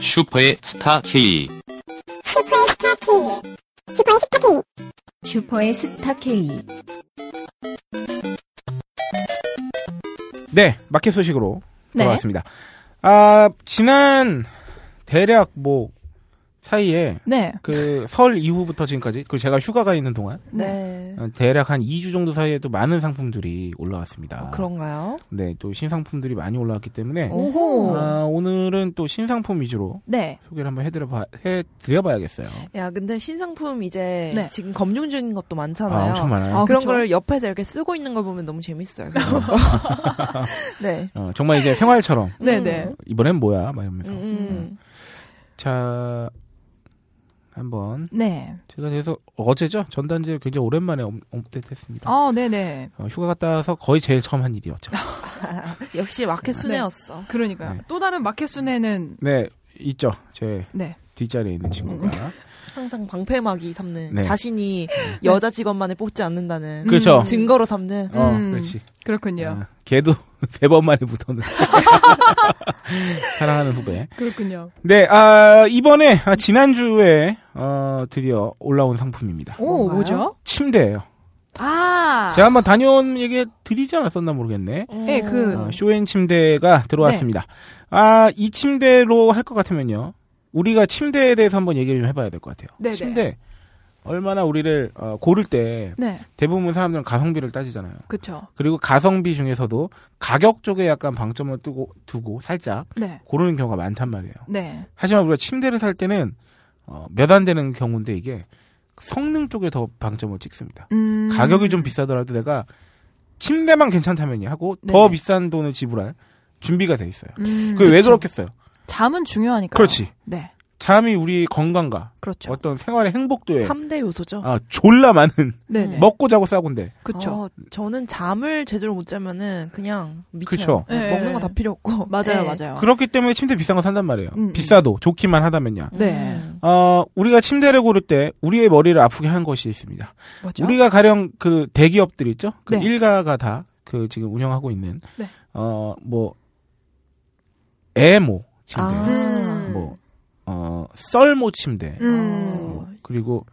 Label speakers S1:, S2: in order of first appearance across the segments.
S1: 슈퍼의 스타 K.
S2: 슈퍼의 스타 K. 슈퍼의 스타 K.
S3: 슈퍼의 스타 K.
S4: 네, 마켓 소식으로
S3: 네.
S4: 돌아왔습니다. 아, 지난 대략 뭐 사이에
S5: 네.
S4: 그 설 이후부터 지금까지 그 제가 휴가가 있는 동안
S5: 네.
S4: 어, 대략 한 2주 정도 사이에도 많은 상품들이 올라왔습니다.
S5: 어, 그런가요?
S4: 네, 또 신상품들이 많이 올라왔기 때문에
S5: 어. 오호.
S4: 아, 오늘은 또 신상품 위주로
S3: 네.
S4: 소개를 한번 해드려 봐, 해드려 봐야겠어요.
S5: 야, 근데 신상품 이제
S3: 네.
S5: 지금 검증 중인 것도 많잖아요. 어,
S4: 아, 엄청 많아요.
S3: 아,
S5: 그런
S3: 그쵸.
S5: 걸 옆에서 이렇게 쓰고 있는 걸 보면 너무 재밌어요. 네.
S4: 어, 정말 이제 생활처럼
S3: 네네.
S4: 이번엔 뭐야? 막
S5: 음,
S4: 이러면서.
S5: 음.
S4: 자, 한번
S3: 네.
S4: 제가 그래서 어제죠 전단지를 굉장히 오랜만에 업- 업데이트했습니다.
S3: 아, 네네.
S4: 어, 휴가 갔다 와서 거의 제일 처음 한 일이었죠.
S3: 어. 음.
S5: 역시 마켓
S3: 네.
S5: 순회였어.
S3: 그러니까요.
S4: 네.
S3: 또 다른 마켓 순회는
S4: 네, 있죠. 제
S3: 네.
S4: 뒷자리에 있는 친구가.
S3: 음.
S5: 항상 방패막이 삼는
S4: 네.
S5: 자신이 여자 직원만을 뽑지 않는다는
S4: 그렇죠.
S5: 증거로 삼는
S4: 어,
S3: 음.
S4: 그렇지.
S3: 그렇군요.
S4: 아, 걔도 세 번만에 붙었는 사랑하는 후배.
S3: 그렇군요.
S4: 네, 아, 이번에 아, 지난주에 어, 드디어 올라온 상품입니다.
S3: 오,
S5: 뭔가요?
S3: 뭐죠?
S4: 침대예요.
S3: 아.
S4: 제가 한번 다녀온 얘기 드리지 않았었나 모르겠네.
S5: 음.
S3: 네, 그-
S4: 어, 쇼앤 침대가 들어왔습니다.
S3: 네.
S4: 아, 이 침대로 할 것 같으면요. 우리가 침대에 대해서 한번 얘기를 좀 해봐야 될 것 같아요.
S3: 네네.
S4: 침대. 얼마나 우리를 어, 고를 때
S3: 네.
S4: 대부분 사람들은 가성비를 따지잖아요.
S3: 그쵸.
S4: 그리고 가성비 중에서도 가격 쪽에 약간 방점을 두고, 두고 살짝
S3: 네.
S4: 고르는 경우가 많단 말이에요.
S3: 네.
S4: 하지만 우리가 침대를 살 때는 어, 몇 안 되는 경우인데 이게 성능 쪽에 더 방점을 찍습니다.
S3: 음.
S4: 가격이 좀 비싸더라도 내가 침대만 괜찮다면요 하고 더
S3: 네네.
S4: 비싼 돈을 지불할 준비가 돼 있어요.
S3: 음.
S4: 그게 왜
S3: 그쵸.
S4: 그렇겠어요?
S3: 잠은 중요하니까.
S4: 그렇지. 뭐,
S3: 네.
S4: 잠이 우리 건강과
S3: 그렇죠.
S4: 어떤 생활의 행복도에
S5: 3대 요소죠.
S4: 아, 졸라 많은
S3: 네네.
S4: 먹고 자고 싸군데.
S3: 그쵸.
S5: 어, 저는 잠을 제대로 못 자면은 그냥 미쳐요.
S4: 그쵸.
S5: 네,
S3: 예,
S5: 먹는
S3: 예.
S5: 거 다 필요 없고.
S3: 맞아요,
S5: 예.
S3: 맞아요.
S4: 그렇기 때문에 침대 비싼 거 산단 말이에요.
S3: 어. 음, 음.
S4: 비싸도 좋기만 하다면요.
S3: 네.
S5: 음.
S4: 어, 우리가 침대를 고를 때 우리의 머리를 아프게 한 것이 있습니다.
S3: 뭐죠?
S4: 우리가 가령 그 대기업들 있죠? 그
S3: 네.
S4: 일가가 다 그 지금 운영하고 있는
S3: 네.
S4: 어, 뭐 에모 침대,
S5: 아.
S3: 음.
S4: 뭐 어, 썰모 침대,
S3: 음.
S4: 어. 그리고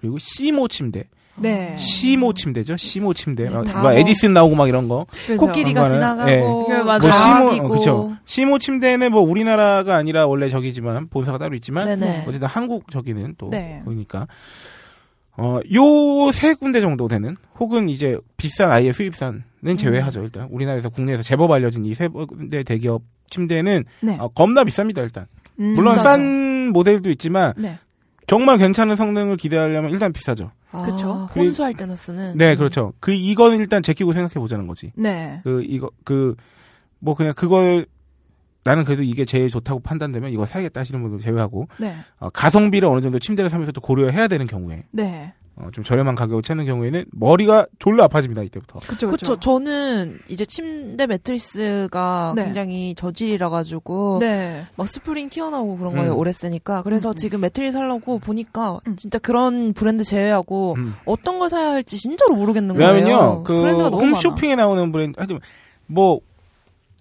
S4: 그리고 시모 침대,
S3: 네.
S4: 시모 침대죠? 시모 침대. 막
S5: 다
S4: 누가
S5: 뭐-
S4: 에디슨 나오고 막 이런 거.
S3: 그래서-
S5: 코끼리가
S4: 엄마는-
S5: 지나가고
S3: 예. 맞아요.
S4: 뭐 시모
S5: 과학이고.
S4: 어, 그쵸 시모 침대는 뭐 우리나라가 아니라 원래 저기지만 본사가 따로 있지만
S5: 네네.
S4: 어쨌든 한국 저기는 또
S3: 네.
S4: 보니까 어요 세 군데 정도 되는 혹은 이제 비싼 아예 수입산은
S5: 음.
S4: 제외하죠 일단 우리나라에서 국내에서 제법 알려진 이 세 군데 대기업 침대는
S3: 네.
S4: 어, 겁나 비쌉니다 일단
S3: 음.
S4: 물론
S5: 비싸죠.
S4: 싼 모델도 있지만
S3: 네.
S4: 정말 괜찮은 성능을 기대하려면 일단 비싸죠
S5: 아,
S3: 그쵸.
S5: 혼수할 때나 쓰는.
S4: 네 그렇죠 그 이건 일단 제끼고 생각해 보자는 거지
S3: 네.
S4: 그 이거 그 뭐 그냥 그걸 나는 그래도 이게 제일 좋다고 판단되면 이거 사야겠다 하시는 분들 제외하고
S3: 네.
S4: 어, 가성비를 어느 정도 침대를 사면서 또 고려해야 되는 경우에
S3: 네.
S4: 어, 좀 저렴한 가격을 찾는 경우에는 머리가 졸라 아파집니다 이때부터.
S3: 음. 그쵸,
S5: 그렇죠.
S3: 그쵸.
S5: 저는 이제 침대 매트리스가
S3: 네.
S5: 굉장히 저질이라 가지고
S3: 네.
S5: 막 스프링 튀어나오고 그런 거예요.
S4: 음.
S5: 오래 쓰니까. 그래서 지금 매트리스 살려고 보니까
S3: 음.
S5: 진짜 그런 브랜드 제외하고
S4: 음.
S5: 어떤 걸 사야 할지 진짜로 모르겠는
S4: 왜냐면요
S5: 거예요.
S4: 그
S5: 브랜드가 너무
S4: 홈쇼핑에 나오는 브랜드 하여튼 뭐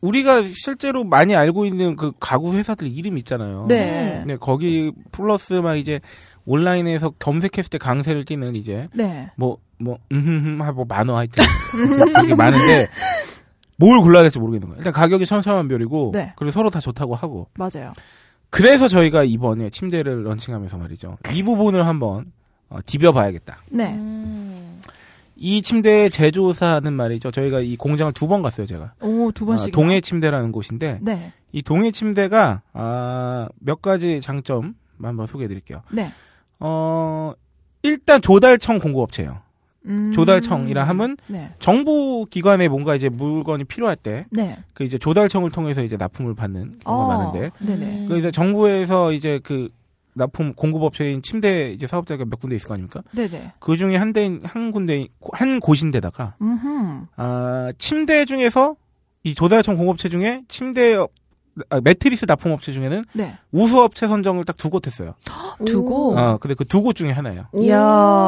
S4: 우리가 실제로 많이 알고 있는 그 가구 회사들 이름 있잖아요.
S3: 네.
S4: 근데 거기 플러스 막 이제 온라인에서 검색했을 때 강세를 띠는 이제
S3: 네.
S4: 뭐뭐 음흠흠 하고 만화 하여튼 되게 많은데 뭘 골라야 될지 모르겠는 거예요. 일단 가격이 천차만별이고
S3: 네.
S4: 그리고 서로 다 좋다고 하고
S3: 맞아요.
S4: 그래서 저희가 이번에 침대를 런칭하면서 말이죠. 이 부분을 한번 어, 디벼봐야겠다.
S5: 많아.
S3: 네.
S5: 음.
S4: 이 침대 제조사는 말이죠. 저희가 이 공장을 두 번 갔어요, 제가.
S3: 오, 두 번씩.
S4: 아, 동해 침대라는 곳인데
S3: 네.
S4: 이 동해 침대가 아, 몇 가지 장점 한번 소개해 드릴게요.
S3: 네.
S4: 어, 일단 조달청 공급업체예요.
S3: 음.
S4: 조달청이라 함은
S3: 네.
S4: 정부 기관에 뭔가 이제 물건이 필요할 때 그
S3: 네.
S4: 이제 조달청을 통해서 이제 납품을 받는 경우가
S3: 어.
S4: 많은데
S5: 음.
S3: 네네.
S4: 그 이제 정부에서 이제 그 납품 공급업체인 침대 이제 사업자가 몇 군데 있을 거 아닙니까?
S3: 네네.
S4: 그 중에 한 대인 한 군데 한 곳인데다가
S3: 음.
S4: 아 침대 중에서 이 조달청 공업체 중에 침대 업- 아, 매트리스 납품업체 중에는
S3: 네.
S4: 우수업체 선정을 딱 두 곳 했어요.
S5: 두고. 어.
S4: 아 근데 그 두 곳 중에 하나예요.
S3: 오.
S5: 이야.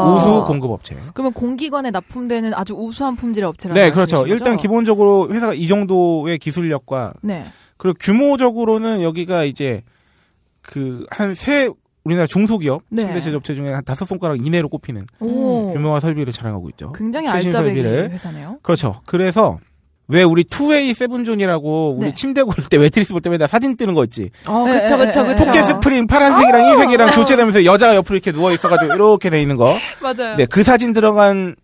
S4: 우수 공급업체.
S3: 아. 그러면 공기관에 납품되는 아주 우수한 품질의 업체라는
S4: 네, 그렇죠.
S3: 말씀이신
S4: 일단
S3: 거죠?
S4: 기본적으로 회사가 이 정도의 기술력과
S3: 네.
S4: 그리고 규모적으로는 여기가 이제 그 한 세 우리나라 중소기업
S3: 네.
S4: 침대 제조업체 중에 한 다섯 손가락 이내로 꼽히는
S3: 오.
S4: 음, 규모와 설비를 자랑하고 있죠.
S3: 굉장히
S4: 최신
S3: 알짜배기
S4: 설비를.
S3: 회사네요.
S4: 그렇죠. 그래서 왜 우리 투웨이 세븐존이라고 우리
S3: 네.
S4: 침대 고를 때 매트리스 볼 때마다 사진 뜨는 거 있지.
S5: 어,
S3: 에,
S5: 그쵸,
S3: 에,
S5: 그쵸,
S3: 에, 에.
S5: 그쵸.
S4: 포켓 스프링 파란색이랑 흰색이랑 교체되면서 여자 옆으로 이렇게 누워 있어가지고 이렇게 돼 있는 거.
S3: 맞아요.
S4: 네, 그 사진 들어간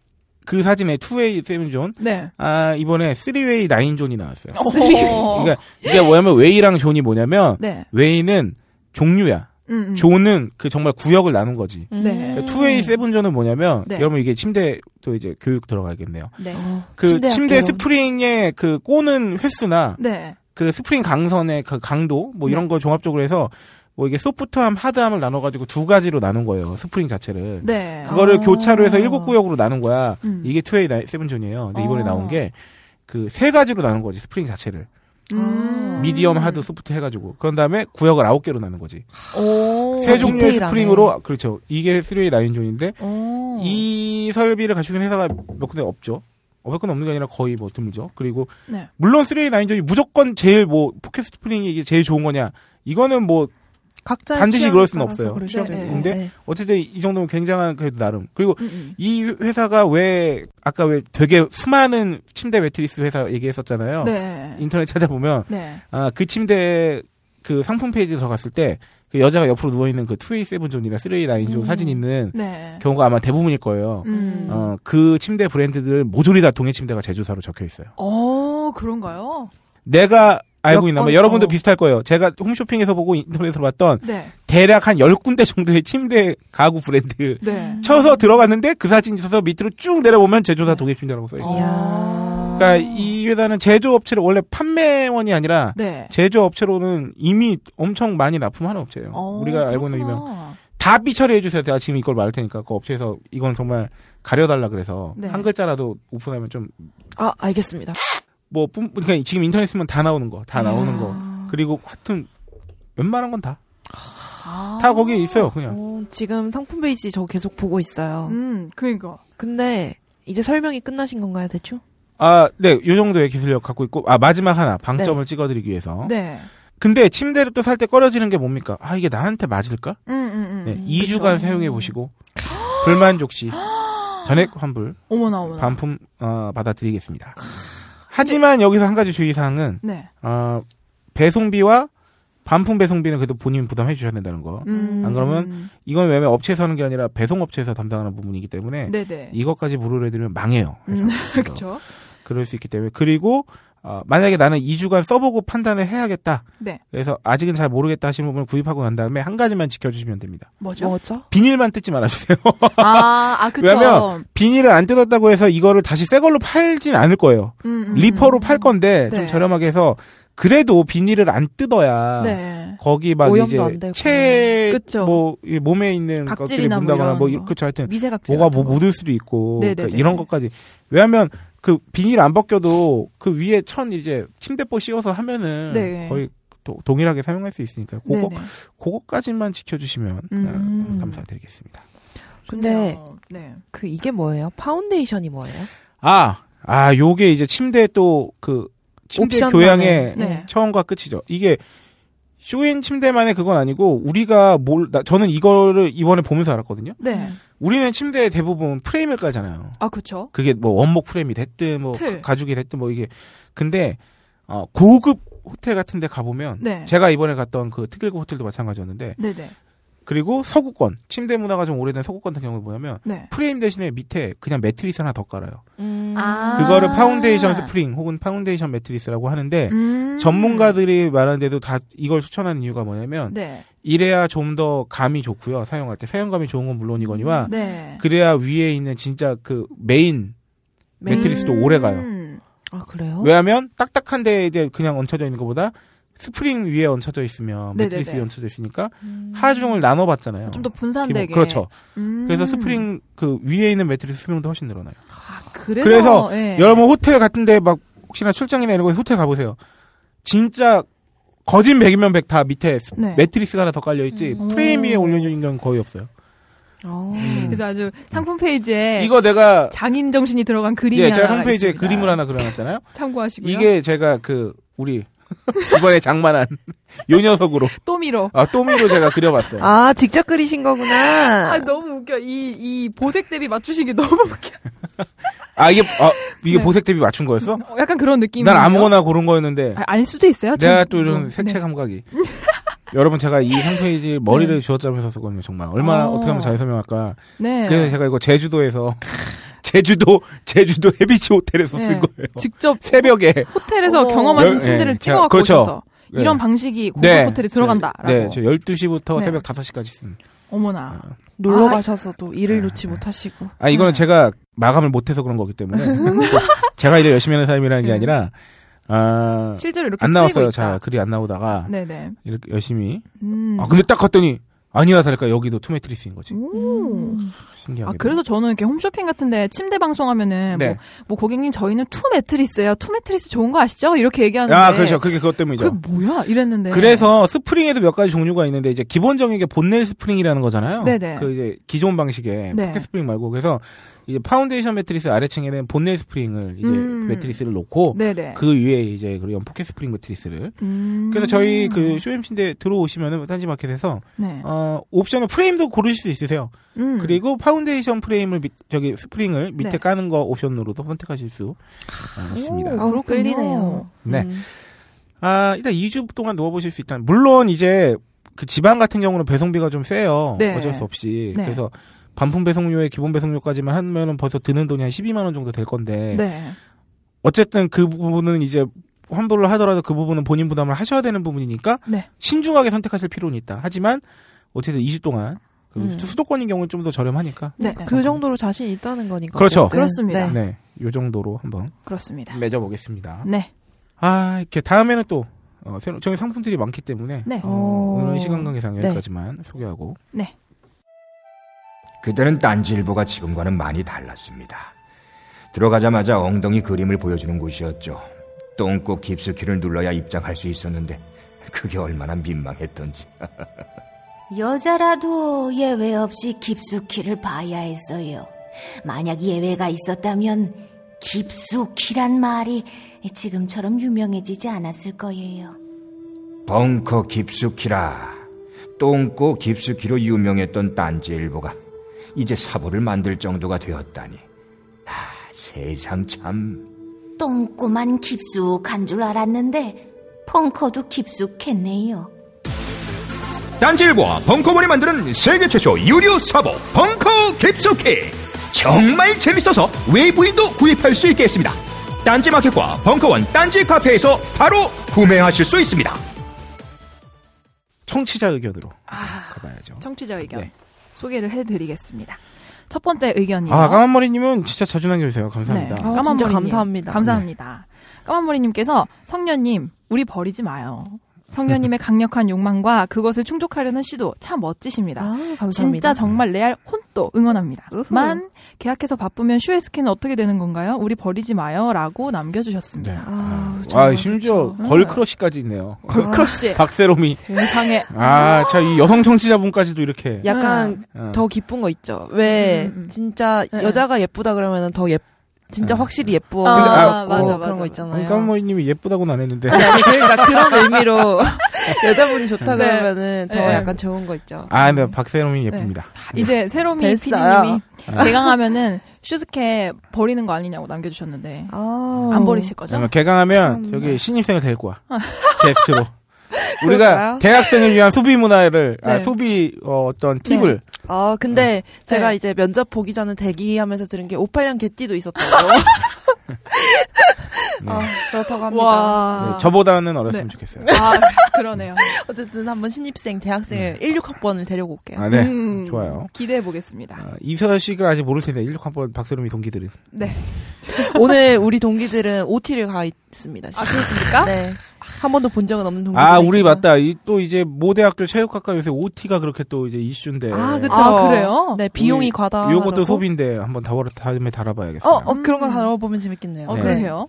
S4: 그 사진에 투웨이 세븐존.
S3: 네.
S4: 아 이번에 쓰리웨이 나인존이 나왔어요.
S3: 쓰리.
S5: 어.
S4: 그러니까 이게 뭐냐면 웨이랑 존이 뭐냐면
S3: 네.
S4: 웨이는 종류야.
S3: 음, 음.
S4: 존은 그 정말 구역을 나눈 거지.
S3: 네.
S5: 음.
S4: 그러니까 투웨이 세븐존은 뭐냐면
S3: 네.
S4: 여러분 이게 침대 또 이제 교육 들어가겠네요.
S3: 네.
S4: 그
S5: 침대
S4: 침대
S5: 학교.
S4: 스프링의 그 꼬는 횟수나
S3: 네.
S4: 그 스프링 강선의 그 강도 뭐
S5: 네.
S4: 이런 걸 종합적으로 해서 뭐 이게 소프트함 하드함을 나눠가지고 두 가지로 나눈 거예요. 스프링 자체를.
S3: 네.
S4: 그거를
S5: 아.
S4: 교차로 해서 일곱 구역으로 나눈 거야.
S3: 음.
S4: 이게 투웨이 나이- 세븐존이에요. 근데 이번에
S3: 어.
S4: 나온 게 그 세 가지로 나눈 거지 스프링 자체를
S3: 음.
S4: 미디엄 하드 소프트 해가지고 그런 다음에 구역을 아홉 개로 나눈 거지
S5: 오.
S4: 세 종류의
S5: 디테일하네.
S4: 스프링으로 그렇죠 이게 쓰리웨이 나인존인데
S3: 오.
S4: 이 설비를 갖추는 회사가 몇 군데 없죠. 어, 몇 군데 없는 게 아니라 거의 뭐 드물죠. 그리고
S3: 네.
S4: 물론 3A9전이 무조건 제일 뭐 포켓 스프링이 이게 제일 좋은 거냐. 이거는 뭐
S5: 각자
S4: 반드시 그럴 수는 없어요.
S3: 네, 네.
S4: 근데 어쨌든 이 정도면 굉장한 그래도 나름. 그리고
S3: 음, 음.
S4: 이 회사가 왜 아까 왜 되게 수많은 침대 매트리스 회사 얘기했었잖아요.
S3: 네.
S4: 인터넷 찾아보면
S3: 네.
S4: 아, 그 침대 그 상품 페이지 에 들어갔을 때 그 여자가 옆으로 누워 있는 그 2A7존이나 3A9존
S5: 음.
S4: 사진 있는
S3: 네.
S4: 경우가 아마 대부분일 거예요.
S3: 음. 어.
S4: 어, 그 침대 브랜드들 모조리 다 동해 침대가 제조사로 적혀 있어요.
S3: 그런가요?
S4: 내가 알고
S5: 몇
S4: 있나 봐.
S5: 건-
S4: 여러분도
S5: 어.
S4: 비슷할 거예요. 제가 홈쇼핑에서 보고 인터넷으로 봤던
S3: 네.
S4: 대략 한 10군데 정도의 침대 가구 브랜드
S3: 네.
S4: 쳐서 들어갔는데 그 사진이 있어서 밑으로 쭉 내려보면 제조사 동해 침대라고 써 있어요.
S5: 어.
S3: 이야.
S4: 그러니까 이 회사는 제조업체를 원래 판매원이 아니라
S3: 네.
S4: 제조업체로는 이미 엄청 많이 납품하는 업체예요.
S3: 어,
S4: 우리가 알고 있는 유명.
S3: 그렇구나.
S4: 다 삐처리해 주세요. 제가 지금 이걸 말할 테니까 그 업체에서 이건 정말 가려달라 그래서
S3: 네.
S4: 한 글자라도 오픈하면 좀
S5: 아, 알겠습니다.
S4: 뭐 뿜- 그러니까 지금 인터넷 쓰면 다 나오는 거, 다 나오는 거.
S5: 아.
S4: 그리고 하여튼 웬만한 건 다.
S3: 아.
S4: 다 거기에 있어요, 그냥.
S5: 어, 지금 상품 페이지 저 계속 보고 있어요.
S3: 음, 그니까.
S5: 근데 이제 설명이 끝나신 건가요, 대충?
S4: 아, 네. 요 정도의 기술력 갖고 있고 아, 마지막 하나. 방점을 찍어 드리기 위해서.
S3: 네.
S4: 근데 침대를 또 살 때 꺼려지는 게 뭡니까? 아, 이게 나한테 맞을까?
S3: 음, 음, 음.
S4: 네.
S3: 음.
S4: 이 2주간
S5: 그쵸.
S4: 사용해 보시고 불만족 시 전액 환불
S3: 어머나, 어머나.
S4: 반품 어, 받아 드리겠습니다. 하지만 여기서 한 가지 주의 사항은
S3: 네.
S4: 어, 배송비와 반품 배송비는 그래도 본인 부담해 주셔야 된다는 거.
S3: 음.
S4: 안 그러면 이건 왜냐면 업체에서 하는 게 아니라 배송업체에서 담당하는 부분이기 때문에
S3: 네네.
S4: 이것까지 무료로 해드리면 망해요. 그래서
S3: 음,
S4: 그래서
S3: 그쵸.
S4: 그럴 수 있기 때문에 그리고 어, 만약에 나는 2주간 써보고 판단을 해야겠다.
S3: 네.
S4: 그래서 아직은 잘 모르겠다 하시는 분을 구입하고 난 다음에 한 가지만 지켜주시면 됩니다.
S3: 뭐죠?
S5: 뭐죠?
S4: 비닐만 뜯지 말아주세요.
S3: 아, 아, 그쵸.
S4: 왜냐면 비닐을 안 뜯었다고 해서 이거를 다시 새 걸로 팔진 않을 거예요.
S3: 음, 음,
S4: 리퍼로
S3: 음.
S4: 팔 건데
S3: 네.
S4: 좀 저렴하게 해서 그래도 비닐을 안 뜯어야
S3: 네.
S4: 거기 막
S5: 오염도
S4: 이제
S5: 안 되고.
S3: 그쵸.
S4: 체뭐 몸에 있는 것들이
S3: 각질이나 뭐
S4: 문다거나
S3: 이런
S4: 뭐 이-
S3: 거.
S4: 그쵸 하여튼
S3: 미세각질.
S4: 뭐가
S3: 같은
S4: 뭐
S3: 거.
S4: 묻을 수도 있고
S3: 네네네.
S4: 그러니까 이런 것까지 왜냐하면 그 비닐 안 벗겨도 그 위에 천 이제 침대보 씌워서 하면은
S3: 네.
S4: 거의 도- 동일하게 사용할 수 있으니까 그거
S3: 네네.
S4: 그거까지만 지켜주시면
S3: 음.
S4: 아, 감사드리겠습니다.
S5: 근데
S3: 좋네요. 네.
S5: 그 이게 뭐예요? 파운데이션이 뭐예요?
S4: 아, 아 요게 이제 침대 또 그 침대
S5: 옵션만의-
S4: 교양의
S3: 네.
S4: 처음과 끝이죠. 이게 쇼인 침대만의 그건 아니고 우리가 뭘 나- 저는 이거를 이번에 보면서 알았거든요.
S3: 네.
S4: 우리는 침대 대부분 프레임을 깔잖아요.
S3: 아, 그쵸.
S4: 그게 뭐 원목 프레임이 됐든 뭐
S3: 틀.
S4: 가- 가죽이 됐든 뭐 이게 근데 어, 고급 호텔 같은 데 가보면
S3: 네.
S4: 제가 이번에 갔던 그 특일급 호텔도 마찬가지였는데
S3: 네네.
S4: 그리고 서구권 침대 문화가 좀 오래된 서구권 같은 경우에 보면
S3: 네.
S4: 프레임 대신에 밑에 그냥 매트리스 하나 더 깔아요.
S3: 아.
S4: 그거를 파운데이션 스프링 혹은 파운데이션 매트리스라고 하는데
S3: 음.
S4: 네. 전문가들이 말하는데도 다 이걸 추천하는 이유가 뭐냐면
S3: 네.
S4: 이래야 좀 더 감이 좋고요. 사용할 때 사용감이 좋은 건 물론이거니와
S3: 네.
S4: 아, 그래야 위에 있는 진짜 그 메인 매트리스도
S3: 음.
S4: 오래 가요.
S5: 아,
S3: 어?
S5: 그래요?
S4: 왜냐하면 딱딱한데 이제 그냥 얹혀져 있는 것보다 스프링 위에 얹혀져 있으면 매트리스
S3: 네네네.
S4: 위에 얹혀져 있으니까
S5: 음.
S4: 하중을 나눠봤잖아요.
S3: 좀 더
S4: 어, 기본-
S3: 분산되게.
S4: 그렇죠.
S3: 음.
S4: 그래서 스프링 그 위에 있는 매트리스 수명도 훨씬 늘어나요.
S3: 아, 그래서,
S4: 그래서
S3: 예.
S4: 여러분 호텔 같은데 막 혹시나 출장이나 이런 거 호텔 가보세요. 진짜 거진 100이면 100 다 밑에 스-
S3: 네.
S4: 매트리스가 하나 더 깔려있지
S5: 음.
S4: 프레임 위에 올려져 있는 건 거의 없어요.
S5: 어.
S3: 음. 그래서 아주 상품 페이지에
S4: 이거 내가
S3: 장인 정신이 들어간 네. 그림이
S4: 예, 제가
S3: 하나가
S4: 홈페이지에
S3: 있습니다.
S4: 그림을 하나 그려놨잖아요.
S3: 참고하시고요.
S4: 이게 제가 그 우리 이번에 장만한 요 녀석으로
S3: 또 밀어.
S4: 아 또미로 제가 그려봤어요.
S5: 아, 직접 그리신
S3: 아,
S5: 거구나.
S3: 너무 웃겨. 이, 이 보색 대비 맞추시기 너무 웃겨.
S4: 아 이게 아, 이게
S3: 네.
S4: 보색 대비 맞춘 거였어?
S3: 어, 약간 그런 느낌.
S4: 난 아무거나 고른 거였는데
S3: 아, 아닐 수도 있어요.
S4: 내가
S3: 전-
S4: 또 이런
S3: 네.
S4: 색채 감각이. 여러분 제가 이 한 페이지 머리를 쥐어짜면서 썼거든요 정말 얼마나
S3: 어.
S4: 어떻게 하면 잘 설명할까
S3: 네.
S4: 그래서 제가 이거 제주도에서 제주도 제주도 해비치 호텔에서
S3: 네. 아,
S4: 쓴 거예요
S3: 직접
S4: 새벽에
S3: 호텔에서
S5: 어.
S3: 경험하신
S4: 뭐. 열-
S3: 침대를
S4: 예,
S3: 찍어 갖고
S4: 그렇죠.
S3: 오셔서 이런 방식이 고급
S4: 네.
S3: 호텔에 들어간다라고.
S4: 네, 저 12시부터
S3: 네.
S4: 새벽 5시까지 쓴.
S3: 어머나.
S5: 놀러
S3: 아.
S5: 가셔서도
S4: 네.
S5: 일을 놓지 못하시고.
S4: 아, 이거는
S3: 네.
S4: 제가 마감을 못해서 그런 거기 때문에. 제가 일을 열심히 하는 사람이라는 게
S3: 음. 네.
S4: 아니라, 아,
S3: 실제로 이렇게
S4: 안 나왔어요.
S3: 쓰이고 있다.
S4: 자, 글이 안 나오다가,
S3: 네네.
S4: 이렇게 열심히.
S3: 음.
S4: 아, 근데 딱 갔더니, 아니라 다를까 여기도 투메트리스인 거지.
S5: 오.
S3: 아,
S4: 신기하게.
S3: 그래서 저는 이렇게 홈쇼핑 같은데 침대 방송하면은
S4: 네.
S3: 뭐, 뭐 고객님 저희는 투 매트리스예요. 투 매트리스 좋은 거 아시죠? 이렇게 얘기하는데
S4: 아, 그렇죠. 그게
S3: 그게
S4: 그것 때문이죠.
S3: 뭐야? 네. 이랬는데.
S4: 그래서 스프링에도 몇 가지 종류가 있는데 이제 기본적인 게 본넬 스프링이라는 거잖아요.
S3: 네네.
S4: 그 이제 기존 방식의
S3: 네.
S4: 포켓 스프링 말고 그래서 이제 파운데이션 매트리스 아래층에는 본넬 스프링을 이제
S3: 음.
S4: 매트리스를 놓고
S3: 네네.
S4: 그 위에 이제 그런 포켓 스프링 매트리스를
S3: 음.
S4: 그래서 저희 그 쇼엠씨인데 들어오시면은 딴지마켓에서
S3: 네.
S4: 어 옵션을 프레임도 고르실 수 있으세요.
S3: 음.
S4: 그리고 파운데이션 프레임을 밑- 저기 스프링을 밑에
S3: 네.
S4: 까는 거 옵션으로도 선택하실 수 어, 있습니다.
S3: 오. 그렇군요.
S5: 끌리네요.
S4: 네.
S5: 음.
S4: 아 일단 2주 동안 누워보실 수 있다. 물론 이제 그 지방 같은 경우는 배송비가 좀 세요.
S3: 네.
S4: 어쩔 수 없이
S3: 네.
S4: 그래서 반품 배송료에 기본 배송료까지만 하면은 벌써 드는 돈이 한 12만 원 정도 될 건데
S3: 네.
S4: 어쨌든 그 부분은 이제 환불을 하더라도 그 부분은 본인 부담을 하셔야 되는 부분이니까
S3: 네.
S4: 신중하게 선택하실 필요는 있다. 하지만 어쨌든 2주 동안 그
S5: 음.
S4: 수도권인 경우는 좀 더 저렴하니까.
S3: 네.
S5: 그 정도로 자신 있다는 거니까.
S4: 그렇죠.
S5: 어쨌든.
S3: 그렇습니다.
S5: 네.
S4: 네, 요 정도로 한번
S3: 그렇습니다.
S4: 맺어보겠습니다.
S3: 네.
S4: 아 이렇게 다음에는 또 어, 새로 저희 상품들이 많기 때문에
S3: 네.
S4: 어,
S5: 오.
S4: 오늘은 시간 관계상
S5: 네.
S4: 여기까지만 소개하고
S1: 그때는 딴지일보가 지금과는 많이 달랐습니다. 들어가자마자 엉덩이 그림을 보여주는 곳이었죠. 똥꼬 깊숙이를 눌러야 입장할 수 있었는데 그게 얼마나 민망했던지.
S6: 여자라도 예외 없이 깊숙이를 봐야 했어요. 만약 예외가 있었다면 깊숙이란 말이 지금처럼 유명해지지 않았을 거예요.
S1: 벙커 깊숙이라 똥꼬 깊숙이로 유명했던 딴지일보가 이제 사보를 만들 정도가 되었다니. 아, 세상 참
S6: 똥꼬만 깊숙한 줄 알았는데 펑커도 깊숙했네요.
S1: 딴지일보와 벙커원이 만드는 세계 최초 유료 사보 벙커 깊숙이 정말 재밌어서 외부인도 구입할 수 있게 했습니다. 딴지마켓과 벙커원 딴지 카페에서 바로 구매하실 수 있습니다.
S4: 청취자 의견으로
S5: 아,
S4: 가봐야죠.
S3: 청취자 의견
S4: 네.
S3: 소개를 해드리겠습니다. 첫 번째 의견이요.
S4: 아 까만머리님은 진짜 자주 남겨주세요.
S3: 네.
S4: 감사합니다.
S5: 아, 진짜 감사합니다.
S3: 감사합니다. 네. 까만머리님께서 성녀님 우리 버리지 마요. 성녀님의 강력한 욕망과 그것을 충족하려는 시도 참
S4: 네.
S3: 멋지십니다.
S5: 아, 감사합니다.
S3: 진짜 정말 레알 콘또 응원합니다.
S5: 우후.
S3: 만 계약해서 바쁘면 슈에 스킨은 어떻게 되는 건가요? 우리 버리지 마요라고 남겨주셨습니다.
S5: 아,
S4: 아
S5: 정말
S4: 심지어
S5: 그렇죠.
S4: 걸크러쉬까지 있네요. 어,
S3: 걸크러쉬
S4: 박세롬이
S3: 세상에
S4: 아, 자, 이 여성 청취자분까지도 이렇게.
S5: 약간
S4: 어.
S5: 예, 더 기쁜 거 있죠. 왜
S3: 음, 음, 음.
S5: 진짜
S3: 네.
S5: 여자가 예쁘다 그러면 더 예, 진짜
S4: 네.
S5: 확실히 예뻐.
S3: 근데,
S4: 아, 그러니까
S5: 보이고 뭐
S4: 맞아,
S5: 그런
S3: 맞아,
S5: 거
S3: 맞아.
S5: 있잖아요.
S4: 어, 까만머리님이 예쁘다고는 안 했는데.
S5: 아니, 그러니까 그런 의미로 여자분이 좋다
S3: 네.
S5: 그러면은 더
S3: 네.
S5: 약간 좋은 거 있죠.
S4: 아, 네, 박세롬이 예쁩니다.
S3: 이제 새로미
S5: 됐어요.
S3: PD님이
S4: 아.
S3: 개강하면은 슈스케 버리는 거 아니냐고 남겨주셨는데
S5: 아.
S3: 안 버리실 거죠?
S4: 잠깐 개강하면
S5: 참. 네. 아.
S4: 저기 신입생을 데릴 거야. 게스트로. 우리가
S5: 그럴까요?
S4: 대학생을 위한 소비 문화를, 아,
S3: 네.
S4: 소비 어, 떤 팁을.
S5: 아, 근데 제가
S3: 네.
S5: 이제 면접 보기 전에 대기하면서 들은 게 58년 개띠도 있었다고. 아, 그렇다고 합니다. 아.
S4: 네, 저보다는 어렸으면 좋겠어요.
S5: 네.
S3: 아 그러네요.
S5: 어쨌든 한번 신입생
S3: 네.
S5: 대학생을 16학번을 데려고 올게요.
S4: 아, 네.
S3: 음,
S4: 좋아요.
S3: 기대해 보겠습니다.
S4: 아, 이 소식을 아직 모를 텐데, 16 한번 박세롬이 동기들은.
S3: 네.
S5: 오늘 우리 동기들은 OT를 가 있습니다.
S3: 아
S5: 지금.
S3: 그렇습니까?
S5: 네. 한 번도 본 적은 없는 동기들.
S4: 아, 우리 맞다. 이, 또 이제 모대학교 체육학과 요새 OT가 그렇게 또 이제 이슈인데.
S5: 아, 그쵸.
S3: 아, 그래요?
S5: 네, 비용이
S4: 우리
S5: 과다.
S4: 요것도 소비인데 한번 다워, 다음에 달아봐야겠어요.
S5: 어, 어, 그런 거
S3: 음.
S5: 다뤄보면 재밌겠네요.
S3: 어
S4: 네.
S3: 그래요.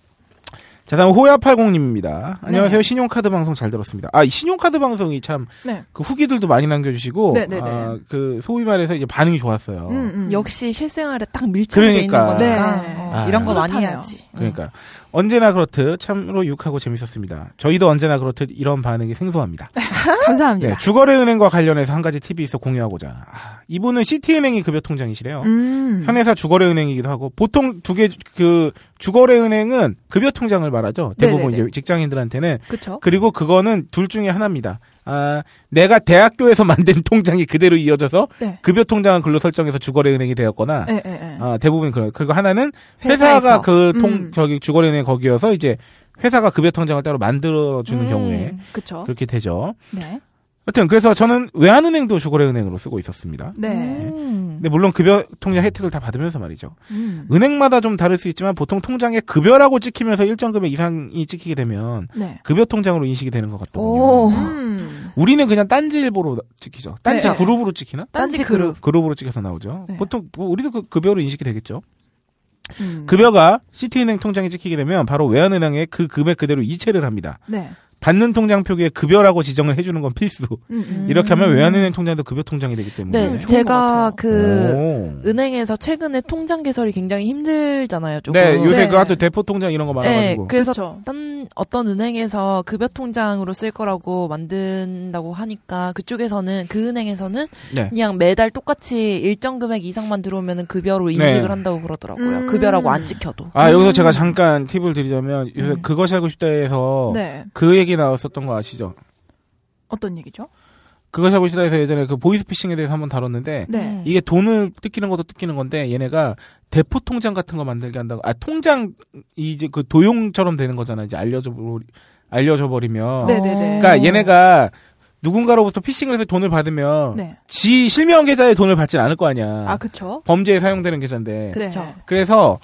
S4: 자, 다음 호야80님입니다.
S3: 네.
S4: 안녕하세요. 신용카드 방송 잘 들었습니다. 아, 이 신용카드 방송이 참,
S3: 네.
S4: 그 후기들도 많이 남겨주시고,
S3: 네, 네, 네.
S4: 아, 그, 소위 말해서 이제 반응이 좋았어요.
S3: 음, 음.
S5: 역시 실생활에 딱 밀착돼
S4: 그러니까.
S5: 있는 거니까
S3: 네.
S5: 어,
S4: 아,
S5: 이런 거 많이
S3: 뿌듯하네요.
S5: 해야지.
S4: 그러니까. 언제나 그렇듯 참으로 유익하고 재밌었습니다. 저희도 언제나 그렇듯 이런 반응이 생소합니다.
S3: 아, 감사합니다.
S4: 네, 주거래 은행과 관련해서 한 가지 팁이 있어 공유하고자. 아, 이분은 시티은행이 급여 통장이시래요.
S3: 음.
S4: 현회사 주거래 은행이기도 하고 보통 두 개 그 주거래 은행은 급여 통장을 말하죠. 대부분
S3: 네네네.
S4: 이제 직장인들한테는
S5: 어?
S3: 그쵸?
S4: 그리고 그거는 둘 중에 하나입니다. 아, 내가 대학교에서 만든 통장이 그대로 이어져서
S3: 네.
S4: 급여 통장을 글로 설정해서 주거래 은행이 되었거나
S3: 예, 예, 예.
S4: 아, 대부분 그래요. 그리고 하나는 회사가
S5: 네. 음. 회사에서.
S4: 그 통
S3: 음.
S4: 저기 주거래 은행 거기여서 이제 회사가 급여 통장을 따로 만들어 주는
S5: 음.
S4: 경우에
S3: 그쵸?
S4: 그렇게 되죠.
S3: 네.
S4: 하여튼 그래서 저는 외환은행도 주거래 은행으로 쓰고 있었습니다.
S3: 네.
S5: 음.
S4: 근데 물론 급여 통장 혜택을 다 받으면서 말이죠.
S3: 음.
S4: 은행마다 좀 다를 수 있지만 보통 통장에 급여라고 찍히면서 일정 금액 이상이 찍히게 되면
S3: 네.
S4: 급여 통장으로 인식이 되는 것 같거든요.
S5: 오.
S3: 음.
S4: 우리는 그냥 딴지일보로 찍히죠. 딴지
S3: 네.
S4: 그룹으로 찍히나?
S5: 딴지 그룹.
S4: 그룹으로 찍혀서 나오죠.
S3: 네.
S4: 보통 뭐 우리도 그 급여로 인식이 되겠죠.
S3: 음.
S4: 급여가 시티은행 통장에 찍히게 되면 바로 외환은행에 그 금액 그대로 이체를 합니다.
S3: 네.
S4: 받는 통장 표기에 급여라고 지정을 해주는 건 필수.
S3: 음, 음.
S4: 이렇게 하면 외환은행 통장도 급여 통장이 되기 때문에.
S5: 네,
S3: 좋은
S5: 제가
S3: 것 같아요.
S5: 그
S4: 오.
S5: 은행에서 최근에 통장 개설이 굉장히 힘들잖아요. 조금.
S4: 네, 요새
S3: 네.
S4: 그 하도 대포 통장 이런 거 많아가지고.
S5: 네, 그래서
S3: 그쵸.
S5: 어떤 어떤 은행에서 급여 통장으로 쓸 거라고 만든다고 하니까 그쪽에서는 그 은행에서는
S4: 네.
S5: 그냥 매달 똑같이 일정 금액 이상만 들어오면은 급여로 인식을
S4: 네.
S5: 한다고 그러더라고요.
S3: 음.
S5: 급여라고 안 찍혀도.
S4: 아 여기서
S3: 음.
S4: 제가 잠깐 팁을 드리자면 요새
S5: 음.
S4: 그것이 알고 싶다에서
S3: 네.
S4: 그 얘기 나왔었던 거 아시죠?
S3: 어떤 얘기죠?
S4: 그것이 알고 싶다에서 예전에 그 보이스피싱에 대해서 한번 다뤘는데
S3: 네.
S5: 음.
S4: 이게 돈을 뜯기는 것도 뜯기는 건데 얘네가 대포 통장 같은 거 만들게 한다고 아 통장 이제 그 도용처럼 되는 거잖아 이제 알려줘 버리- 알려줘 버리면
S3: 네, 네, 네.
S4: 그러니까 얘네가 누군가로부터 피싱을 해서 돈을 받으면
S3: 네.
S4: 지 실명 계좌에 돈을 받진 않을 거 어. 아니야
S3: 아, 그쵸?
S4: 범죄에 사용되는 계좌인데
S5: 그- 그쵸.
S3: 네.
S4: 그래서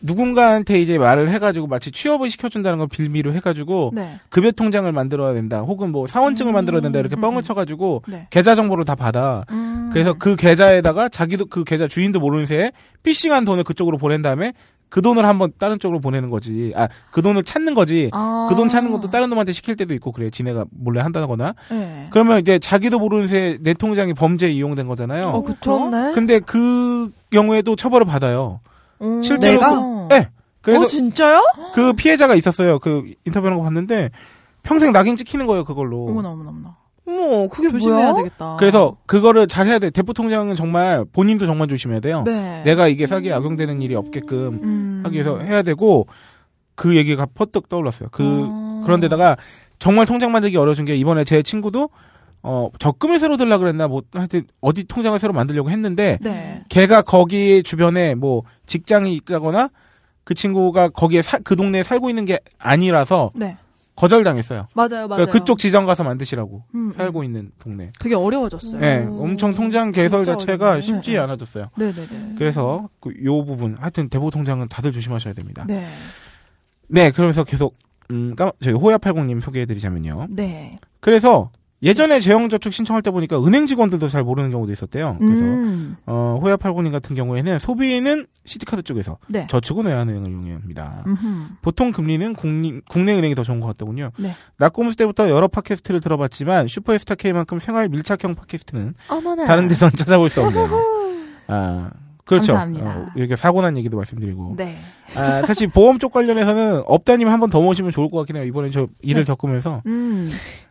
S4: 누군가한테 이제 말을 해가지고 마치 취업을 시켜준다는 걸 빌미로 해가지고
S3: 네.
S4: 급여 통장을 만들어야 된다 혹은 뭐 사원증을 만들어야 된다 이렇게
S3: 음,
S4: 뻥을 쳐가지고
S3: 네.
S4: 계좌 정보를 다 받아
S3: 음.
S4: 그래서 그 계좌에다가 자기도 그 계좌 주인도 모르는 새에 피싱한 돈을 그쪽으로 보낸 다음에 그 돈을 한번 다른 쪽으로 보내는 거지 아 그 돈을 찾는 거지
S3: 아.
S4: 그 돈 찾는 것도 다른 놈한테 시킬 때도 있고 그래 지네가 몰래 한다거나
S3: 네.
S4: 그러면 이제 자기도 모르는 새에 내 통장이 범죄에 이용된 거잖아요
S3: 어, 그쵸?
S5: 그렇네.
S4: 근데 그 경우에도 처벌을 받아요
S3: 음.
S4: 실제로
S5: 내가?
S4: 그- 네. 그래서
S5: 어 진짜요?
S4: 그 피해자가 있었어요. 그 인터뷰하는 거 봤는데 평생 낙인 찍히는 거예요 그걸로.
S3: 어머나, 어머나, 어머나.
S5: 뭐 그게
S3: 조심해야
S5: 뭐야?
S3: 되겠다.
S4: 그래서 그거를 잘 해야 돼. 대포통장은 정말 본인도 정말 조심해야 돼요.
S3: 네.
S4: 내가 이게 싸게 악용되는 일이 없게끔
S3: 음.
S4: 하기 위해서 해야 되고 그 얘기가 퍼뜩 떠올랐어요. 그
S3: 아.
S4: 그런데다가 정말 통장 만들기 어려운 게 이번에 제 친구도 어 적금을 새로 들라 그랬나 뭐 하여튼 어디 통장을 새로 만들려고 했는데
S3: 네.
S4: 걔가 거기 주변에 뭐 직장이 있다거나 그 친구가 거기에 사- 그 동네에 살고 있는 게 아니라서
S3: 네.
S4: 거절당했어요.
S3: 맞아요, 맞아요.
S4: 그쪽 지정 가서 만드시라고
S3: 음, 음.
S4: 살고 있는 동네.
S3: 되게 어려워졌어요.
S4: 예,
S5: 음.
S4: 엄청 통장 개설
S5: 진짜
S4: 자체가
S5: 어렵네.
S4: 쉽지
S3: 네.
S4: 않아졌어요.
S3: 네, 네, 네.
S4: 그래서 그 요 부분 하여튼 대보 통장은 다들 조심하셔야 됩니다.
S3: 네.
S4: 네, 그러면서 계속 음, 까마- 저희 호야팔공님 소개해드리자면요.
S3: 네.
S4: 그래서 예전에 재형저축 신청할 때 보니까 은행 직원들도 잘 모르는 경우도 있었대요. 그래서
S3: 음.
S4: 어, 호야팔공님 같은 경우에는 소비는 시티카드 쪽에서
S3: 네.
S4: 저축은 외환은행을 이용합니다.
S3: 음흠.
S4: 보통 금리는 국립- 국내 은행이 더 좋은 것 같더군요.
S3: 네.
S4: 낙고무스 때부터 여러 팟캐스트를 들어봤지만 슈퍼에스타 K만큼 생활 밀착형 팟캐스트는
S3: 네.
S5: 어머나.
S4: 다른 데서는 찾아볼 수 없네요. 아 그렇죠.
S3: 감사합니다.
S4: 어, 이렇게 사고난 얘기도 말씀드리고.
S3: 네.
S4: 아, 사실 보험 쪽 관련해서는 업다님 한 번 더 모시면 좋을 것 같긴 해요. 이번에 저
S3: 네.
S4: 일을 겪으면서
S3: 음.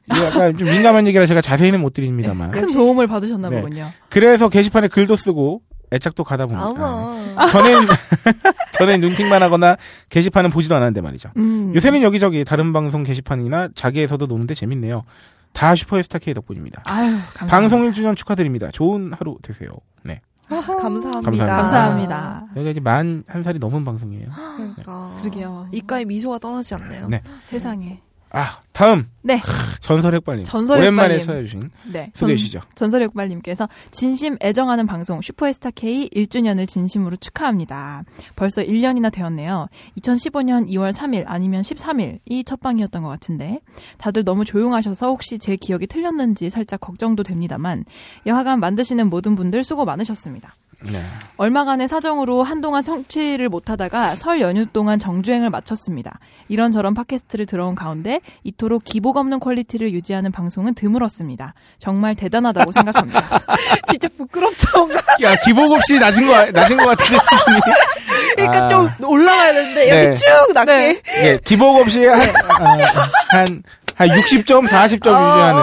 S4: 이게 약간 좀 민감한 얘기라 제가 자세히는 못 드립니다만.
S3: 큰 도움을 받으셨나
S4: 아. 네.
S3: 보군요.
S4: 그래서 게시판에 글도 쓰고 애착도 가다 보니까 아, 네.
S5: 어머.
S4: 전엔 전엔 눈팅만 하거나 게시판은 보지도 않았는데 말이죠.
S3: 음.
S4: 요새는 여기저기 다른 방송 게시판이나 자기에서도 노는데 재밌네요. 다 슈퍼에스타 K 덕분입니다.
S3: 아유, 감사합니다.
S4: 방송 1주년 축하드립니다. 좋은 하루 되세요. 네.
S5: 아, 감사합니다.
S3: 감사합니다.
S4: 여기가 이제 만 한 살이 넘은 방송이에요.
S5: 그러니까.
S3: 그러게요.
S5: 이가에 미소가 떠나지 않네요.
S4: 네.
S3: 세상에.
S4: 아, 다음.
S3: 네.
S4: 전설 핵발님.
S3: 전설
S4: 오랜만에
S3: 핵발님.
S4: 찾아주신
S3: 네.
S4: 소개해 주시죠.
S3: 전설의 옥발님께서 진심 애정하는 방송 슈퍼에스타 K 1주년을 진심으로 축하합니다. 벌써 1년이나 되었네요. 2015년 2월 3일 아니면 13일이 첫 방이었던 것 같은데 다들 너무 조용하셔서 혹시 제 기억이 틀렸는지 살짝 걱정도 됩니다만 여하간 만드시는 모든 분들 수고 많으셨습니다.
S4: 네.
S3: 얼마간의 사정으로 한동안 성취를 못하다가 설 연휴 동안 정주행을 마쳤습니다. 이런저런 팟캐스트를 들어온 가운데 이토록 기복 없는 퀄리티를 유지하는 방송은 드물었습니다. 정말 대단하다고 생각합니다.
S5: 진짜 부끄럽다. 뭔가.
S4: 야, 기복 없이 낮은 거, 낮은 거 같은데. 수준이.
S7: 그러니까
S4: 아.
S7: 좀 올라가야 되는데
S4: 네.
S7: 이렇게 쭉 낮게
S5: 네.
S4: 예, 기복 없이 한,
S3: 네.
S4: 아, 한, 한 60점, 40점 유지하는.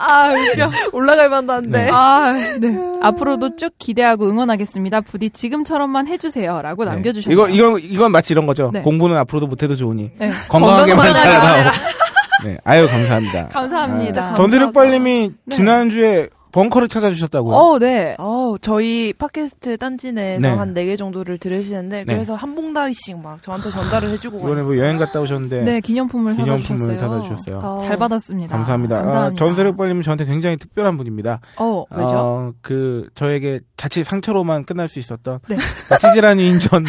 S7: 아 웃겨 올라갈 만도 한데
S4: 네.
S3: 아, 네. 앞으로도 쭉 기대하고 응원하겠습니다. 부디 지금처럼만 해주세요. 라고 남겨주셨네요.
S4: 이거, 이건, 이건 마치 이런 거죠.
S3: 네.
S4: 공부는 앞으로도 못해도 좋으니.
S3: 네.
S4: 건강하게만
S5: 건강하게
S4: 자라다오. 네, 아유, 감사합니다.
S3: 감사합니다.
S5: 아,
S4: 네. 전드력빨님이
S3: 네.
S4: 지난주에 벙커를 찾아주셨다고요.
S3: 어, 네.
S5: 어, 저희 팟캐스트 딴지내에서
S4: 네.
S5: 한 네 개 정도를 들으시는데
S4: 네.
S5: 그래서 한 봉다리씩 막 저한테 전달을 해주고
S4: 이번에 뭐
S5: 가셨어요.
S4: 여행 갔다 오셨는데.
S3: 네, 기념품을
S4: 기념품을
S3: 사다 주셨어요.
S4: 찾아주셨어요.
S5: 어,
S3: 잘 받았습니다.
S4: 감사합니다. 아,
S3: 감사합니다.
S4: 전세력빨님은 저한테 굉장히 특별한 분입니다.
S3: 어, 왜죠?
S4: 어, 그 저에게 자칫 상처로만 끝날 수 있었던 아,
S3: 네.
S4: 찌질한 인천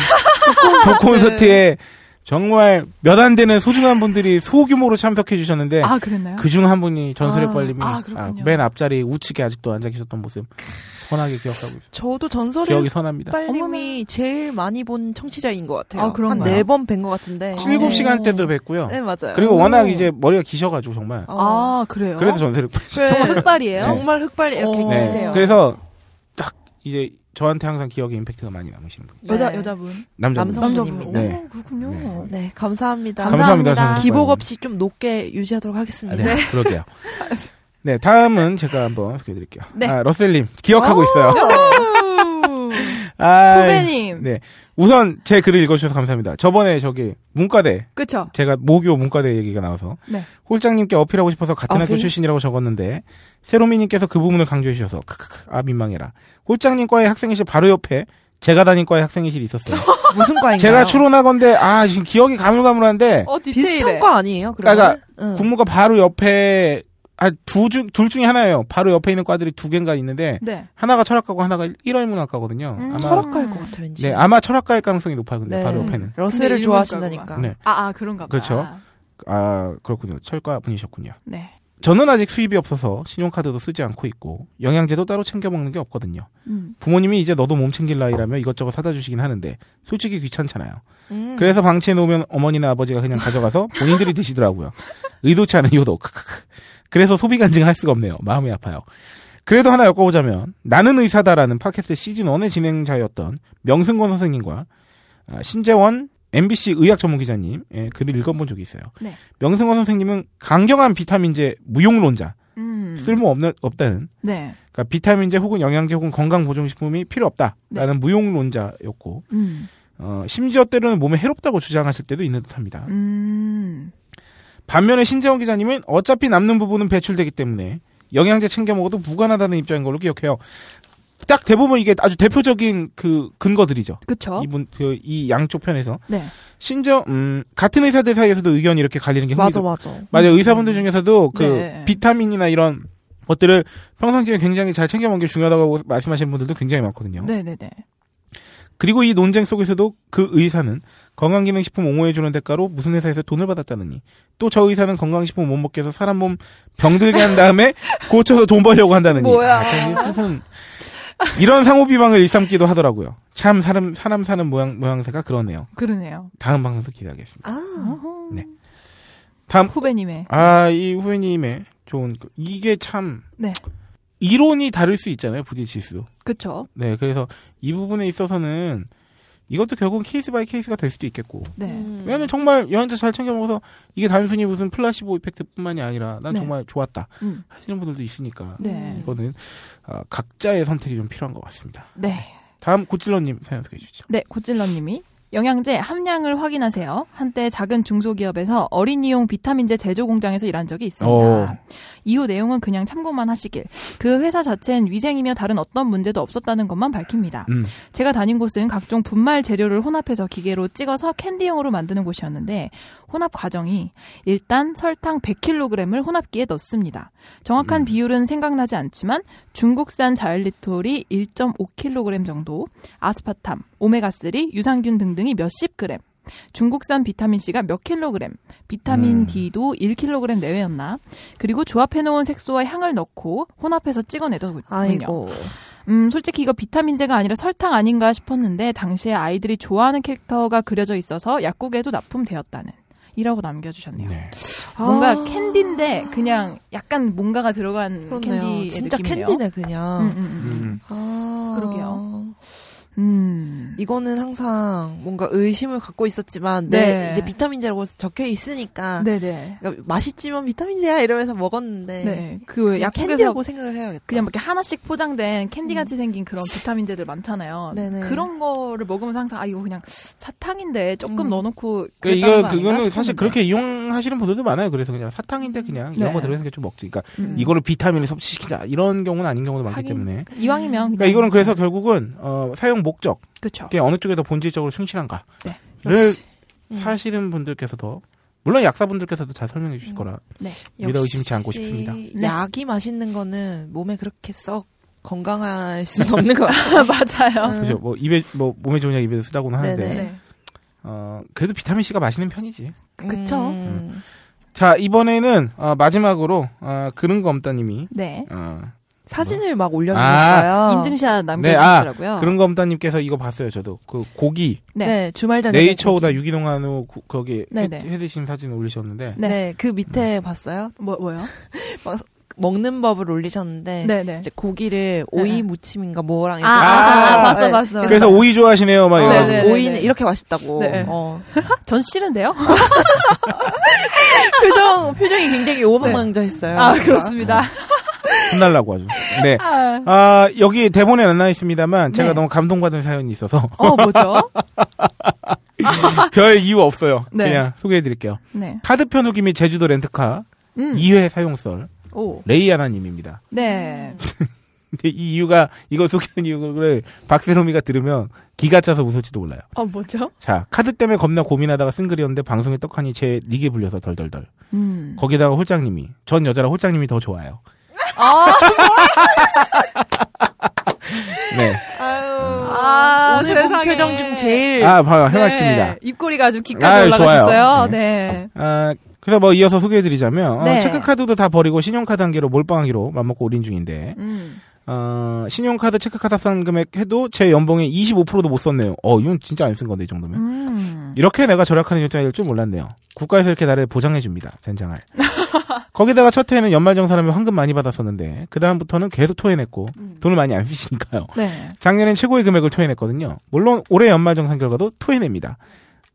S4: 북콘서트에 정말 몇 안 되는 소중한 분들이 소규모로 참석해 주셨는데
S3: 아, 그랬나요?
S4: 그 중 한 분이 전설의빨님이
S5: 아, 그렇군요.
S4: 맨 앞자리 우측에 아직도 앉아 계셨던 모습 선하게 기억하고 있어요.
S5: 저도
S4: 기억이
S5: 전설의
S4: 선합니다.
S5: 빨님이 제일 많이 본 청취자인 것 같아요.
S3: 아, 그런가요?
S5: 한 네 번 뵌 것 같은데.
S4: 일곱 시간 때도 뵙고요.
S5: 네, 맞아요.
S4: 그리고 워낙 이제 머리가 기셔가지고 정말
S5: 어.
S3: 아, 그래요?
S4: 그래서 전설의빨
S3: 정말
S5: 그래,
S3: 어, 흑발이에요?
S5: 정말 흑발 이렇게
S3: 어.
S4: 네.
S5: 기세요.
S4: 그래서 딱 이제 저한테 항상 기억에 임팩트가 많이 남으시는 분
S5: 네.
S3: 여자, 여자분.
S4: 남자
S5: 남성-
S3: 남자분입니다.
S4: 네.
S3: 그렇군요.
S5: 네, 감사합니다.
S3: 감사- 감사합니다.
S4: 선생님.
S5: 기복 없이 좀 높게 유지하도록
S4: 아,
S5: 하겠습니다.
S4: 네, 그러게요. 네, 다음은 제가 한번 소개해드릴게요.
S5: 네.
S4: 아, 러셀님 기억하고
S3: 오,
S4: 있어요. 아,
S3: 후배님.
S4: 네, 우선 제 글을 읽어주셔서 감사합니다. 저번에 저기 문과대
S3: 그쵸?
S4: 제가 모교 문과대 얘기가 나와서
S3: 네.
S4: 홀장님께 어필하고 싶어서 같은 학교
S5: 어필?
S4: 출신이라고 적었는데 세로미님께서 그 부분을 강조해주셔서 크크크 아 민망해라. 홀장님과의 학생회실 바로 옆에 제가 다닌 과의 학생회실이 있었어요.
S5: 무슨 과인가요?
S4: 제가 추론하건데 아 지금 기억이 가물가물한데
S3: 어,
S5: 비슷한
S3: 디테일에.
S5: 과 아니에요? 그러면?
S4: 그러니까
S5: 응.
S4: 국무과 바로 옆에 아두중둘 중에 하나예요. 바로 옆에 있는 과들이 두 개인가 있는데
S3: 네.
S4: 하나가 철학과고 하나가 일월문학과거든요.
S3: 음,
S4: 아마
S5: 철학과일 네. 것 같아 왠지.
S4: 네 아마 철학과일 가능성이 높아요. 근데 바로 옆에는
S5: 러스를
S3: 근데
S5: 좋아하신다니까.
S4: 네.
S3: 아, 아, 그런가 보다.
S4: 그렇죠. 아 그렇군요. 철과 분이셨군요.
S3: 네.
S4: 저는 아직 수입이 없어서 신용카드도 쓰지 않고 있고 영양제도 따로 챙겨 먹는 게 없거든요.
S3: 음.
S4: 부모님이 이제 너도 몸 챙길 나이라며 이것저것 사다 주시긴 하는데 솔직히 귀찮잖아요.
S5: 음.
S4: 그래서 방치해 놓으면 어머니나 아버지가 그냥 가져가서 본인들이 드시더라고요. 의도치 않은 효도. 크크크. 그래서 소비 간증할 수가 없네요. 마음이 아파요. 그래도 하나 엮어보자면 나는 의사다라는 팟캐스트 시즌 1의 진행자였던 명승권 선생님과 아, 신재원 MBC 의학 전문 기자님 의 글을 읽어본 적이 있어요.
S3: 네.
S4: 명승권 선생님은 강경한 비타민제 무용론자
S3: 음.
S4: 쓸모 없는 없다는
S3: 네.
S4: 그러니까 비타민제 혹은 영양제 혹은 건강 보조식품이 필요
S3: 네.
S4: 없다라는 무용론자였고
S3: 음.
S4: 어, 심지어 때로는 몸에 해롭다고 주장하실 때도 있는 듯합니다.
S3: 음.
S4: 반면에 신재원 기자님은 어차피 남는 부분은 배출되기 때문에 영양제 챙겨 먹어도 무관하다는 입장인 걸로 기억해요. 딱 대부분 이게 아주 대표적인 그 근거들이죠.
S5: 어?
S3: 그쵸?
S4: 이분 그 이 양쪽 편에서
S3: 네.
S4: 심지어 음, 같은 의사들 사이에서도 의견이 이렇게 갈리는 게
S5: 맞아
S4: 흥미로-
S5: 맞아. 음.
S4: 맞아요. 의사분들 중에서도 그
S3: 네.
S4: 비타민이나 이런 것들을 평상시에 굉장히 잘 챙겨 먹는 게 중요하다고 말씀하시는 분들도 굉장히 많거든요.
S3: 네네네.
S4: 그리고 이 논쟁 속에서도 그 의사는 건강기능식품 옹호해주는 대가로 무슨 회사에서 돈을 받았다느니 또 저 의사는 건강식품 못 먹게 해서 사람 몸 병들게 한 다음에 고쳐서 돈 벌려고 한다느니
S5: 뭐야.
S4: 아, 참 이게 슬픈 이런 상호 비방을 일삼기도 하더라고요. 참 사람 사람 사는 모양 모양새가 그러네요.
S3: 그러네요.
S4: 다음 방송도 기대하겠습니다.
S5: 아,
S3: 어허.
S4: 네. 다음
S3: 후배님의.
S4: 아 이 후회님의 좋은 글. 이게 참
S3: 네.
S4: 이론이 다를 수 있잖아요 부딪힐 수.
S3: 그쵸?
S4: 네 그래서 이 부분에 있어서는 이것도 결국은 케이스 바이 케이스가 될 수도 있겠고.
S3: 네.
S5: 음.
S4: 왜냐면 정말 영양제 잘 챙겨 먹어서 이게 단순히 무슨 플라시보 이펙트뿐만이 아니라 난
S3: 네.
S4: 정말 좋았다
S3: 음.
S4: 하시는 분들도 있으니까
S3: 네.
S4: 이거는 아, 각자의 선택이 좀 필요한 것 같습니다.
S3: 네.
S4: 다음 고찔러님 사연 소개해 주시죠.
S3: 네, 고찔러님이 영양제 함량을 확인하세요. 한때 작은 중소기업에서 어린이용 비타민제 제조 공장에서 일한 적이 있습니다.
S4: 오.
S3: 이후 내용은 그냥 참고만 하시길. 그 회사 자체는 위생이며 다른 어떤 문제도 없었다는 것만 밝힙니다.
S4: 음.
S3: 제가 다닌 곳은 각종 분말 재료를 혼합해서 기계로 찍어서 캔디용으로 만드는 곳이었는데 혼합 과정이 일단 설탕 100kg을 혼합기에 넣습니다.
S5: 음.
S3: 정확한 비율은 생각나지 않지만 중국산 자일리톨이 1.5kg 정도, 아스파탐, 오메가3, 유산균 등등이 몇십 그램, 중국산 비타민C가 몇 킬로그램, 비타민
S4: 음.
S3: D도 1kg 내외였나, 그리고 조합해놓은 색소와 향을 넣고 혼합해서 찍어내더군요.
S5: 아이고.
S3: 음, 솔직히 이거 비타민제가 아니라 설탕 아닌가 싶었는데 당시에 아이들이 좋아하는 캐릭터가 그려져 있어서 약국에도 납품되었다는 이라고 남겨주셨네요.
S4: 네.
S3: 뭔가
S5: 아,
S3: 캔디인데 그냥 약간 뭔가가 들어간
S5: 그렇네요.
S3: 캔디
S5: 진짜
S3: 느낌이네요.
S5: 캔디네
S3: 음,
S5: 그냥.
S3: 음, 음.
S4: 음.
S5: 아,
S3: 그러게요. 음.
S5: 이거는 항상 뭔가 의심을 갖고 있었지만 네,
S3: 네.
S5: 이제 비타민제라고 적혀 있으니까
S3: 네네.
S5: 그러니까 맛있지만 비타민제야 이러면서 먹었는데
S3: 네. 그
S5: 그냥
S3: 약국에서
S5: 캔디라고 생각을 해야겠다.
S3: 그냥 뭐 이렇게 하나씩 포장된 캔디 같이 생긴 그런 비타민제들 많잖아요.
S5: 음. 네네.
S3: 그런 거를 먹으면서 항상 아 이거 그냥 사탕인데 조금
S5: 음.
S3: 넣어놓고
S4: 그
S3: 그랬다는
S4: 이거
S3: 거 아닌가
S4: 그거는 사실
S3: 싶었는데.
S4: 그렇게 이용하시는 분들도 많아요. 그래서 그냥 사탕인데 그냥 이런
S3: 네.
S4: 거 들어있는 게 좀 먹지. 그러니까
S3: 음.
S4: 이거를 비타민을 섭취시키자 이런 경우는 아닌 경우도 많기
S3: 하긴.
S4: 때문에.
S3: 이왕이면
S4: 그러니까
S3: 그냥 음.
S4: 이거는 그래서 결국은 어, 사용 목적,
S3: 그렇죠.
S4: 이게 어느 쪽에 더 본질적으로 충실한가를
S3: 네.
S5: 음.
S4: 사시는 분들께서도 물론 약사분들께서도 잘 설명해 주실 거라
S3: 네.
S4: 믿어 의심치 않고 싶습니다.
S3: 네.
S5: 약이 맛있는 거는 몸에 그렇게 썩 건강할 수는 없는 것 같아요.
S3: 맞아요.
S5: 음.
S4: 그죠? 뭐 입에 뭐 몸에 좋은 약 입에서 쓰다고는 하는데
S5: 네네.
S3: 네.
S4: 어, 그래도 비타민 C가 맛있는 편이지.
S3: 그쵸?
S5: 음.
S4: 자 이번에는 어, 마지막으로 어, 그런 거 없다님이
S3: 네.
S4: 어,
S5: 사진을 막
S4: 아,
S5: 올려주셨어요.
S3: 인증샷
S4: 네, 아,
S3: 남겨주시더라고요.
S4: 그런 거 없다님께서 이거 봤어요. 저도 그 고기
S3: 네.
S5: 네, 주말 저녁에
S4: 네이처오다 유기농 한우 구- 거기 해,
S3: 네네.
S4: 해드신 사진 올리셨는데
S3: 네.
S5: 네. 그 밑에 봤어요.
S3: 뭐 뭐요?
S5: 먹는 법을 올리셨는데
S3: 네네.
S5: 이제 고기를 오이
S3: 네.
S5: 무침인가 뭐랑
S3: 아,
S5: 이렇게
S3: 아,
S5: 해서
S3: 아, 아, 봤어
S5: 네.
S3: 봤어.
S4: 그래서 오이 좋아하시네요, 막
S5: 어,
S4: 이래가지고.
S3: 네네. 네네네.
S5: 오이는 이렇게 맛있다고.
S3: 네.
S5: 어.
S3: 전 싫은데요?
S5: 표정 표정이 굉장히 오만망자했어요.
S3: 네. 아 그렇습니다.
S4: 혼날라고 하죠. 네. 아, 여기 대본에 안 나와 있습니다만 제가
S3: 네.
S4: 너무 감동받은 사연이 있어서
S3: 어 뭐죠?
S4: 별 이유 없어요.
S3: 네.
S4: 그냥 소개해드릴게요.
S3: 네.
S4: 카드 편우기 및 제주도 렌트카
S3: 음.
S4: 2회 사용설
S3: 오.
S4: 레이아나님입니다.
S3: 네.
S4: 근데 이 이유가 이걸 소개한 이유를 박세롬이가 들으면 기가 짜서 웃을지도 몰라요.
S3: 어 뭐죠?
S4: 자 카드 때문에 겁나 고민하다가 쓴 글이었는데 방송에 떡하니 제 니게 불려서 덜덜덜.
S3: 음.
S4: 거기다가 홀장님이 전 여자라 홀장님이 더 좋아요.
S3: 아,
S4: 네.
S3: 아 네.
S5: 오늘 본 표정 중 제일
S4: 아, 봐요. 해맞습니다.
S3: 입꼬리가 아주 귀까지
S4: 아유,
S3: 올라가셨어요.
S4: 좋아요.
S3: 네.
S4: 아, 그래서 뭐 이어서 소개해드리자면, 어,
S3: 네.
S4: 체크카드도 다 버리고 신용카드 한 개로 몰빵하기로 맘먹고 올인 중인데,
S3: 음.
S4: 어, 신용카드 체크카드 합산 금액 해도 제 연봉의 25%도 못 썼네요. 어, 이건 진짜 안 쓴 건데, 이 정도면.
S3: 음.
S4: 이렇게 내가 절약하는 결정일 줄 몰랐네요. 국가에서 이렇게 나를 보장해줍니다. 젠장할. 거기다가 첫 해에는 연말정산하면 황금 많이 받았었는데, 그다음부터는 계속 토해냈고, 돈을 많이 안 쓰시니까요.
S3: 네.
S4: 작년엔 최고의 금액을 토해냈거든요. 물론 올해 연말정산 결과도 토해냅니다.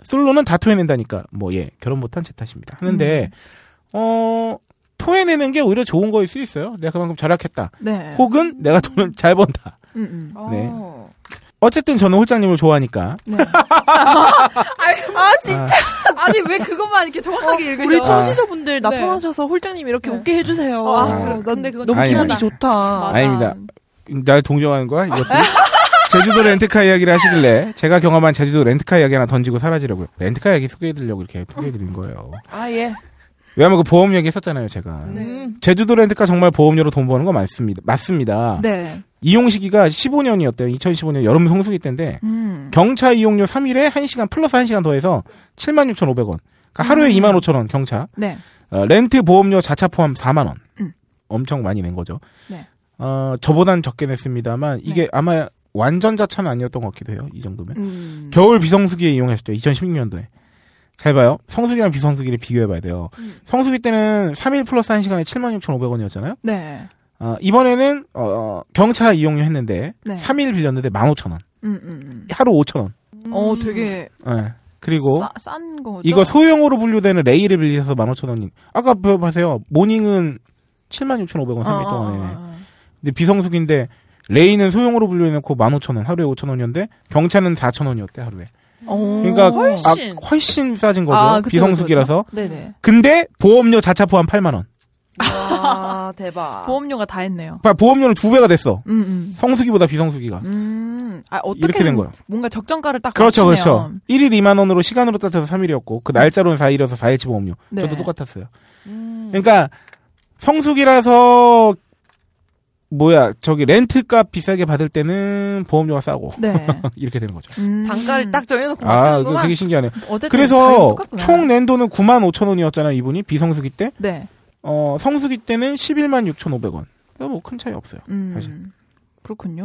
S4: 솔로는 다 토해낸다니까 뭐 예 결혼 못한 제 탓입니다. 하는데 어 토해내는 게 오히려 좋은 거일 수 있어요. 내가 그만큼 절약했다.
S3: 네.
S4: 혹은 내가 돈을 잘 번다.
S3: 음, 음.
S5: 어.
S4: 네. 어쨌든 저는 홀장님을 좋아하니까
S3: 네. 아 진짜. 아니 왜 그것만 이렇게 정확하게 읽으셔?
S5: 우리 청취자분들
S3: 네.
S5: 나타나셔서 홀장님 이렇게 웃게 해주세요.
S3: 아,
S4: 아,
S3: 그래. 근데 그거
S5: 너무
S4: 아니,
S5: 기분이
S4: 아니.
S5: 좋다.
S3: 맞아.
S4: 아닙니다. 날 동정하는 거야 이것들. 제주도 렌트카 이야기를 하시길래 제가 경험한 제주도 렌트카 이야기 하나 던지고 사라지려고요. 렌트카 이야기 소개해드리려고 이렇게 소개해드린 거예요.
S5: 아 예.
S4: 왜냐면 그 보험 얘기 했었잖아요 제가.
S5: 음.
S4: 제주도 렌트카 정말 보험료로 돈 버는 거 맞습니다. 맞습니다.
S3: 네.
S4: 이용 시기가 15년이었대요. 2015년 여름 성수기 때인데
S3: 음.
S4: 경차 이용료 3일에 1시간 플러스 1시간 더해서 76,500원. 그러니까 하루에 25,000원 경차.
S3: 네.
S4: 어, 렌트 보험료 자차 포함 4만 원.
S3: 음.
S4: 엄청 많이 낸 거죠.
S3: 네.
S4: 어, 저보단 적게 냈습니다만 이게 아마 완전 자차는 아니었던 것 같기도 해요. 이
S3: 음.
S4: 정도면. 겨울 비성수기에 이용했을 때 2016년도에. 잘 봐요. 성수기랑 비성수기를 비교해 봐야 돼요.
S3: 음.
S4: 성수기 때는 3일 플러스 1시간에 76,500원이었잖아요.
S3: 네.
S4: 어, 이번에는 어, 어, 경차 이용료 했는데
S3: 네.
S4: 3일 빌렸는데 15,000원.
S3: 음, 음,
S4: 하루 5,000원.
S3: 음. 어, 되게
S4: 예. 그리고
S3: 싸, 싼 거죠.
S4: 이거 소형으로 분류되는 레이를 빌려서 15,000원이 아까 보- 보세요. 모닝은 76,500원
S3: 어,
S4: 3일 동안에. 근데 비성수기인데 레이는 소형으로 분류해 놓고 15,000원, 하루에 5,000원이었는데 경차는 4,000원이었대 하루에. 그러니까
S5: 훨씬.
S4: 아, 훨씬 싸진 거죠.
S3: 어. 아, 그쵸,
S4: 비성수기라서.
S3: 그쵸, 그쵸. 네네.
S4: 근데 보험료 자차 포함 8만 원.
S5: 아 대박.
S3: 보험료가 다 했네요.
S4: 봐, 아, 보험료는 두 배가 됐어.
S3: 음, 음.
S4: 성수기보다 비성수기가.
S3: 음, 아, 어떻게
S4: 이렇게 된 거예요.
S3: 뭔가 적정가를 딱
S4: 그렇죠,
S3: 맞추네요.
S4: 그렇죠. 1일 2만 원으로 시간으로 따져서 3일이었고 그 날짜로는 4일이어서 4일치 보험료.
S3: 네. 음.
S4: 저도 똑같았어요. 그러니까 성수기라서 뭐야 저기 렌트값 비싸게 받을 때는 보험료가 싸고
S3: 네.
S4: 이렇게 되는 거죠.
S3: 음.
S5: 단가를 딱 정해놓고
S4: 아, 그거
S5: 맞추는구만.
S4: 되게 신기하네요.
S3: 어쨌든 당연히
S4: 그래서
S3: 똑같구나.
S4: 총 네. 낸 돈은 9만 5천 원이었잖아요. 이분이 비성수기 때.
S3: 네.
S4: 어, 성수기 때는 11만 6,500원. 뭐 큰 차이 없어요.
S3: 음.
S4: 사실.
S3: 그렇군요.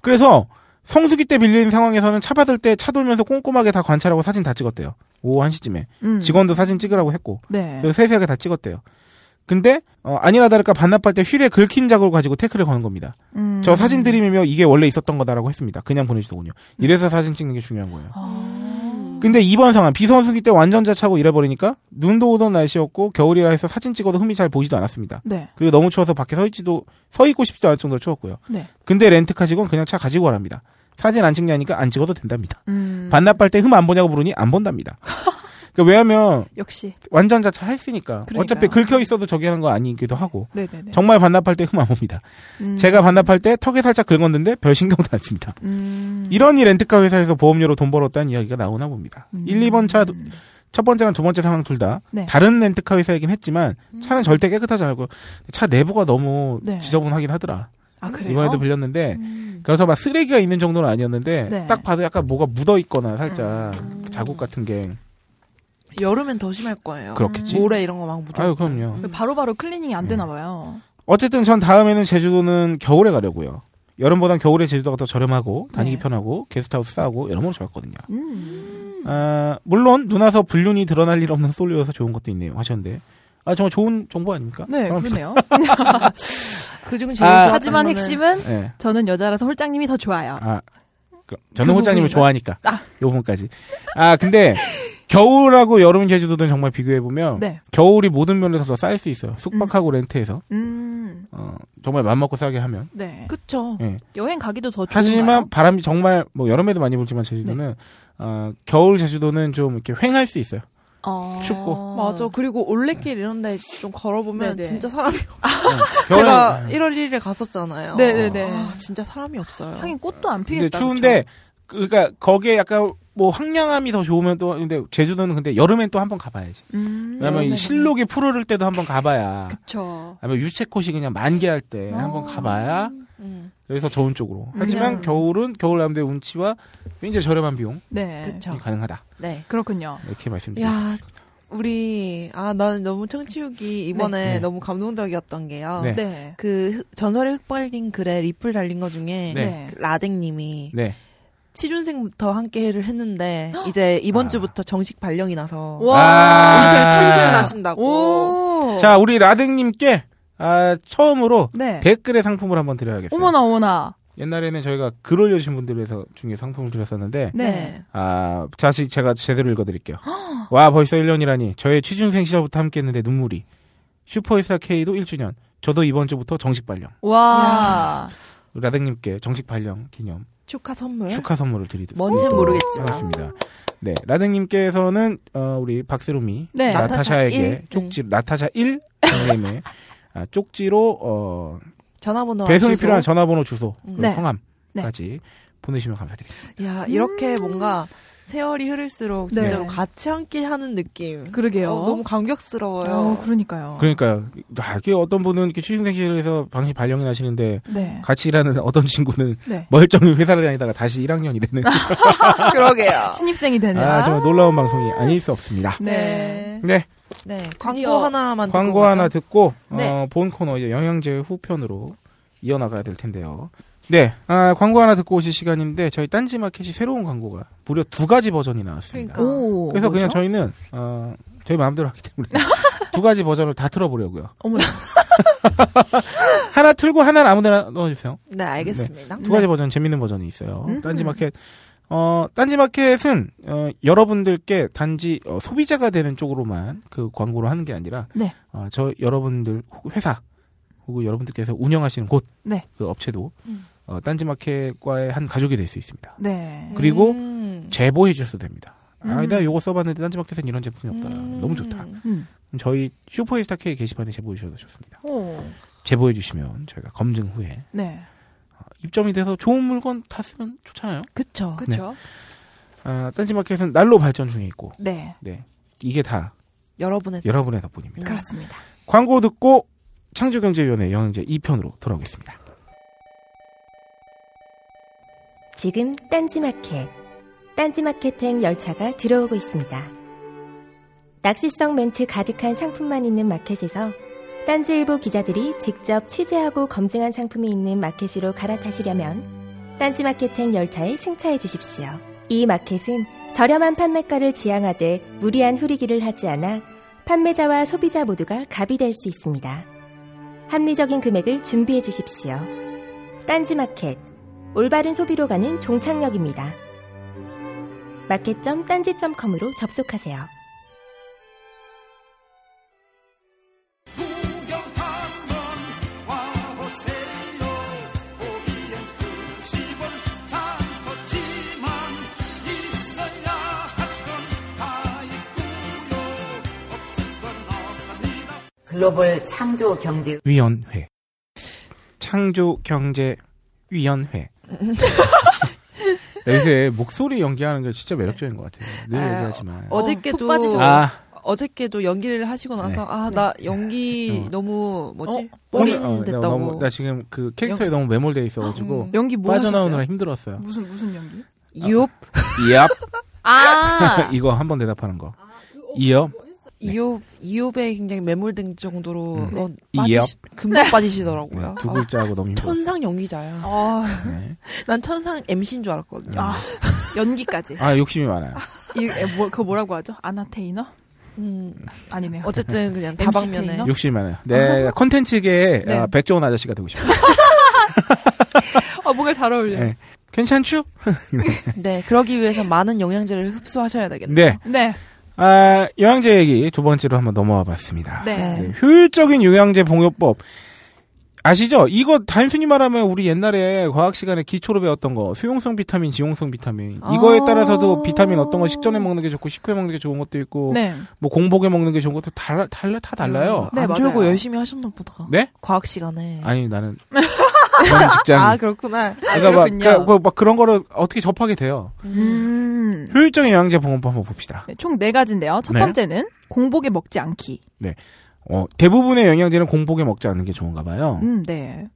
S4: 그래서 성수기 때 빌린 상황에서는 차 받을 때 차 돌면서 꼼꼼하게 다 관찰하고 사진 다 찍었대요. 오후 1시쯤에.
S3: 음.
S4: 직원도 사진 찍으라고 했고.
S3: 네.
S4: 그리고 세세하게 다 찍었대요. 근데 어, 아니라 다를까 반납할 때 휠에 긁힌 자국을 가지고 태클을 거는 겁니다.
S3: 음. 음.
S4: 저 사진 드림이며 이게 원래 있었던 거다라고 했습니다. 그냥 보내주더군요. 이래서 사진 찍는 게 중요한 거예요.
S3: 아.
S4: 근데 이번 상황 비선수기 때 완전자 차고 이래버리니까 눈도 오던 날씨였고 겨울이라 해서 사진 찍어도 흠이 잘 보이지도 않았습니다.
S3: 네.
S4: 그리고 너무 추워서 밖에 서 있지도 서 있고 싶지도 않을 정도로 추웠고요.
S3: 네.
S4: 근데 렌트카 직원 그냥 차 가지고 가랍니다. 사진 안 찍냐니까 안 찍어도 된답니다.
S3: 음.
S4: 반납할 때 흠 안 보냐고 물으니 안 본답니다. 그러니까 왜냐하면
S3: 역시.
S4: 완전자 차 했으니까
S3: 그러니까요.
S4: 어차피 긁혀 있어도 저기 하는 거 아니기도 하고
S3: 네네네.
S4: 정말 반납할 때 흠 안 봅니다.
S3: 음.
S4: 제가 반납할 때 턱에 살짝 긁었는데 별 신경도 안 씁니다.
S3: 음.
S4: 이러니 렌트카 회사에서 보험료로 돈 벌었다는 이야기가 나오나 봅니다.
S3: 음.
S4: 1, 2번 차, 첫 번째랑 두 번째 상황 둘 다
S3: 네. 음.
S4: 다른 렌트카 회사이긴 했지만 차는 절대 깨끗하지 않고 차 내부가 너무
S3: 네.
S4: 지저분하긴 하더라.
S3: 아 그래요.
S4: 이번에도 빌렸는데
S5: 음.
S4: 그래서 막 쓰레기가 있는 정도는 아니었는데
S3: 네. 아.
S4: 딱 봐도 약간 뭐가 묻어 있거나 살짝 자국 같은 게
S3: 뭐
S5: 여름엔 더 심할 거예요.
S4: 그렇겠지.
S5: 모래 이런 거 막 묻어.
S4: 아유 그럼요.
S3: 바로바로 클리닝이
S4: 네.
S3: 안 되나 봐요.
S4: 어쨌든 전 다음에는 제주도는 겨울에 가려고요. 여름보단 겨울에 제주도가 더 저렴하고 다니기
S3: 네.
S4: 편하고 게스트하우스 싸고 여러모로 좋았거든요.
S3: 음.
S4: 아, 물론 눈 와서 불륜이 드러날 일 없는 솔로여서 좋은 것도 있네요 하셨는데 아 정말 좋은 정보 아닙니까?
S3: 네,
S4: 그럼-
S3: 그러네요.
S5: 그 중에 제일
S4: 아.
S5: 좋았던
S3: 하지만
S5: 거는
S3: 핵심은
S4: 네.
S3: 저는 여자라서 홀장님이 더 좋아요.
S4: 아,
S3: 그
S4: 그- 저는 호자님을
S3: 부분인가?
S4: 좋아하니까
S3: 아.
S4: 요 부분까지. 아 근데 겨울하고 여름 제주도는 정말 비교해 보면
S3: 네.
S4: 겨울이 모든 면에서 더 쌀 수 있어요. 숙박하고 렌트해서
S3: 음.
S4: 어, 정말 맘 먹고 싸게 하면.
S3: 네.
S5: 그쵸.
S4: 예.
S3: 여행 가기도 더
S4: 하지만
S3: 좋은가요? 네.
S4: 바람이 정말 뭐 여름에도 많이 불지만 제주도는 어, 겨울 제주도는 좀 이렇게 횡할 수 있어요.
S3: 어...
S4: 춥고.
S5: 맞아. 그리고 올레길
S4: 네.
S5: 이런 데 좀 걸어보면
S3: 네네.
S5: 진짜 사람이
S4: 겨울에-
S5: 제가 1월 1일에 갔었잖아요.
S3: 네네네.
S5: 아, 진짜 사람이 없어요.
S3: 하긴 꽃도 안
S4: 근데
S3: 피겠다.
S4: 추운데 그러니까 거기에 약간 뭐 황량함이 더 좋으면 또 근데 제주도는 근데 여름엔 또 한번 가봐야지.
S3: 그쵸? 음.
S5: 네,
S4: 왜냐면 이 실록이 푸르를 때도 한번 가봐야.
S3: 그쵸. 아.
S4: 아니면 유채꽃이 그냥 만개할 때 한번 가봐야
S5: 음,
S4: 그래서 좋은 쪽으로. 하지만
S3: 음.
S4: 겨울은 겨울 남대 운치와 굉장히 저렴한 비용이
S3: 네.
S5: 그쵸.
S4: 가능하다
S5: 네.
S3: 그렇군요.
S4: 이렇게 말씀드립니다.
S5: 야, 우리, 아, 나는 너무 청취욱이 이번에
S4: 네.
S5: 너무 감동적이었던 게요.
S4: 네.
S3: 네.
S5: 그 흑- 전설의 흑발린 글에 리플 달린 거 중에
S4: 네.
S5: 그 라댕님이
S4: 네.
S5: 취준생부터 함께를 했는데 이제 이번 주부터 정식 발령이 나서
S3: 와.
S4: 아.
S5: 이렇게 출근하신다고.
S3: 오.
S4: 자 우리 라댕님께 아, 처음으로
S3: 네.
S4: 댓글에 상품을 한번 드려야겠어요.
S3: 어머나 어머나.
S4: 옛날에는 저희가 글 올려주신 분들에서 중에 상품을 드렸었는데
S3: 네.
S4: 아 다시 제가 제대로 읽어드릴게요. 와 벌써 1년이라니 저의 취준생 시절부터 함께했는데 눈물이 슈퍼이스타 K도 1주년 저도 이번 주부터 정식 발령
S3: 와.
S4: 라댕님께 정식 발령 기념
S5: 축하 선물.
S4: 축하 선물을 드리도록
S5: 네? 뭔진 모르겠지만.
S4: 하겠습니다. 네 라댕님께서는 어, 우리 박스롬이
S3: 네.
S4: 나타샤에게
S5: 나타샤 일.
S4: 쪽지 나타샤 1 선생님의 아, 쪽지로 어,
S5: 전화번호
S4: 배송이
S5: 주소.
S4: 필요한 전화번호 주소 그리고
S3: 네.
S4: 성함까지 보내시면 감사드립니다.
S5: 야, 이렇게 뭔가 세월이 흐를수록
S3: 음. 네.
S5: 진짜로 같이 함께 하는 느낌.
S3: 그러게요.
S5: 어, 너무 감격스러워요.
S3: 어, 그러니까요.
S4: 그러니까요. 아, 이게 어떤 분은 이렇게 취준생 시절에서 방식 발령이 나시는데
S3: 네.
S4: 같이 일하는 어떤 친구는
S3: 네.
S4: 멀쩡히 회사를 다니다가 다시 1학년이 되는
S5: 그러게요.
S3: 신입생이 되네.
S4: 아 정말 놀라운 방송이 아닐 수 없습니다.
S3: 네.
S4: 네
S5: 네. 광고
S3: 드디어
S5: 하나만 듣고
S4: 광고
S5: 가죠.
S4: 하나 듣고
S3: 네.
S4: 어, 본 코너 이제 영양제 후편으로 이어나가야 될 텐데요. 네 아, 광고 하나 듣고 오실 시간인데 저희 딴지마켓이 새로운 광고가 무려 두 가지 버전이 나왔습니다.
S5: 그러니까.
S3: 오.
S4: 그래서 그냥
S3: 뭐죠?
S4: 저희는 어, 저희 마음대로 하기 때문에 두 가지 버전을 다 틀어보려고요.
S3: 어머나.
S4: 하나 틀고 하나는 아무데나 넣어주세요.
S5: 네, 알겠습니다.
S4: 두 가지 버전 재밌는 버전이 있어요.
S3: 음.
S4: 딴지마켓 어 딴지마켓은 어, 여러분들께 단지 어, 소비자가 되는 쪽으로만 그 광고를 하는 게 아니라
S3: 네.
S4: 어, 저 여러분들 혹은 회사 혹은 여러분들께서 운영하시는 곳,
S3: 네.
S4: 그 업체도
S5: 음.
S4: 어, 딴지마켓과의 한 가족이 될 수 있습니다.
S3: 네.
S4: 그리고
S5: 음.
S4: 제보해 주셔도 됩니다. 아,
S3: 음.
S4: 내가 요거 써봤는데 딴지마켓엔 이런 제품이 없다.
S5: 음.
S4: 너무 좋다.
S3: 음.
S4: 그럼 저희 슈퍼스타 K 게시판에 제보해 주셔도 좋습니다.
S3: 오.
S4: 제보해 주시면 저희가 검증 후에
S3: 어. 네.
S4: 입점이 돼서 좋은 물건 다 쓰면 좋잖아요.
S5: 그쵸.
S3: 그렇죠.
S4: 아, 딴지마켓은 날로 발전 중에 있고
S3: 네.
S4: 네 이게 다
S5: 여러분의
S3: 음.
S4: 여러분의 덕분입니다.
S5: 음.
S3: 그렇습니다.
S4: 광고 듣고 창조경제위원회 영양제 2편으로 돌아오겠습니다.
S8: 지금 딴지마켓. 딴지마켓행 열차가 들어오고 있습니다. 낚시성 멘트 가득한 상품만 있는 마켓에서 딴지일보 기자들이 직접 취재하고 검증한 상품이 있는 마켓으로 갈아타시려면 딴지마켓행 열차에 승차해 주십시오. 이 마켓은 저렴한 판매가를 지향하되 무리한 후리기를 하지 않아 판매자와 소비자 모두가 갑이 될 수 있습니다. 합리적인 금액을 준비해 주십시오. 딴지마켓 올바른 소비로 가는 종착역입니다. 마켓.딴지.com으로 점딴지 com으로 접속하세요.
S9: 글로벌 창조 경제
S4: 위원회. 창조경제위원회. 나 네, 요새 목소리 연기하는 게 진짜 매력적인 것 같아요. 늘
S5: 아,
S4: 얘기하지만.
S3: 푹
S5: 어저께도
S3: 빠지셨어요.
S4: 아,
S5: 어저께도 연기를 하시고 나서 아 나 연기
S4: 네. 어.
S5: 너무 뭐지
S3: 네. 어?
S5: 올인
S4: 어, 나,
S5: 됐다고
S4: 너무, 나 지금 그 캐릭터에 너무 매몰돼 있어가지고
S5: 음.
S3: 연기 뭐
S4: 빠져나오느라
S3: 하셨어요?
S4: 힘들었어요.
S3: 무슨 무슨 연기?
S5: 이옵
S3: 네.
S4: 이업
S3: 아
S4: 이거 한번 대답하는 거. 이업
S5: 이옵 이옵에 굉장히 매몰된 정도로
S4: 음.
S3: 네.
S5: 어,
S4: 이옵.
S5: 빠지시, 금방
S4: 네,
S5: 빠지시더라고요.
S4: 두
S5: 아,
S4: 글자하고 너무 힘들었어요.
S5: 천상 연기자야.
S3: 어,
S4: 네.
S5: 난 천상 MC인 줄 알았거든요.
S3: 아, 연기까지.
S4: 아 욕심이 많아요.
S3: 이, 에, 뭐, 그거 뭐라고 하죠? 아나테이너?
S4: 네.
S5: 음,
S3: 아니네요.
S5: 어쨌든 그냥
S3: MC
S5: 다방면에
S3: 테이너?
S4: 욕심이 많아요. 네, 컨텐츠계의
S3: 네.
S4: 아, 백종원 아저씨가 되고 싶어요.
S3: 아, 뭔가 잘 어울려.
S4: 네. 괜찮죠?
S5: 네 그러기 위해서 많은 영양제를 흡수하셔야 되겠네요.
S4: 네.
S3: 네,
S4: 아, 영양제 얘기 두 번째로 한번 넘어와 봤습니다.
S3: 네.
S5: 네.
S4: 네, 효율적인 영양제 복용법. 아시죠? 이거 단순히 말하면 우리 옛날에 과학 시간에 기초로 배웠던 거 수용성 비타민, 지용성 비타민 이거에
S5: 아.
S4: 따라서도 비타민 어떤 거 식전에 먹는 게 좋고 식후에 먹는 게 좋은 것도 있고
S3: 네.
S4: 뭐 공복에 먹는 게 좋은 것도 달라 달라 다 달라요.
S3: 음. 네,
S5: 안
S3: 맞아요.
S5: 졸고 열심히 하셨나 보다.
S4: 네?
S5: 과학 시간에.
S4: 아니 나는 그런 직장.
S5: 아 그렇구나.
S4: 그러니까 막,
S3: 그렇군요.
S4: 그러니까 막 그런 거를 어떻게 접하게 돼요.
S3: 음.
S4: 효율적인 영양제 복용법 한번 봅시다.
S3: 총 네 가지인데요. 첫
S4: 네.
S3: 번째는 공복에 먹지 않기.
S4: 어, 대부분의 영양제는 공복에 먹지 않는 게 좋은가 봐요.
S3: 음, 네.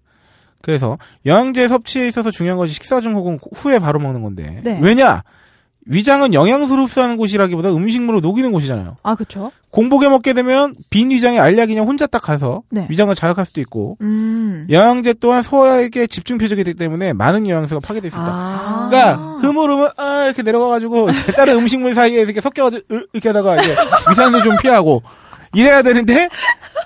S4: 그래서 영양제 섭취에 있어서 중요한 것이 식사 중 혹은 후에 바로 먹는 건데
S3: 네.
S4: 왜냐 위장은 영양소를 흡수하는 곳이라기보다 음식물을 녹이는 곳이잖아요.
S3: 아, 그쵸?
S4: 공복에 먹게 되면 빈 위장에 알약이 그냥 혼자 딱 가서
S3: 네.
S4: 위장을 자극할 수도 있고
S3: 음.
S4: 영양제 또한 소화에게 집중 표적이 되기 때문에 많은 영양소가 파괴될 수 있다.
S5: 아,
S4: 그러니까 흐물흐물 아, 이렇게 내려가가지고 이제 다른 음식물 사이에 이렇게 섞여가지고 으, 이렇게 하다가 이제 위산소 좀 피하고 이래야 되는데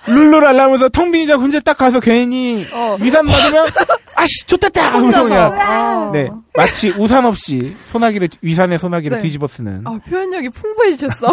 S4: 룰룰 알라면서 텅 빈 위장 혼자 딱 가서 괜히
S5: 어.
S4: 위산 맞으면 아씨 좋댔다 하면서 그냥
S3: 어.
S5: 아.
S4: 네, 마치 우산 없이 소나기를 위산의 소나기를
S3: 네.
S4: 뒤집어 쓰는.
S3: 아, 표현력이 풍부해지셨어.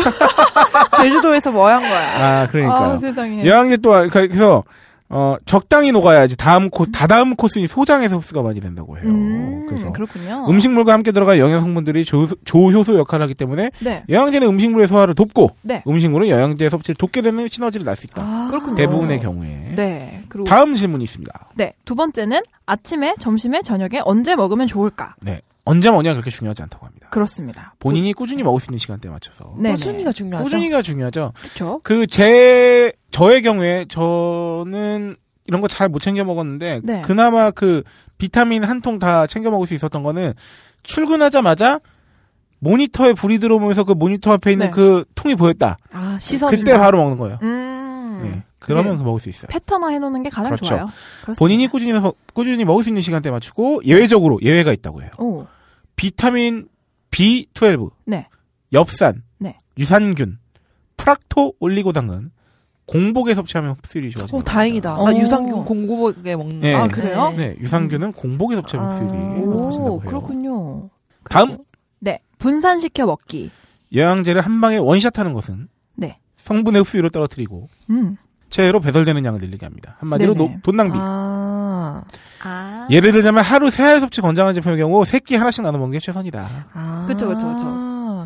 S5: 제주도에서 뭐 한 거야?
S4: 아, 그러니까요.
S3: 아, 세상에.
S4: 영양제 또한 그러니까 그래서 어 적당히 녹아야지 다음 코 다다음 코스인 소장에서 흡수가 많이 된다고 해요.
S3: 음,
S4: 그래서
S3: 그렇군요.
S4: 음식물과 함께 들어갈 영양 성분들이 조, 조효소 역할을 하기 때문에
S3: 네.
S4: 영양제는 음식물의 소화를 돕고
S3: 네.
S4: 음식물은 영양제 섭취를 돕게 되는 시너지를 날 수 있다.
S3: 그렇군요.
S4: 대부분의 경우에.
S3: 네. 그리고
S4: 다음 질문이 있습니다.
S3: 네. 두 번째는 아침에, 점심에, 저녁에 언제 먹으면 좋을까?
S4: 네. 언제 먹냐 그렇게 중요하지 않다고 합니다.
S3: 그렇습니다.
S4: 본인이 꾸준히 먹을 수 있는 시간대에 맞춰서.
S3: 네.
S5: 꾸준히가 중요하죠.
S4: 꾸준히가 중요하죠.
S3: 그렇죠.
S4: 그 제 저의 경우에 저는 이런 거 잘 못 챙겨 먹었는데
S3: 네.
S4: 그나마 그 비타민 한 통 다 챙겨 먹을 수 있었던 거는 출근하자마자 모니터에 불이 들어오면서 그 모니터 앞에 있는
S3: 네.
S4: 그 통이 보였다.
S5: 아 시선이
S4: 그때 바로 먹는 거예요.
S3: 음.
S4: 네. 그러면
S3: 네.
S4: 먹을 수 있어요.
S3: 패턴화 해놓는 게 가장
S4: 그렇죠.
S3: 좋아요. 그렇습니다.
S4: 본인이 꾸준히 서- 꾸준히 먹을 수 있는 시간대에 맞추고 예외적으로 예외가 있다고 해요.
S3: 오.
S4: 비타민 B12,
S3: 네.
S4: 엽산,
S3: 네.
S4: 유산균, 프락토 올리고당은 공복에 섭취하면 흡수율이 좋아져요.
S5: 어 다행이다.
S3: 어.
S5: 나 유산균 공고하게 먹는.
S4: 네.
S5: 아,
S3: 아,
S5: 그-
S3: 그래요?
S4: 네, 유산균은 공복에 섭취하는
S5: 아.
S4: 흡수율이
S3: 오,
S4: 높아진다고 음, 해요.
S3: 그렇군요.
S4: 다음
S3: 네. 분산시켜 먹기.
S4: 영양제를 한 방에 원샷하는 것은
S3: 네.
S4: 성분의 흡수율을 떨어뜨리고
S3: 음.
S4: 체외로 배설되는 양을 늘리게 합니다. 한마디로
S3: 네네.
S4: 노- 돈 낭비.
S5: 아,
S3: 아.
S4: 예를 들자면 하루 세 알 섭취 권장하는 제품의 경우 세 끼 하나씩 나눠 먹는 게 최선이다.
S5: 아. 네.
S3: 그쵸, 그쵸, 그쵸.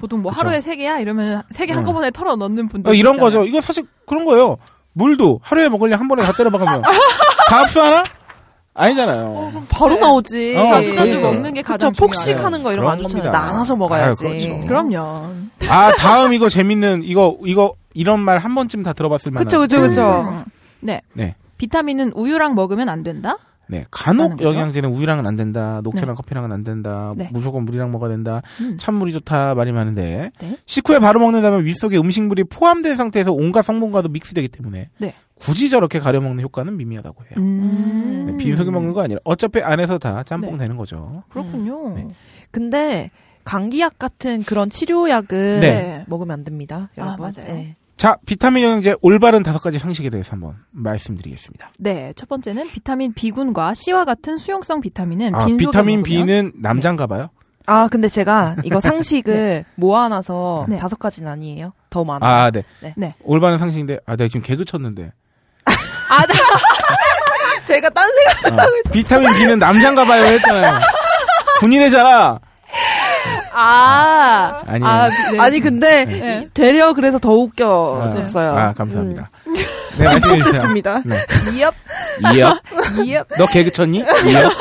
S3: 보통 뭐
S4: 그쵸.
S3: 하루에 세 개야 이러면 세 개
S4: 음.
S3: 한꺼번에 털어 넣는 분들
S4: 어, 이런 거죠. 이거 사실 그런 거예요. 물도 하루에 먹을 양 한 번에 다 때려 박으면 다 흡수하나?
S3: 어,
S4: 아니잖아요.
S5: 바로 나오지.
S4: 어,
S3: 자주 자주
S4: 그러니까.
S3: 먹는 게
S5: 그쵸
S3: 가장
S5: 폭식하는 거 이런 거 안
S4: 그런
S5: 좋잖아요.
S4: 겁니다.
S5: 나눠서 먹어야지.
S4: 아유, 그렇죠.
S3: 중요해요. 그럼요.
S4: 아 다음 이거 재밌는 이거 이거 이런 말 한 번쯤 다 들어봤을 만한.
S5: 그쵸, 그쵸, 그쵸.
S3: 음. 네.
S4: 네.
S3: 비타민은 우유랑 먹으면 안 된다.
S4: 네,
S3: 하는
S4: 간혹
S3: 거죠?
S4: 영양제는 우유랑은 안 된다, 녹차랑 커피랑은 안 된다,
S3: 네.
S4: 무조건 물이랑 먹어야 된다,
S3: 음.
S4: 찬물이 좋다 말이 많은데
S3: 네.
S4: 식후에 바로 먹는다면 위 속에 음식물이 포함된 상태에서 온갖 성분과도 믹스되기 때문에
S3: 네.
S4: 굳이 저렇게 가려 먹는 효과는 미미하다고 해요.
S3: 음.
S4: 네, 빈속에 먹는 거 아니라 어차피 안에서 다 짬뽕
S3: 네.
S4: 되는 거죠.
S3: 그렇군요.
S4: 네.
S5: 근데 감기약 같은 그런 치료약은
S4: 네.
S5: 먹으면 안 됩니다.
S3: 아,
S5: 여러분.
S3: 맞아요.
S5: 네.
S4: 자, 비타민 영양제 올바른 다섯 가지 상식에 대해서 한번 말씀드리겠습니다.
S3: 네, 첫 번째는 비타민 B군과 C와 같은 수용성 비타민은
S4: 아,
S3: 빈속에
S4: 비타민
S3: 먹으면-
S4: B는
S5: 네.
S4: 남잔가 봐요?
S5: 아, 근데 제가 이거 상식을 모아놔서
S3: 네.
S5: 다섯 가지는 아니에요. 더 많아. 요
S4: 네. 아, 네.
S3: 네.
S4: 올바른 상식인데, 아, 내가 지금 개그 쳤는데.
S5: 아, 나- 제가 딴 생각.
S4: 아, 비타민 B는 남잔가 봐요 했잖아요. 군인애잖아.
S5: 아,
S4: 아니에요.
S5: 아,
S3: 네.
S5: 아니 근데
S3: 네.
S5: 이- 되려 그래서 더 웃겨졌어요. 음.
S4: 아, 감사합니다. 네, 말씀해주세요.
S5: 못했습니다.
S4: 네.
S3: 이엽,
S4: 이엽.
S3: 이엽.
S4: 너 개그 쳤니? 이엽.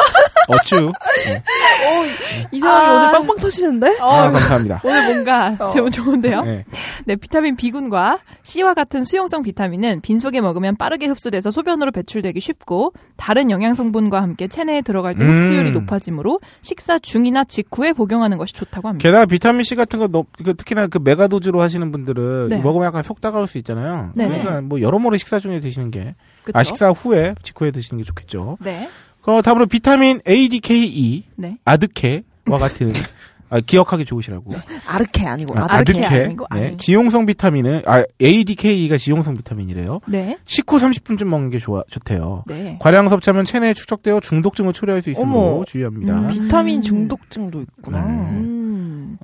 S4: 어쭈. 네.
S5: 이상하게
S3: 아.
S5: 오늘 어. 빵빵 터지는데?
S4: 아, 감사합니다.
S3: 오늘 뭔가 제목 좋은데요?
S4: 네.
S3: 네, 비타민 B군과 C와 같은 수용성 비타민은 빈속에 먹으면 빠르게 흡수돼서 소변으로 배출되기 쉽고 다른 영양 성분과 함께 체내에 들어갈 때
S4: 음.
S3: 흡수율이 높아지므로 식사 중이나 직후에 복용하는 것이 좋다고 합니다.
S4: 게다가 비타민 C 같은 거 너- 그 특히나 그 메가도즈로 하시는 분들은
S3: 네.
S4: 이거 먹으면 약간 속 다가올 수 있잖아요.
S3: 네네.
S4: 그러니까 뭐 여러모로 식사 중에 드시는 게,
S3: 그쵸?
S4: 아 식사 후에 직후에 드시는 게 좋겠죠.
S3: 네.
S4: 그 다음으로 비타민 A, D, K, E,
S3: 네.
S4: 아드케와 같은 아, 기억하기 좋으시라고.
S5: 아르케 아니고
S4: 아,
S5: 아르케.
S3: 네. 뭐 아드케 아니고
S4: 네.
S3: 아니.
S4: 지용성 비타민은 아 A, D, K, E가 지용성 비타민이래요.
S3: 네.
S4: 식후 30분쯤 먹는 게 좋아 좋대요.
S3: 네.
S4: 과량 섭취하면 체내에 축적되어 중독증을 초래할 수 있으므로
S5: 어머.
S4: 주의합니다.
S3: 음.
S5: 비타민 중독증도 있구나.
S4: 네.
S3: 음.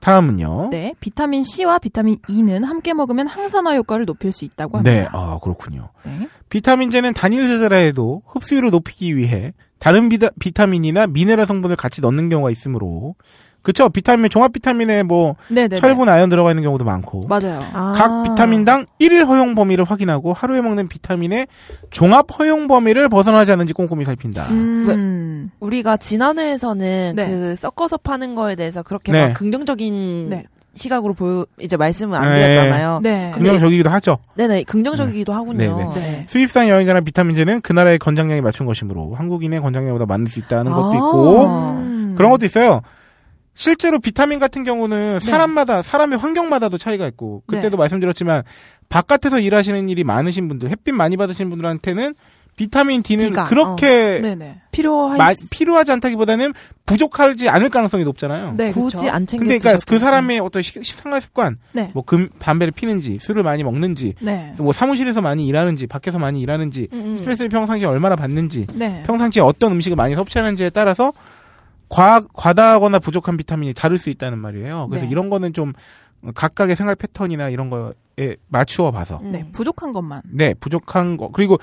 S4: 다음은요.
S3: 네, 비타민 C와 비타민 E는 함께 먹으면 항산화 효과를 높일 수 있다고 합니다.
S4: 네, 아 그렇군요.
S3: 네.
S4: 비타민제는 단일 제자라해도 흡수율을 높이기 위해 다른 비타, 비타민이나 미네랄 성분을 같이 넣는 경우가 있으므로 그쵸 비타민 종합 비타민에 뭐
S3: 네, 네.
S4: 철분 아연 들어가 있는 경우도 많고
S3: 맞아요.
S5: 아.
S4: 각 비타민당 1일 허용 범위를 확인하고 하루에 먹는 비타민의 종합 허용 범위를 벗어나지 않는지 꼼꼼히 살핀다.
S3: 음.
S5: 우리가 지난회에서는
S3: 네.
S5: 그 섞어서 파는 거에 대해서 그렇게
S4: 네.
S5: 막 긍정적인
S3: 네.
S5: 시각으로 보여 이제 말씀을 안
S4: 네.
S5: 드렸잖아요.
S3: 네.
S4: 긍정적이기도 하죠.
S5: 네네 긍정적이기도 하군요.
S3: 네, 네.
S4: 수입산 여행자나 비타민제는 그 나라의 권장량에 맞춘 것이므로 한국인의 권장량보다 많을 수 있다는 것도
S5: 아.
S4: 있고
S3: 음.
S4: 그런 것도 있어요. 실제로 비타민 같은 경우는 사람마다 사람의 환경마다도 차이가 있고 그때도 말씀드렸지만 바깥에서 일하시는 일이 많으신 분들 햇빛 많이 받으신 분들한테는 비타민 D는
S5: D가,
S4: 그렇게
S3: 네, 네.
S5: 필요할
S4: 마-
S5: 수-
S4: 필요하지 않다기보다는 부족하지 않을 가능성이 높잖아요.
S3: 네,
S5: 굳이
S3: 그쵸?
S5: 안 챙겨.
S4: 근데 그러니까
S5: 드셔도.
S4: 그 사람의 어떤 식, 생활 습관,
S3: 네.
S4: 뭐 금, 담배를 피는지, 술을 많이 먹는지,
S3: 네.
S4: 뭐 사무실에서 많이 일하는지, 밖에서 많이 일하는지,
S5: 음, 음.
S4: 스트레스를 평상시에 얼마나 받는지,
S3: 네.
S4: 평상시에 어떤 음식을 많이 섭취하는지에 따라서 과, 과다하거나 부족한 비타민이 다를 수 있다는 말이에요. 그래서
S3: 네.
S4: 이런 거는 좀 각각의 생활 패턴이나 이런 거에 맞추어 봐서.
S5: 음.
S3: 네, 부족한 것만.
S4: 네, 부족한 거. 그리고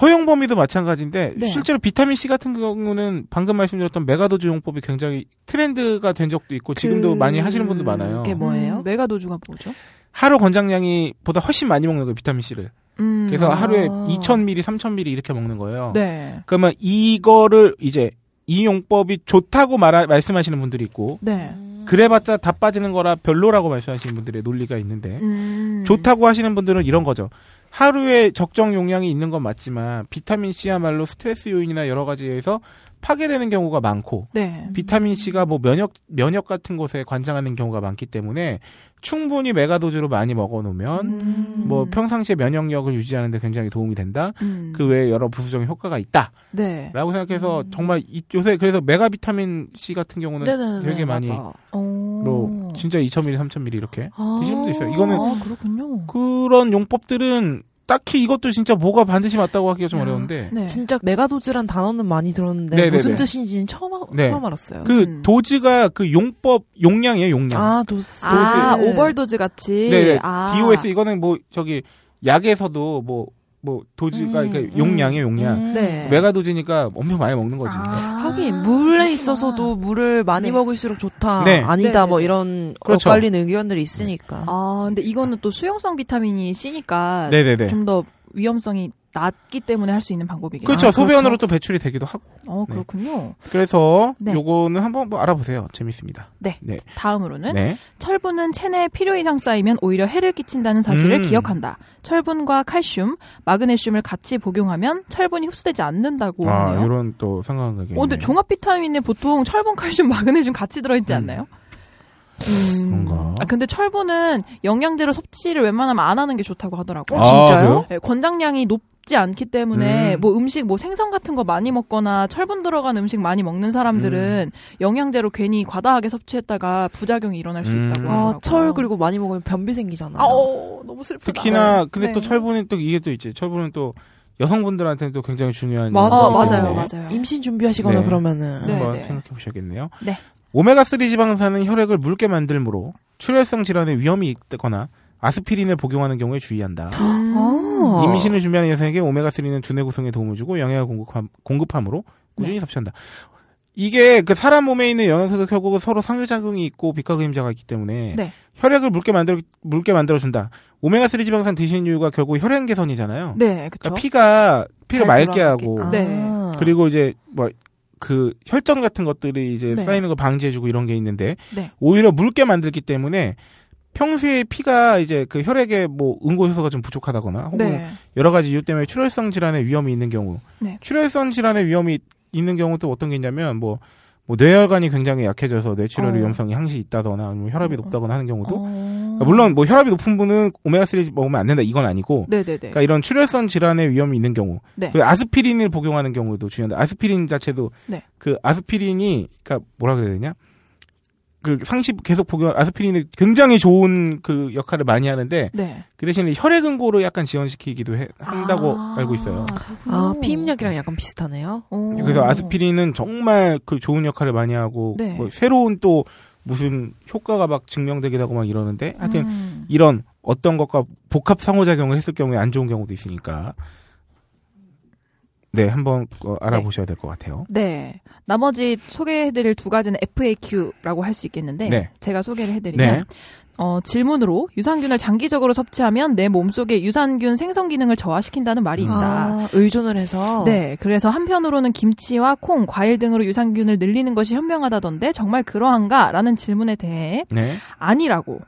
S4: 허용 범위도 마찬가지인데
S3: 네.
S4: 실제로 비타민 C 같은 경우는 방금 말씀드렸던 메가도즈 용법이 굉장히 트렌드가 된 적도 있고 지금도
S5: 그-
S4: 많이 하시는 분도 많아요.
S5: 그게 뭐예요?
S3: 음, 메가도주가 뭐죠?
S4: 하루 권장량이 보다 훨씬 많이 먹는 거예요, 비타민 C를.
S3: 음.
S4: 그래서
S5: 아.
S4: 하루에 2000ml, 3000ml 이렇게 먹는 거예요.
S3: 네.
S4: 그러면 이거를 이제 이 용법이 좋다고 말 말씀하시는 분들이 있고
S3: 네.
S4: 그래봤자 다 빠지는 거라 별로라고 말씀하시는 분들의 논리가 있는데
S3: 음.
S4: 좋다고 하시는 분들은 이런 거죠. 하루에 적정 용량이 있는 건 맞지만 비타민 C야말로 스트레스 요인이나 여러 가지에서 파괴되는 경우가 많고
S3: 네.
S4: 비타민 C가 뭐 면역 면역 같은 곳에 관장하는 경우가 많기 때문에 충분히 메가도즈로 많이 먹어 놓으면
S3: 음.
S4: 뭐 평상시에 면역력을 유지하는 데 굉장히 도움이 된다.
S3: 음.
S4: 그 외에 여러 부수적인 효과가 있다.
S3: 네.
S4: 라고 생각해서 정말 이- 요새 그래서 메가 비타민 C 같은 경우는
S5: 네네네,
S4: 되게 많이
S5: 맞아.
S4: 로
S3: 어.
S4: 진짜 2000ml, 3000ml 이렇게
S3: 아.
S4: 드시는 분도 있어요. 이거는
S3: 아, 그렇군요.
S4: 그런 용법들은 딱히 이것도 진짜 뭐가 반드시 맞다고 하기가
S5: 아.
S4: 좀 어려운데
S3: 네.
S5: 진짜 메가도즈란 단어는 많이 들었는데
S4: 네네네.
S5: 무슨 뜻인지는 처음 알-
S4: 네.
S5: 처음 알았어요.
S4: 그
S3: 음.
S4: 도즈가 그 용법 용량이에요, 용량.
S5: 아 예. 도스.
S3: 아, 오버도즈 같이.
S4: 네,
S3: 아.
S4: DOS 이거는 뭐 저기 약에서도 뭐 뭐 도즈가
S5: 음,
S4: 그러니까
S5: 음.
S4: 용량이에요, 용량.
S5: 음. 아.
S3: 네.
S4: 메가 도즈니까 엄청 많이 먹는 거지.
S5: 하긴 물에 있어서도 물을 많이 먹을수록 좋다
S4: 네.
S5: 아니다
S3: 네.
S5: 뭐 이런
S4: 그렇죠.
S5: 엇갈린 의견들이 있으니까
S3: 아, 근데 이거는 또 수용성 비타민이 C니까
S4: 네, 네, 네.
S3: 좀 더 위험성이 낮기 때문에 할 수 있는 방법이겠네요.
S4: 그렇죠.
S5: 아,
S4: 소변으로
S5: 그렇죠.
S4: 또 네. 배출이 되기도 하고.
S3: 어, 그렇군요.
S4: 그래서
S3: 네.
S4: 요거는 한번 뭐 알아보세요. 재밌습니다.
S3: 네.
S4: 네.
S3: 다음으로는
S4: 네.
S3: 철분은 체내에 필요 이상 쌓이면 오히려 해를 끼친다는 사실을
S4: 음.
S3: 기억한다. 철분과 칼슘, 마그네슘을 같이 복용하면 철분이 흡수되지 않는다고
S4: 아,
S3: 하네요.
S4: 이런 또 상관관계.
S3: 어, 근데 종합 비타민에 보통 철분, 칼슘, 마그네슘 같이 들어있지 않나요? 음.
S4: 그런가?
S3: 아, 근데 철분은 영양제로 섭취를 웬만하면 안 하는 게 좋다고 하더라고요.
S4: 아,
S5: 진짜요?
S4: 그래요?
S3: 네, 권장량이 높, 맵지 않기 때문에
S4: 음.
S3: 뭐 음식 뭐 생선 같은 거 많이 먹거나 철분 들어간 음식 많이 먹는 사람들은
S4: 음.
S3: 영양제로 괜히 과다하게 섭취했다가 부작용이 일어날 수
S4: 음.
S3: 있다고
S5: 아,
S3: 하더라고요.
S5: 철 그리고 많이 먹으면 변비 생기잖아.
S3: 아, 어, 너무 슬프다.
S4: 특히나 근데
S3: 네.
S4: 또 철분이 또 이게 또 있지. 철분은 또 여성분들한테는 또 굉장히 중요한
S5: 맞아.
S3: 어,
S4: 영양제이기
S3: 맞아요,
S4: 때문에
S3: 맞아요.
S5: 네. 임신 준비하시거나
S4: 네.
S5: 그러면은
S3: 네,
S4: 한번
S3: 네.
S4: 생각해 보셔야겠네요.
S3: 네.
S4: 오메가3 지방산은 혈액을 묽게 만들므로 출혈성 질환의 위험이 있거나 아스피린을 복용하는 경우에 주의한다.
S3: 음.
S5: 아.
S4: 임신을 준비하는 여성에게 오메가3는 두뇌 구성에 도움을 주고 영양을 공급함, 공급함으로 꾸준히 섭취한다. 이게 그 사람 몸에 있는 영양소도 결국은 서로 상호작용이 있고 빛과 그림자가 있기 때문에
S3: 네.
S4: 혈액을 묽게 만들어 묽게 만들어 준다. 오메가3 지방산 드시는 이유가 결국 혈행 개선이잖아요.
S3: 네, 그쵸
S4: 그러니까 피가 피를
S5: 잘
S4: 맑게
S5: 돌아가게.
S4: 하고
S5: 아.
S3: 네.
S4: 그리고 이제 뭐 그 혈전 같은 것들이 이제
S3: 네.
S4: 쌓이는 걸 방지해주고 이런 게 있는데
S3: 네.
S4: 오히려 묽게 만들기 때문에 평소에 피가 이제 그 혈액에 뭐 응고 효소가 좀 부족하다거나 혹은
S3: 네.
S4: 여러 가지 이유 때문에 출혈성 질환의 위험이 있는 경우
S3: 네.
S4: 출혈성 질환의 위험이 있는 경우 또 어떤 게 있냐면 뭐, 뭐 뇌혈관이 굉장히 약해져서 뇌출혈
S3: 어.
S4: 위험성이 항시 있다거나 아니면 혈압이 높다거나 하는 경우도
S3: 어.
S4: 그러니까 물론 뭐 혈압이 높은 분은 오메가3 먹으면 안 된다 이건 아니고
S3: 네, 네, 네.
S4: 그러니까 이런 출혈성 질환의 위험이 있는 경우,
S3: 네.
S4: 그 아스피린을 복용하는 경우도 중요한데 아스피린 자체도
S3: 네.
S4: 그 아스피린이 그러니까 뭐라 그래야 되냐? 그 상시 계속 복용 아스피린이 굉장히 좋은 그 역할을 많이 하는데
S3: 네.
S4: 그 대신에 혈액 응고를 약간 지연시키기도 해- 한다고
S3: 아,
S4: 알고 있어요.
S5: 아, 피임약이랑 약간 비슷하네요.
S3: 오.
S4: 그래서 아스피린은 정말 그 좋은 역할을 많이 하고
S3: 네.
S4: 뭐 새로운 또 무슨 효과가 막 증명되기도 하고 막 이러는데 하여튼
S3: 음.
S4: 이런 어떤 것과 복합 상호작용을 했을 경우에 안 좋은 경우도 있으니까 네 한번 어, 알아보셔야 될 것 같아요.
S3: 네. 나머지 소개해드릴 두 가지는 FAQ라고 할 수 있겠는데
S4: 네.
S3: 제가 소개를 해드리면
S4: 네,
S3: 어, 질문으로 유산균을 장기적으로 섭취하면 내 몸속의 유산균 생성 기능을 저하시킨다는 말이 있다.
S5: 아, 의존을 해서
S3: 네, 그래서 한편으로는 김치와 콩, 과일 등으로 유산균을 늘리는 것이 현명하다던데 정말 그러한가? 라는 질문에 대해
S4: 네,
S3: 아니라고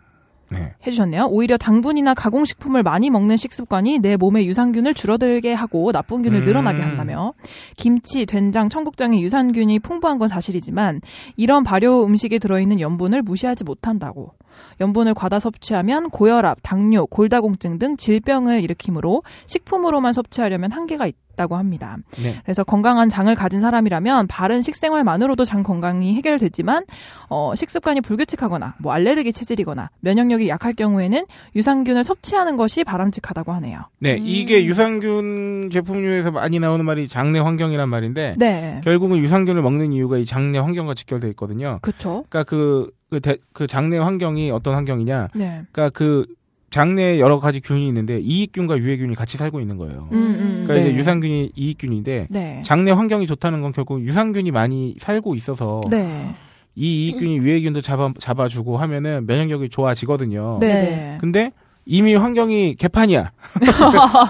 S4: 네.
S3: 해주셨네요. 오히려 당분이나 가공식품을 많이 먹는 식습관이 내 몸의 유산균을 줄어들게 하고 나쁜 균을
S4: 음.
S3: 늘어나게 한다며 김치, 된장, 청국장의 유산균이 풍부한 건 사실이지만 이런 발효 음식에 들어있는 염분을 무시하지 못한다고. 염분을 과다 섭취하면 고혈압, 당뇨, 골다공증 등 질병을 일으키므로 식품으로만 섭취하려면 한계가 있다고 합니다.
S4: 네.
S3: 그래서 건강한 장을 가진 사람이라면 바른 식생활만으로도 장 건강이 해결되지만 어, 식습관이 불규칙하거나 뭐 알레르기 체질이거나 면역력이 약할 경우에는 유산균을 섭취하는 것이 바람직하다고 하네요.
S4: 네, 이게 유산균 제품류에서 많이 나오는 말이 장내 환경이란 말인데
S3: 네.
S4: 결국은 유산균을 먹는 이유가 이 장내 환경과 직결돼 있거든요.
S3: 그쵸?
S4: 그러니까 그, 그, 대- 그 장내 환경이 어떤 환경이냐?
S3: 네.
S4: 그러니까 그 장내에 여러 가지 균이 있는데 이익균과 유해균이 같이 살고 있는 거예요.
S3: 음, 음,
S4: 그러니까
S3: 네.
S4: 이제 유산균이 이익균인데
S3: 네.
S4: 장내 환경이 좋다는 건 결국 유산균이 많이 살고 있어서
S3: 네.
S4: 이 이익균이 유해균도 잡아 잡아주고 하면은 면역력이 좋아지거든요.
S3: 네. 네.
S4: 근데 이미 환경이 개판이야.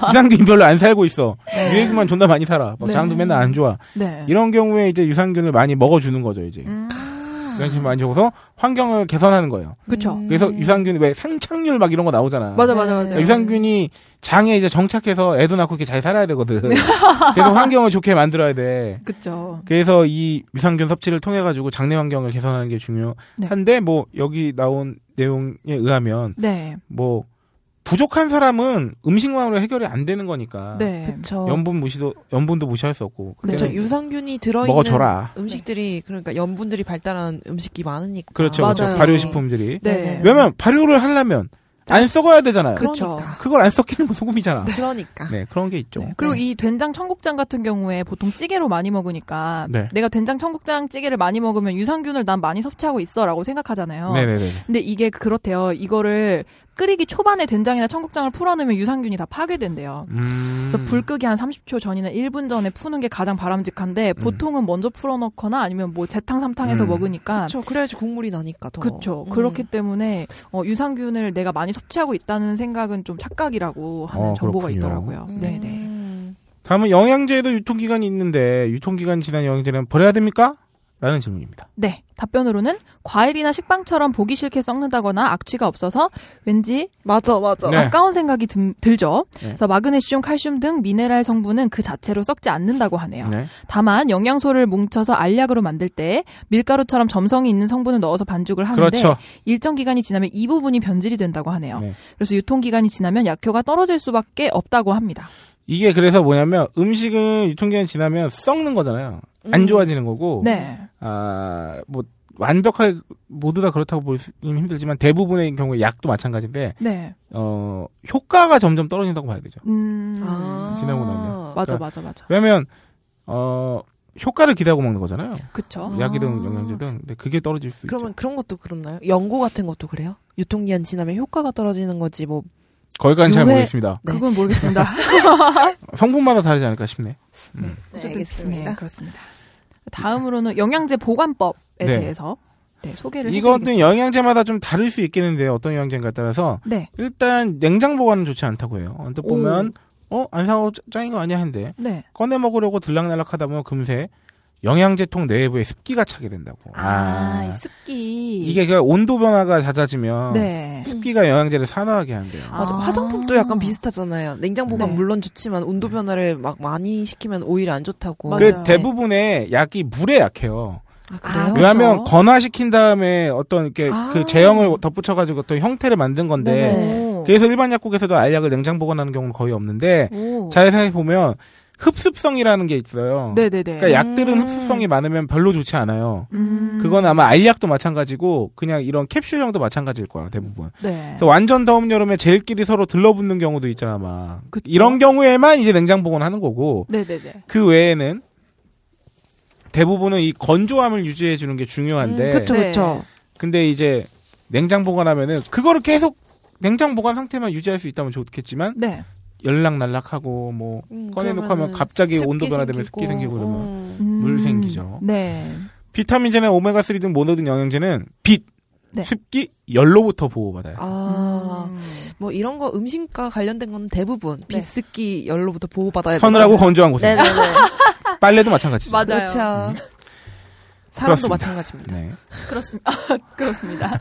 S4: 유산균이 별로 안 살고 있어. 유해균만 존나 많이 살아. 막
S3: 네.
S4: 장도 맨날 안 좋아.
S3: 네.
S4: 이런 경우에 이제 유산균을 많이 먹어주는 거죠 이제.
S3: 음.
S4: 유산균 많이 줘서 환경을 개선하는 거예요.
S3: 그쵸?
S4: 그래서 유산균 왜 생착률 막 이런 거 나오잖아.
S3: 음. 맞아, 맞아, 맞아.
S4: 그러니까 유산균이 장에 이제 정착해서 애도 낳고 이렇게 잘 살아야 되거든. 그래서 환경을 좋게 만들어야 돼.
S3: 그쵸?
S4: 그래서 이 유산균 섭취를 통해 가지고 장내 환경을 개선하는 게 중요한데 뭐 여기 나온 내용에 의하면
S3: 네.
S4: 뭐 부족한 사람은 음식만으로 해결이 안 되는 거니까
S3: 네.
S5: 그렇죠.
S4: 염분 무시도 염분도 무시할 수 없고
S5: 그렇죠.
S4: 그때는
S5: 유산균이 들어 있는
S4: 먹어줘라.
S5: 음식들이 그러니까 염분들이 발달한 음식이 많으니까.
S4: 그렇죠,
S3: 맞아요.
S4: 그렇죠. 발효식품들이
S3: 네.
S4: 왜냐면 발효를 하려면 안 썩어야 되잖아요.
S3: 그-
S5: 그러니까.
S4: 그걸 안 썩히는 건 소금이잖아. 네,
S5: 그러니까.
S4: 그런 게 있죠.
S3: 네.
S4: 네.
S3: 그리고 이 된장 청국장 같은 경우에 보통 찌개로 많이 먹으니까
S4: 네.
S3: 내가 된장 청국장 찌개를 많이 먹으면 유산균을 난 많이 섭취하고 있어라고 생각하잖아요.
S4: 네네네.
S3: 근데 이게 그렇대요. 이거를 끓이기 초반에 된장이나 청국장을 풀어놓으면 유산균이 다 파괴된대요.
S4: 음.
S3: 그래서 불 끄기 한 30초 전이나 1분 전에 푸는 게 가장 바람직한데 보통은 먼저 풀어놓거나 아니면 뭐 재탕 삼탕해서
S4: 음.
S3: 먹으니까
S5: 그렇죠. 그래야지 국물이 나니까 더.
S3: 그렇죠.
S5: 음.
S3: 그렇기 때문에 어, 유산균을 내가 많이 섭취하고 있다는 생각은 좀 착각이라고 하는
S4: 어,
S3: 정보가
S4: 그렇군요.
S3: 있더라고요.
S5: 음.
S3: 네, 네.
S4: 다음은 영양제에도 유통기간이 있는데 유통기간 지난 영양제는 버려야 됩니까? 라는 질문입니다.
S3: 네. 답변으로는 과일이나 식빵처럼 보기 싫게 썩는다거나 악취가 없어서 왠지
S5: 맞아, 맞아.
S4: 네.
S3: 아까운 생각이 듬- 들죠.
S4: 네.
S3: 그래서 마그네슘, 칼슘 등 미네랄 성분은 그 자체로 썩지 않는다고 하네요.
S4: 네.
S3: 다만 영양소를 뭉쳐서 알약으로 만들 때 밀가루처럼 점성이 있는 성분을 넣어서 반죽을 하는데
S4: 그렇죠.
S3: 일정 기간이 지나면 이 부분이 변질이 된다고 하네요.
S4: 네.
S3: 그래서 유통 기간이 지나면 약효가 떨어질 수밖에 없다고 합니다.
S4: 이게 그래서 뭐냐면 음식은 유통기한 지나면 썩는 거잖아요. 안 좋아지는 거고.
S3: 네.
S4: 아, 뭐 완벽하게 모두 다 그렇다고 보기는 힘들지만 대부분의 경우에 약도 마찬가지인데
S3: 네.
S4: 어, 효과가 점점 떨어진다고 봐야 되죠.
S3: 음.
S5: 아.
S4: 지나고 나면.
S3: 맞아,
S4: 그러니까-
S3: 맞아, 맞아.
S4: 왜냐면 어, 효과를 기대하고 먹는 거잖아요.
S3: 그쵸.
S4: 약이든 영양제든. 근데 그게 떨어질 수
S5: 그러면
S4: 있죠.
S5: 그런 것도 그렇나요? 연고 같은 것도 그래요? 유통기한 지나면 효과가 떨어지는 거지 뭐
S4: 거기까지는 잘
S5: 요게-
S4: 모르겠습니다.
S5: 네.
S3: 그건 모르겠습니다.
S4: 성분마다 다르지 않을까 싶네.
S5: 어쨌든-
S3: 네,
S5: 네.
S3: 그렇습니다. 다음으로는 영양제 보관법에
S4: 네.
S3: 대해서 네, 소개를
S4: 이것도
S3: 해드리겠습니다.
S4: 영양제마다 좀 다를 수 있겠는데 어떤 영양제인가에 따라서
S3: 네.
S4: 일단 냉장 보관은 좋지 않다고 해요. 언뜻 보면 어 안 사고 짜- 짜인 거 아니야 했는데
S3: 네.
S4: 꺼내 먹으려고 들락날락하다 보면 금세 영양제통 내부에 습기가 차게 된다고.
S3: 아, 이 습기.
S4: 이게 그 온도 변화가 잦아지면
S3: 네.
S4: 습기가 영양제를 산화하게 한대요.
S5: 맞아.
S3: 아.
S5: 화장품도 약간 비슷하잖아요. 냉장 보관
S3: 네.
S5: 물론 좋지만 온도 변화를 막 많이 시키면 오히려 안 좋다고.
S3: 맞아요.
S4: 음.
S3: 네.
S4: 그 대부분의 약이 물에 약해요.
S5: 아, 네. 그래요?
S3: 아,
S4: 왜냐하면
S3: 그렇죠.
S4: 건화시킨 다음에 어떤 이렇게
S5: 아.
S4: 그 제형을 덧붙여가지고 어떤 형태를 만든 건데
S5: 네네.
S3: 오.
S4: 그래서 일반 약국에서도 알약을 냉장 보관하는 경우는 거의 없는데
S3: 오.
S4: 잘 생각해 보면 흡습성이라는 게 있어요.
S3: 어. 네네네.
S4: 그러니까 약들은
S5: 음.
S4: 흡습성이 많으면 별로 좋지 않아요.
S3: 음.
S4: 그건 아마 알약도 마찬가지고 그냥 이런 캡슐형도 마찬가지일 거야 대부분.
S3: 네.
S4: 그래서 완전 더운 여름에 제일끼리 서로 들러붙는 경우도 있잖아 막
S3: 그쵸.
S4: 이런 경우에만 이제 냉장 보관하는 거고
S3: 네네네.
S4: 그 외에는 대부분은 이 건조함을 유지해 주는 게 중요한데
S5: 그쵸
S3: 네.
S5: 그쵸.
S4: 근데 이제 냉장 보관하면은 그거를 계속 냉장 보관 상태만 유지할 수 있다면 좋겠지만
S3: 네.
S4: 연락 날락하고 뭐
S5: 음,
S4: 꺼내놓고
S5: 그러면은
S4: 하면 갑자기
S5: 습기
S4: 온도 변화되면 습기 생기고 그러면.
S5: 음.
S3: 음.
S4: 물 생기죠.
S3: 네.
S4: 비타민제나 오메가 3 등 모든 영양제는 빛,
S3: 네.
S4: 습기, 열로부터 보호받아요.
S3: 음.
S5: 아, 뭐 이런 거 음식과 관련된 건 대부분
S3: 네.
S5: 비스기 열로부터 보호받아야
S4: 서늘하고
S5: 되잖아요.
S4: 건조한 곳에
S5: 네, 네네네.
S4: 빨래도 마찬가지죠.
S5: 그렇죠. 사람도
S4: 그렇습니다.
S5: 마찬가지입니다.
S4: 네.
S3: 그렇습니다. 그렇습니다.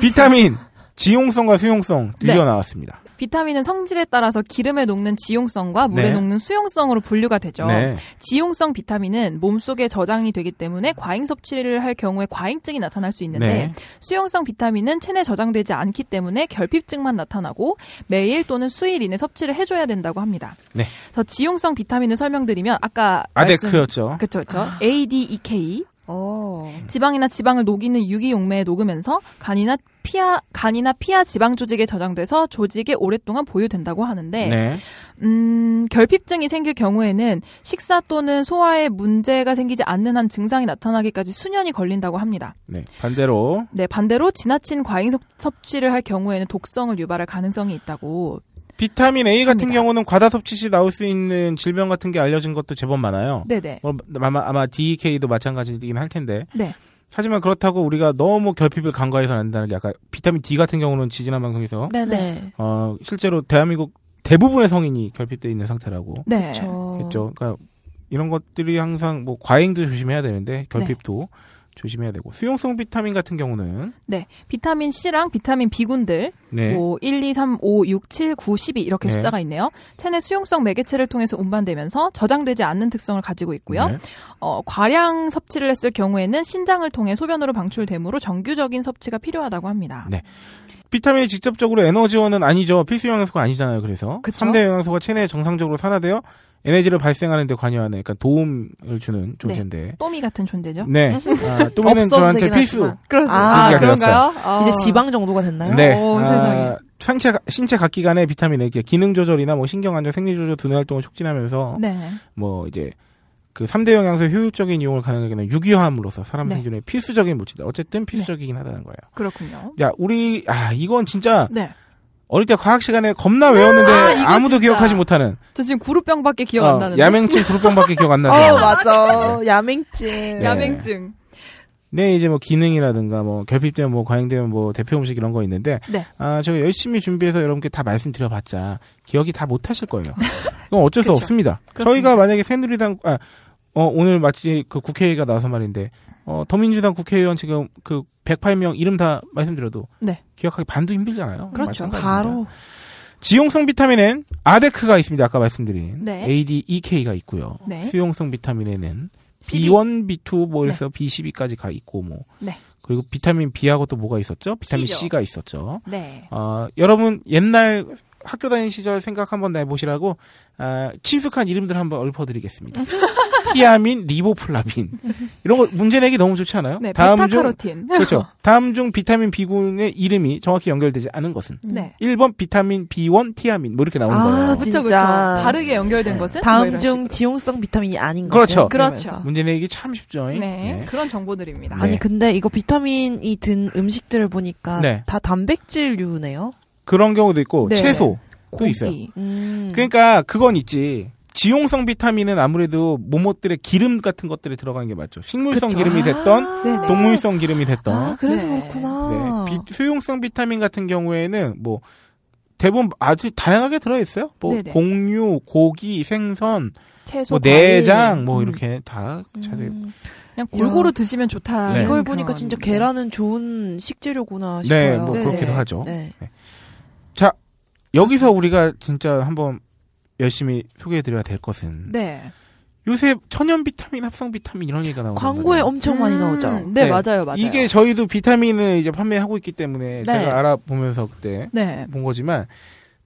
S4: 비타민 지용성과 수용성 드디어
S3: 네.
S4: 나왔습니다.
S3: 비타민은 성질에 따라서 기름에 녹는 지용성과 물에
S4: 네.
S3: 녹는 수용성으로 분류가 되죠.
S5: 그렇죠.
S4: 네.
S3: 지용성 비타민은 몸속에 저장이 되기 때문에 과잉 섭취를 할 경우에 과잉증이 나타날 수 있는데
S4: 네.
S3: 수용성 비타민은 체내 저장되지 않기 때문에 결핍증만 나타나고 매일 또는 수일 이내 섭취를 해줘야 된다고 합니다.
S4: 네.
S3: 그래서 지용성 비타민을 설명드리면 아까
S4: 아데크였죠. 네,
S3: 그렇죠, 그렇죠. ADEK
S5: 어.
S3: 지방이나 지방을 녹이는 유기용매에 녹으면서 간이나 피하 간이나 피하 지방 조직에 저장돼서 조직에 오랫동안 보유된다고 하는데
S4: 네.
S3: 음, 결핍증이 생길 경우에는 식사 또는 소화에 문제가 생기지 않는 한 증상이 나타나기까지 수년이 걸린다고 합니다.
S4: 네. 반대로
S3: 네, 반대로 지나친 과잉 섭- 섭취를 할 경우에는 독성을 유발할 가능성이 있다고.
S4: 비타민 A 같은
S3: 합니다.
S4: 경우는 과다 섭취 시 나올 수 있는 질병 같은 게 알려진 것도 제법 많아요.
S3: 네네.
S4: 뭐, 아마, 아마 DEK도 마찬가지이긴 할 텐데.
S3: 네.
S4: 하지만 그렇다고 우리가 너무 결핍을 간과해서는 안 된다는 게 아까 비타민 D 같은 경우는 지지난 방송에서
S5: 네네.
S4: 어, 실제로 대한민국 대부분의 성인이 결핍돼 있는 상태라고
S3: 네.
S5: 저...
S4: 했죠. 그러니까 이런 것들이 항상 뭐 과잉도 조심해야 되는데 결핍도 조심해야 되고 수용성 비타민 같은 경우는
S3: 네. 비타민 C랑 비타민 B군들
S4: 네.
S3: 뭐 1, 2, 3, 5, 6, 7, 9, 12 이렇게
S4: 네.
S3: 숫자가 있네요. 체내 수용성 매개체를 통해서 운반되면서 저장되지 않는 특성을 가지고 있고요.
S4: 네.
S3: 어, 과량 섭취를 했을 경우에는 신장을 통해 소변으로 방출되므로 정규적인 섭취가 필요하다 합니다.
S4: 네. 비타민이 직접적으로 에너지원은 아니죠. 필수 영양소가 아니잖아요. 그래서
S3: 그쵸.
S4: 삼대 영양소가 체내에 정상적으로 산화되어 에너지를 발생하는 데 관여하는 그러니까 도움을
S3: 네.
S4: 주는 존재인데.
S3: 또미 같은 존재죠?
S4: 네. 아, 또미는
S5: 없어도
S4: 저한테
S5: 되긴
S4: 필수.
S5: 하지만.
S3: 그렇습니다.
S4: 아,
S3: 그런가요? 어.
S5: 이제 지방 정도가 됐나요?
S4: 네.
S3: 오,
S4: 아,
S3: 세상에.
S4: 상체, 신체 각 기관의 비타민은 이렇게 기능 조절이나 뭐 신경 안정, 생리 조절 두뇌 활동을 촉진하면서
S3: 네.
S4: 뭐 이제 그삼대 영양소의 효율적인 이용을 가능하게 하는 유기화합으로서 사람
S3: 네.
S4: 생존에 필수적인 물질이다. 어쨌든 필수적이긴 하다는 거예요.
S3: 그렇군요.
S4: 야, 우리 아, 이건 진짜
S3: 네.
S4: 어릴 때 과학 시간에 겁나 외웠는데
S3: 아, 이거
S4: 아, 무도
S3: 진짜.
S4: 기억하지 못하는
S3: 저 지금 구루병밖에 기억
S4: 어,
S3: 안 나는데.
S4: 야맹증 두루병밖에 기억 안
S5: 어
S4: 나죠.
S5: 맞아.
S3: 네.
S5: 야맹증.
S4: 야-
S3: 야맹증.
S4: 네, 이제 뭐 기능이라든가 뭐 결핍되면 뭐 과잉되면 뭐 대표 음식 이런 거 있는데
S3: 네.
S4: 아, 제가 열심히 준비해서 여러분께 다 말씀드려 봤자 기억이 다 못 하실 거예요. 그건 어쩔 수
S3: 그쵸.
S4: 없습니다.
S3: 그렇습니다.
S4: 저희가 만약에 새누리당 아, 어, 오늘 마치 그 국회가 나와서 말인데 어, 더민주당 국회의원 지금 그 108명 이름 다 말씀드려도
S3: 네.
S4: 기억하기 반도 힘들잖아요.
S3: 그렇죠.
S4: 마찬가지입니다.
S5: 바로
S4: 지용성 비타민엔 아데크가 있습니다. 아까 말씀드린
S3: 네.
S4: ADEK가 있고요.
S3: 네.
S4: 수용성 비타민에는
S3: B1.
S4: B1, B2 뭐 이래서 B12까지 가 있고 뭐
S3: 네.
S4: 그리고 비타민 B하고 또 뭐가 있었죠? 비타민
S3: C죠.
S4: C가 있었죠.
S3: 네.
S4: 어, 여러분 옛날 학교 다닌 시절 생각 한번 내보시라고 아, 친숙한 이름들 한번 읊어드리겠습니다. 티아민, 리보플라빈 이런 거 문제 내기 너무 좋지 않아요?
S3: 네.
S4: 다음 중
S3: 베타카로틴.
S4: 그렇죠. 다음 중 비타민 B군의 이름이 정확히 연결되지 않은 것은
S3: 네.
S4: 1번 비타민 B1 티아민 뭐 이렇게 나오는
S5: 아,
S4: 거예요.
S5: 진-
S3: 그렇죠. 그렇죠.
S5: 진짜.
S3: 바르게 연결된 것은 뭐
S5: 다음
S3: 이런
S5: 중
S3: 식으로.
S5: 지용성 비타민이 아닌
S4: 그렇죠.
S5: 거죠. 그러면서.
S3: 그렇죠.
S4: 문제 내기 참 쉽죠. 잉?
S3: 네.
S4: 네.
S3: 그런 정보들입니다.
S4: 네.
S5: 아니 근데 이거 비타민이 든 음식들을 보니까
S4: 네.
S5: 다 단백질류네요.
S4: 그런 경우도 있고
S3: 네.
S4: 채소 또
S3: 고기.
S4: 있어요.
S5: 음.
S4: 그러니까 그건 있지. 지용성 비타민은 아무래도 모못들의 기름 같은 것들이 들어가는 게 맞죠. 식물성
S5: 그쵸.
S4: 기름이 됐던
S3: 네네.
S4: 동물성 기름이 됐던
S5: 아, 그래서
S3: 네.
S5: 그렇구나.
S4: 네. 비- 수용성 비타민 같은 경우에는 뭐 대부분 아주 다양하게 들어 있어요. 뭐
S3: 네네.
S4: 공유, 고기, 생선,
S3: 채소,
S4: 뭐
S3: 과일.
S4: 내장 뭐
S3: 음.
S4: 이렇게 다
S5: 음.
S4: 찾아요.
S3: 그냥 골고루 드시면 좋다.
S4: 네.
S5: 이걸 보니까 진짜 계란은 좋은 식재료구나
S4: 네,
S5: 싶어요.
S4: 뭐
S3: 네.
S4: 그렇기도 하죠.
S5: 네.
S4: 여기서 우리가 진짜 한번 열심히 소개해 드려야 될 것은
S3: 네.
S4: 요새 천연 비타민, 합성 비타민 이런 얘기가 나오는
S5: 광고에
S4: 거예요.
S5: 엄청 많이
S3: 음,
S5: 나오죠.
S3: 네,
S4: 네.
S3: 맞아요, 맞아요.
S4: 이게 저희도 비타민을 이제 판매하고 있기 때문에
S5: 네.
S4: 제가 알아보면서 그때
S3: 네.
S4: 본 거지만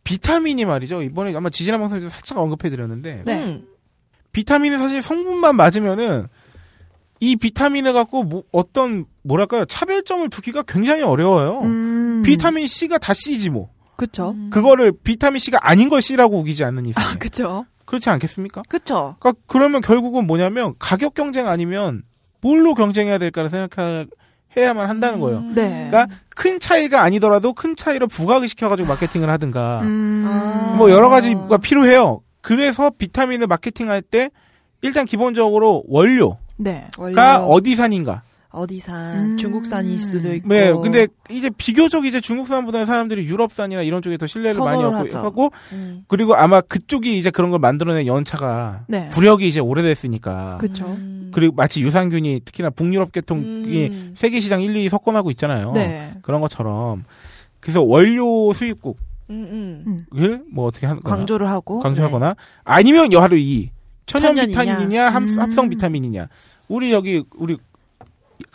S4: 비타민이 말이죠. 이번에 아마 지지난 방송에서 살짝 언급해 드렸는데
S3: 네.
S5: 음.
S4: 비타민은 사실 성분만 맞으면은 이 비타민을 갖고 뭐- 어떤 뭐랄까요 차별점을 두기가 굉장히 어려워요.
S3: 음.
S4: 비타민 C가 다 C지 뭐.
S3: 그쵸.
S5: 음.
S4: 그거를 비타민 C가 아닌 걸 C라고 우기지 않는 이상.
S3: 아, 그쵸.
S4: 그렇지 않겠습니까?
S5: 그쵸.
S4: 그러니까 그러면 결국은 뭐냐면 가격 경쟁 아니면 뭘로 경쟁해야 될까를 생각해야만 한다는 거예요.
S3: 네.
S4: 그러니까 큰 차이가 아니더라도 큰 차이로 부각을 시켜가지고 마케팅을 하든가
S3: 음.
S5: 아.
S4: 뭐 여러 가지가 필요해요. 그래서 비타민을 마케팅할 때 일단 기본적으로 원료가
S3: 네.
S5: 원료
S4: 어디산인가.
S5: 어디산
S3: 음.
S5: 중국산일 수도 있고.
S4: 네, 근데 이제 비교적 이제 중국산보다는 사람들이 유럽산이나 이런 쪽에 더 신뢰를 많이
S5: 선호를
S4: 얻고
S5: 하죠.
S4: 하고
S5: 음.
S4: 그리고 아마 그쪽이 이제 그런 걸 만들어낸 연차가
S3: 네.
S4: 구력이 이제 오래됐으니까
S3: 그쵸.
S5: 음.
S4: 그리고 마치 유산균이 특히나 북유럽 계통이
S5: 음.
S4: 세계 시장 1, 2위 석권하고 있잖아요.
S3: 네.
S4: 그런 것처럼 그래서 원료 수입국
S5: 음, 음.
S4: 을뭐 어떻게 하는 거나
S5: 광조를 하고
S4: 강조하거나 아니면 여하로 이 천연
S5: 천연이냐?
S4: 비타민이냐 함,
S3: 음.
S4: 합성 비타민이냐 우리 여기 우리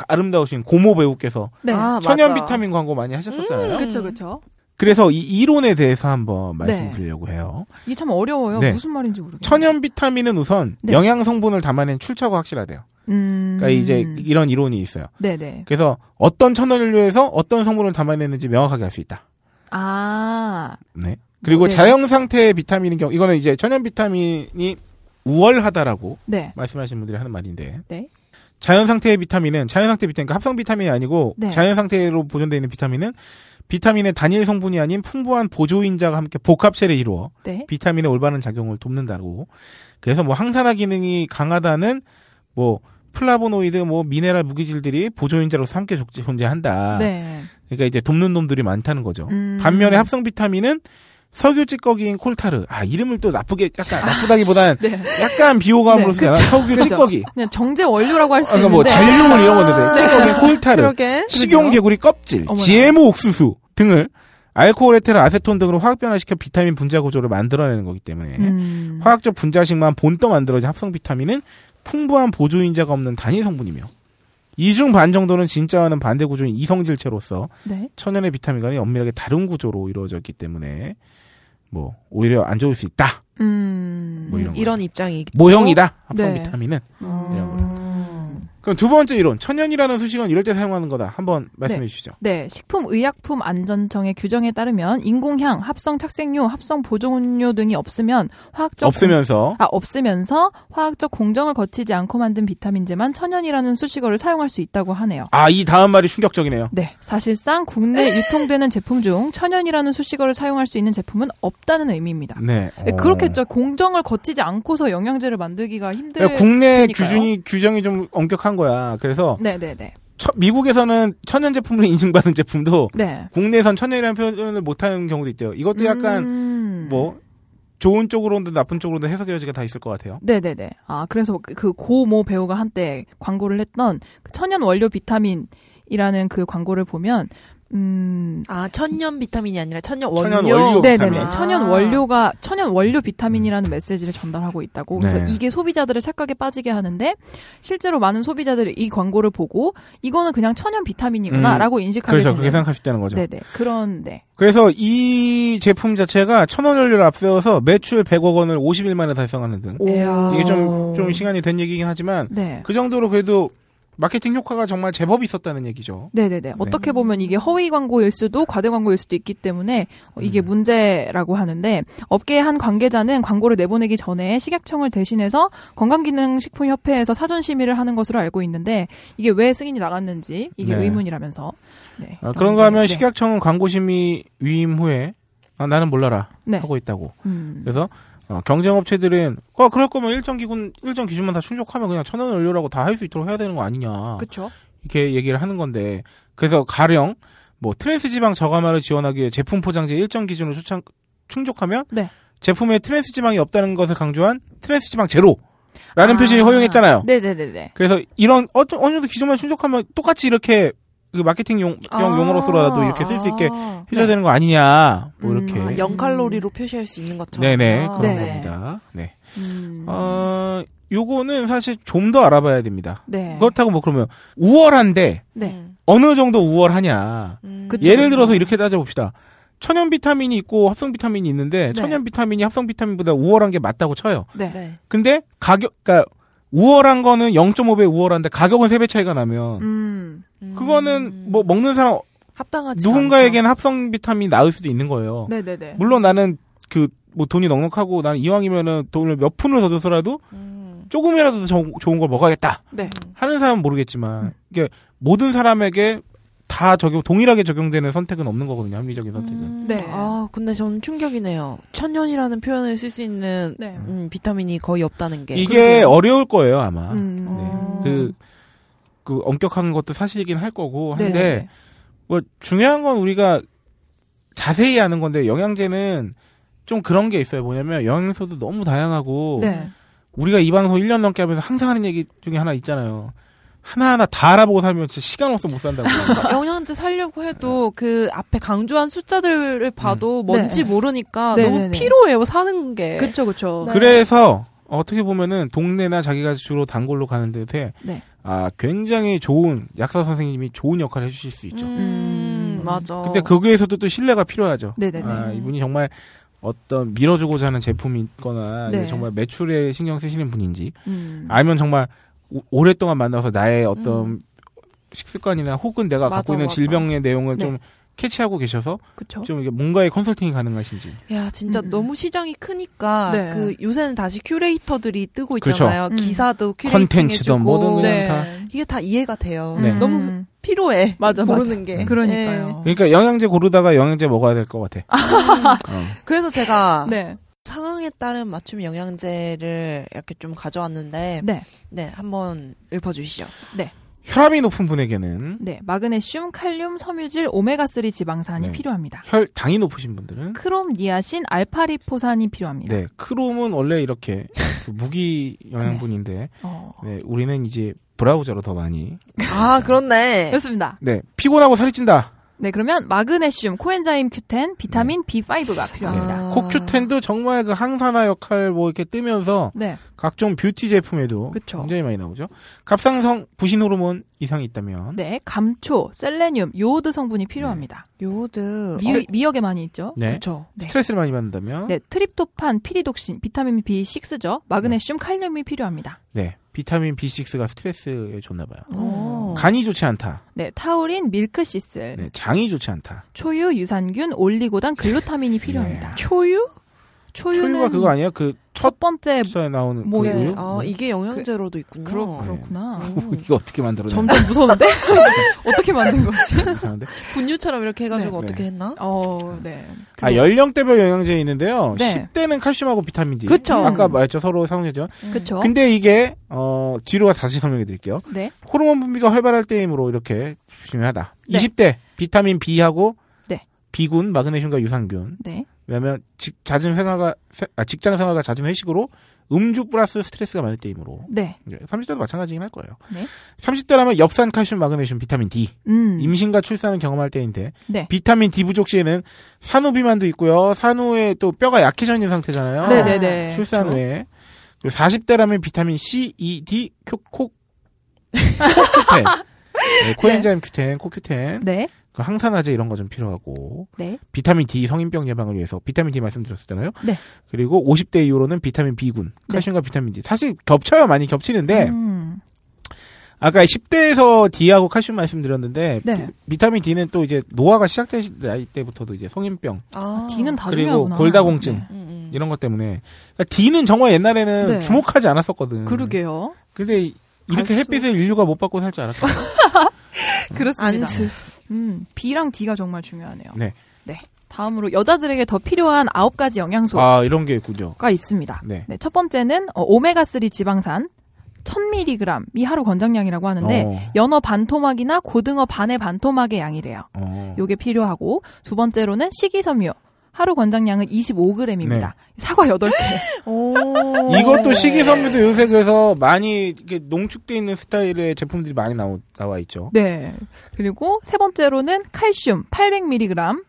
S4: 아름다우신 고모 배우께서
S3: 네.
S5: 아,
S4: 천연
S5: 맞아.
S4: 비타민 광고 많이 하셨었잖아요.
S3: 그쵸, 그쵸.
S4: 그래서 이 이론에 대해서 한번
S3: 음. 네.
S4: 말씀드리려고 해요.
S3: 이게 참 어려워요.
S4: 네.
S3: 무슨 말인지 모르겠어요.
S4: 천연 비타민은 우선
S3: 네.
S4: 영양 성분을 담아낸 출처가 확실하대요.
S3: 음.
S4: 그러니까 이제 이런 이론이 있어요.
S3: 네네.
S4: 그래서 어떤 천연연료에서 어떤 성분을 담아내는지 명확하게 알 수 있다.
S3: 아.
S4: 네. 그리고
S3: 네.
S4: 자연 상태의 비타민인 경우 이거는 이제 천연 비타민이 우월하다라고
S3: 네.
S4: 말씀하신 분들이 하는 말인데.
S3: 네.
S4: 자연 상태의 비타민은 자연 상태 비타민 그러니까 합성 비타민이 아니고
S3: 네.
S4: 자연 상태로 보존되어 있는 비타민은 비타민의 단일 성분이 아닌 풍부한 보조인자가 함께 복합체를 이루어
S3: 네.
S4: 비타민의 올바른 작용을 돕는다고. 그래서 뭐 항산화 기능이 강하다는 뭐 플라보노이드 뭐 미네랄 무기질들이 보조인자로서 함께 족지- 존재한다.
S3: 네.
S4: 그러니까 이제 돕는 놈들이 많다는 거죠.
S3: 음.
S4: 반면에 합성 비타민은 석유 찌꺼기인 콜타르. 아, 이름을 또 나쁘게 약간 나쁘다기보단
S3: 네.
S4: 약간 비호감으로 쓰잖아. 석유
S3: 그쵸. 네.
S4: 찌꺼기.
S3: 그냥 정제 원료라고 할
S4: 아,
S3: 수도
S4: 그러니까 뭐
S3: 있는데.
S4: 잔류물 이런 건데 찌꺼기 콜타르,
S5: 네. 그러게
S4: 식용 개구리 껍질,
S3: 어머나.
S4: GMO 옥수수 등을 알코올 에테르 아세톤 등으로 화학 변화시켜 비타민 분자 구조를 만들어내는 거기 때문에
S3: 음.
S4: 화학적 분자식만 본떠 만들어진 합성 비타민은 풍부한 보조인자가 없는 단일 성분이며 이중 반 정도는 진짜와는 반대 구조인 이성질체로서
S3: 네.
S4: 천연의 비타민과는 엄밀하게 다른 구조로 이루어졌기 때문에 뭐 오히려 안 좋을 수 있다.
S3: 음.
S4: 뭐 이런 거.
S5: 이런 입장이
S4: 모형이다. 합성
S3: 네.
S4: 비타민은
S3: 어.
S4: 이런 거다.
S3: 음.
S4: 그럼 두 번째 이론 천연이라는 수식은 이럴 때 사용하는 거다. 한번 말씀해
S3: 네.
S4: 주시죠.
S3: 네, 식품의약품안전청의 규정에 따르면 인공향, 합성 착색료, 합성 보존료 등이 없으면 화학적
S4: 없으면서
S3: 아, 없으면서 화학적 공정을 거치지 않고 만든 비타민제만 천연이라는 수식어를 사용할 수 있다고 하네요.
S4: 아 이 다음 말이 충격적이네요.
S3: 네, 사실상 국내
S4: 네.
S3: 유통되는 제품 중 천연이라는 수식어를 사용할 수 있는 제품은 없다는 의미입니다.
S4: 네.
S3: 네,
S4: 어.
S3: 그렇겠죠. 공정을 거치지 않고서 영양제를 만들기가 힘들.
S4: 그러니까 국내
S3: 테니까요.
S4: 규준이 규정이 좀 엄격한 거야. 그래서
S3: 네, 네, 네,
S4: 처- 미국에서는 천연 제품으로 인증받은 제품도
S3: 네.
S4: 국내에선 천연이라는 표현을 못하는 경우도 있대요. 이것도 약간
S3: 음.
S4: 뭐 좋은 쪽으로도 나쁜 쪽으로도 해석의 여지가 다 있을 것 같아요.
S3: 네네네. 아, 그래서 그 고모 배우가 한때 광고를 했던 그 천연 원료 비타민이라는 그 광고를 보면 음,
S5: 아 천연 비타민이 아니라 천연 원료.
S4: 천연 원료 비타민.
S3: 네네네.
S5: 아.
S3: 천연 원료가 천연 원료 비타민이라는 메시지를 전달하고 있다고. 그래서
S4: 네.
S3: 이게 소비자들을 착각에 빠지게 하는데 실제로 많은 소비자들이 이 광고를 보고 이거는 그냥 천연
S4: 음.
S3: 비타민이구나라고 인식하게
S4: 그렇죠.
S3: 되는.
S4: 그렇게 생각하실 때는 거죠.
S3: 네네. 그런데
S4: 그래서 이 제품 자체가 천원 연료를 앞세워서 매출 100억 원을 50일 만에 달성하는 등
S5: 이야.
S4: 이게
S3: 아.
S4: 좀, 좀 시간이 된 얘기긴 하지만
S3: 네.
S4: 그 정도로 그래도 마케팅 효과가 정말 제법 있었다는 얘기죠.
S3: 네네네. 어떻게 보면 이게 허위 광고일 수도 과대 광고일 수도 있기 때문에 어,
S4: 음.
S3: 이게 문제라고 하는데 업계의 한 관계자는 광고를 내보내기 전에 식약청을 대신해서 건강기능식품협회에서 사전 심의를 하는 것으로 알고 있는데 이게 왜 승인이 나갔는지 이게
S4: 네.
S3: 의문이라면서. 네.
S4: 아, 그런가 하면
S3: 네.
S4: 식약청은 광고심의 위임 후에 아, 나는 몰라라
S3: 네.
S4: 하고 있다고.
S3: 음.
S4: 그래서 어, 경쟁업체들은 어 그럴 거면 일정 기준 일정 기준만 다 충족하면 그냥 천원 연료라고 다 할 수 있도록 해야 되는 거 아니냐.
S3: 그렇죠.
S4: 이렇게 얘기를 하는 건데 그래서 가령 뭐 트랜스 지방 저감화를 지원하기 위해 제품 포장재 일정 기준을 추천- 충족하면
S3: 네.
S4: 제품에 트랜스 지방이 없다는 것을 강조한 트랜스 지방 제로라는
S3: 아.
S4: 표시를 허용했잖아요.
S3: 네네네네.
S4: 그래서 이런 어떤 어느 정도 기준만 충족하면 똑같이 이렇게 그 마케팅 용,
S3: 아.
S4: 용- 용어로서라도 이렇게 쓸 수 있게
S5: 아.
S4: 해줘야 되는 거 아니냐 뭐 이렇게
S3: 네. 음, 아,
S5: 영 칼로리로 표시할 수 있는 것처럼.
S4: 네네
S5: 아,
S4: 그런
S3: 네.
S4: 겁니다. 네,
S3: 음.
S4: 어 요거는 사실 좀 더 알아봐야 됩니다.
S3: 네.
S4: 그렇다고 뭐 그러면 우월한데
S3: 네.
S5: 음.
S4: 어느 정도 우월하냐
S5: 음.
S3: 그쵸.
S4: 예를 들어서 이렇게 따져봅시다. 천연 비타민이 있고 합성 비타민이 있는데
S3: 네.
S4: 천연 비타민이 합성 비타민보다 우월한 게 맞다고 쳐요.
S3: 네.
S5: 네.
S4: 근데 가격 그러니까 우월한 거는 0.5배 우월한데 가격은 3배 차이가 나면
S3: 음.
S5: 음.
S4: 그거는 뭐 먹는 사람
S5: 합당하지
S4: 누군가에겐 합성 비타민이 나을 수도 있는 거예요.
S3: 네네네.
S4: 물론 나는 그 뭐 돈이 넉넉하고 나는 이왕이면은 돈을 몇 푼을 더 줘서라도
S5: 않죠. 음.
S4: 조금이라도 더 좋은- 좋은 걸 먹어야겠다
S3: 네. 음.
S4: 하는 사람은 모르겠지만 이게 모든 사람에게 다 적용 동일하게 적용되는 선택은 없는 거거든요 합리적인 선택은.
S5: 음.
S3: 네.
S5: 아 근데 저는 충격이네요. 천연이라는 표현을 쓸 수 있는
S3: 네.
S5: 음, 비타민이 거의 없다는 게.
S4: 이게 어려울 거예요 아마
S3: 음.
S5: 어.
S4: 그, 그 엄격한 것도 사실이긴 할 거고 한데
S3: 네네네.
S4: 뭐 중요한 건 우리가 자세히 아는 건데 영양제는 좀 그런 게 있어요 뭐냐면 영양소도 너무 다양하고
S3: 네.
S4: 우리가 이 방송 1년 넘게 하면서 항상 하는 얘기 중에 하나 있잖아요 하나하나 다 알아보고 살면 진짜 시간 없어 못 산다고
S3: 네.
S5: 영양제 살려고 해도 그 앞에 강조한 숫자들을
S4: 음.
S5: 봐도 뭔지 모르니까
S3: 네,
S5: 너무
S3: 네, 네.
S5: 피로해요 사는 게.
S3: 그쵸 그쵸.
S5: 네.
S4: 그래서 어떻게 보면은 동네나 자기가 주로 단골로 가는 데에
S3: 네.
S4: 아 굉장히 좋은 약사 선생님이 좋은 역할을 해주실 수 있죠
S5: 음,
S3: 음.
S5: 맞아.
S4: 근데 그 거기에서도 또 신뢰가 필요하죠.
S3: 네네네.
S4: 아, 이분이 정말 어떤 밀어주고자 하는 제품이 있거나
S3: 네.
S4: 이게 정말 매출에 신경 쓰시는 분인지
S3: 음.
S4: 아니면 정말 오- 오랫동안 만나서 나의 어떤 식습관이나 혹은 내가
S5: 맞아,
S4: 갖고 있는
S5: 맞아.
S4: 질병의 내용을
S3: 네. 어?
S4: 좀 캐치하고 계셔서
S3: 그쵸.
S4: 좀 이게 뭔가의 컨설팅이 가능하신지.
S5: 야 진짜
S3: 음, 음.
S5: 너무 시장이 크니까
S3: 네.
S5: 그 요새는 다시 큐레이터들이 뜨고
S4: 그렇죠.
S5: 있잖아요.
S3: 음.
S5: 기사도
S4: 컨텐츠든
S5: 큐레이팅해주고
S4: 뭐든 그냥
S5: 네.
S4: 다.
S5: 이게 다 이해가 돼요.
S4: 네.
S5: 너무 예. 피로해.
S3: 맞아,
S5: 모르는
S3: 예.
S5: 게.
S3: 음.
S5: 네.
S3: 그러니까요.
S4: 그러니까 영양제 고르다가 영양제 먹어야 될 것 같아. 어.
S5: 예. 그래서 제가
S3: 네.
S5: 상황에 따른 맞춤 영양제를 이렇게 좀 가져왔는데
S3: 네.
S5: 네 한번 읊어주시죠.
S4: 혈압이 높은 분에게는
S3: 네. 마그네슘, 칼륨, 섬유질, 오메가3 지방산이
S4: 네.
S3: 필요합니다.
S4: 혈 당이 높으신 분들은
S3: 크롬, 니아신, 알파리포산이 필요합니다.
S4: 네 크롬은 원래 이렇게 그 무기 영양분인데
S3: 어.
S4: 네, 우리는 이제 브라우저로 더 많이.
S5: 아 그렇네.
S3: 좋습니다.
S4: 네, 피곤하고 살이 찐다.
S3: 네, 그러면 마그네슘, 코엔자임 Q10, 비타민 B5가 필요합니다.
S5: 아.
S4: 코큐텐도 정말 그 항산화 역할 뭐 이렇게 뜨면서
S3: 네.
S4: 각종 뷰티 제품에도
S3: 그쵸.
S4: 굉장히 많이 나오죠. 갑상선 부신 호르몬 이상이 있다면
S3: 네, 감초, 셀레늄, 요오드 성분이 필요합니다.
S5: 요오드. 어,
S3: 미, 미역에 많이 있죠.
S4: 네,
S5: 그렇죠.
S3: 네.
S4: 스트레스를 많이 받는다면 네.
S3: 네, 트립토판, 피리독신, 비타민 B6죠. 마그네슘, 칼륨이 필요합니다.
S4: 네, 비타민 B6가 스트레스에 좋나 봐요.
S5: 어.
S3: 어.
S5: 오.
S4: 간이 좋지 않다.
S3: 네, 타우린, 밀크시슬,
S4: 네, 장이 좋지 않다.
S3: 초유, 유산균, 올리고당, 글루타민이 필요합니다.
S5: 초유?
S3: 초유는
S4: 예. 초유가 그거 아니에요? 그첫
S3: 첫 번째
S4: 번째 나오는
S3: 뭐,
S4: 그
S5: 네.
S3: 초유?
S4: 우유?
S5: 아 이게 영양제로도 있군요.
S3: 그러,
S4: 그럼.
S3: 그렇구나.
S5: 음.
S4: 이거 어떻게 만들었냐?
S3: 예. 점점 무서운데? 어떻게 만든 거지?
S4: 이상한데?
S5: 분유처럼 이렇게 해가지고
S4: 네.
S5: 어떻게 했나?
S3: 어, 네.
S4: 아 연령대별 영양제 있는데요.
S3: 네.
S4: 10대는 칼슘하고 비타민 D.
S5: 그쵸.
S4: 예. 아까 말했죠. 서로 상호제죠.
S3: 그쵸.
S4: 근데 이게 어 뒤로 가서 다시 설명해 드릴게요.
S3: 네.
S4: 호르몬 분비가 활발할 때이므로 이렇게 중요하다.
S3: 네.
S4: 20대 비타민 B하고
S3: 네.
S4: B군, 마그네슘과 유산균.
S3: 네.
S4: 왜냐하면 직, 잦은 생활과 세- 아, 직장 생활과 잦은 회식으로 음주 플러스 스트레스가 많을 때이므로
S3: 네.
S4: 30대도 마찬가지긴 할 거예요.
S3: 네.
S4: 30대라면 엽산, 칼슘, 마그네슘, 비타민 D
S3: 음.
S4: 임신과 출산을 경험할 때인데
S3: 네.
S4: 비타민 D 부족 시에는 산후 비만도 있고요. 산후에 또 뼈가 약해져 있는 상태잖아요.
S3: 네네네. 그렇죠.
S4: 출산 후에 그리고 40대라면 비타민 C, E, D, 코, 코, 코큐텐, 네, 코엔자임 큐텐, 코큐텐,
S3: 네.
S4: 그 항산화제 이런 거 좀 필요하고
S3: 네.
S4: 비타민 D 성인병 예방을 위해서 비타민 D 말씀드렸었잖아요.
S3: 네.
S4: 그리고 50대 이후로는 비타민 B군, 칼슘과 비타민 D. 사실 겹쳐요, 많이 겹치는데
S3: 음.
S4: 아까 10대에서 D하고 칼슘 말씀드렸는데
S3: 네.
S4: 비, 타민 D는 또 이제 노화가 시작되는 나이 때부터도 이제 성인병
S5: 아,
S3: D는 다
S4: 그리고
S3: 중요하구나.
S4: 골다공증
S3: 네.
S5: 음, 음.
S4: 이런 것 때문에 그러니까 D는 정말 옛날에는
S3: 네.
S4: 주목하지 않았었거든.
S3: 그러게요.
S4: 근데 이-
S3: 갈수-
S4: 이렇게 햇빛을 인류가 못 받고 살 줄 알았거든.
S3: 그렇습니다.
S5: 안수.
S3: 음, B랑 D가 정말 중요하네요.
S4: 네.
S3: 다음으로 여자들에게 더 필요한 아홉 가지 영양소.
S4: 아 이런 게 있군요.
S3: 가 있습니다.
S4: 네.
S3: 첫 번째는 어, 오메가3 지방산 1000mg이 하루 권장량이라고 하는데
S4: 어.
S3: 연어 반토막이나 고등어 반의 반토막의 양이래요.
S4: 어.
S3: 요게 필요하고 두 번째로는 식이섬유 하루 권장량은 25g입니다.
S4: 네.
S3: 사과 8개.
S5: 오.
S4: 어. 이것도 식이섬유도 요새 그래서 많이 이렇게 농축돼 있는 스타일의 제품들이 많이 나오, 나와 있죠.
S3: 네. 그리고 세 번째로는 칼슘 800mg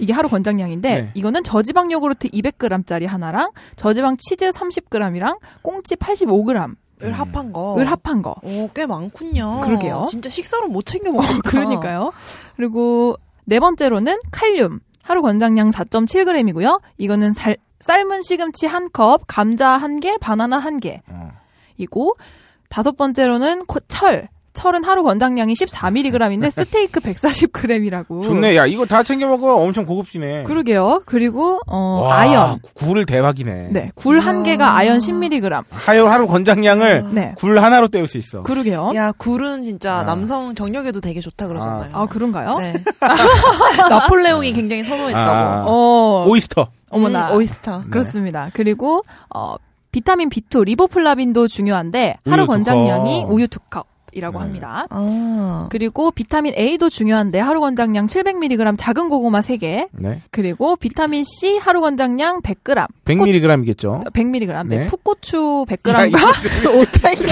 S3: 이게 하루 권장량인데
S4: 네.
S3: 이거는 저지방 요구르트 200g짜리 하나랑 저지방 치즈 30g이랑 꽁치 85g을
S5: 을 합한
S4: 어.
S5: 거.
S3: 합한 거.
S5: 오, 꽤 많군요.
S3: 그러게요. 어,
S5: 진짜 식사를 못 챙겨 먹으니까.
S3: 그러니까요. 어. 그리고 네 번째로는 칼륨. 하루 권장량 4.7g이고요. 이거는 살- 삶은 시금치 한 컵, 감자 한 개, 바나나 한
S4: 어.
S3: 개이고 다섯 번째로는 코- 철. 철은 하루 권장량이 14mg인데 스테이크 140g이라고.
S4: 좋네. 야 이거 다 챙겨 먹어. 엄청 고급지네.
S3: 그러게요. 그리고 어,
S4: 와, 음.
S3: 아연.
S4: 굴을 대박이네.
S3: 네. 굴 한
S5: 와.
S3: 개가 아연 10mg.
S4: 하요 하루 권장량을
S3: 네.
S4: 굴 하나로 때울 수 있어.
S3: 그러게요.
S5: 야, 굴은 진짜
S4: 아.
S5: 남성 정력에도 되게 좋다 그러잖아요.
S3: 아, 그런가요?
S5: 네. 나폴레옹이 굉장히
S4: 아.
S5: 선호했다고.
S3: 어.
S4: 오이스터.
S3: 어머나.
S5: 음, 오이스터.
S4: 네.
S3: 그렇습니다. 그리고 어, 비타민 B2, 리보플라빈도 중요한데 하루
S4: 우유 두
S3: 권장량이
S4: 컵.
S3: 우유 두 컵이라고
S4: 네.
S3: 합니다.
S5: 아.
S3: 그리고 비타민 A도 중요한데 하루 권장량 700mg 작은 고구마 3개
S4: 네.
S3: 그리고 비타민 C 하루 권장량 100g
S4: 100mg이겠죠.
S3: 100mg 네.
S4: 네.
S3: 풋고추
S4: 야, 이거 네.
S3: 100g과
S5: 오타이가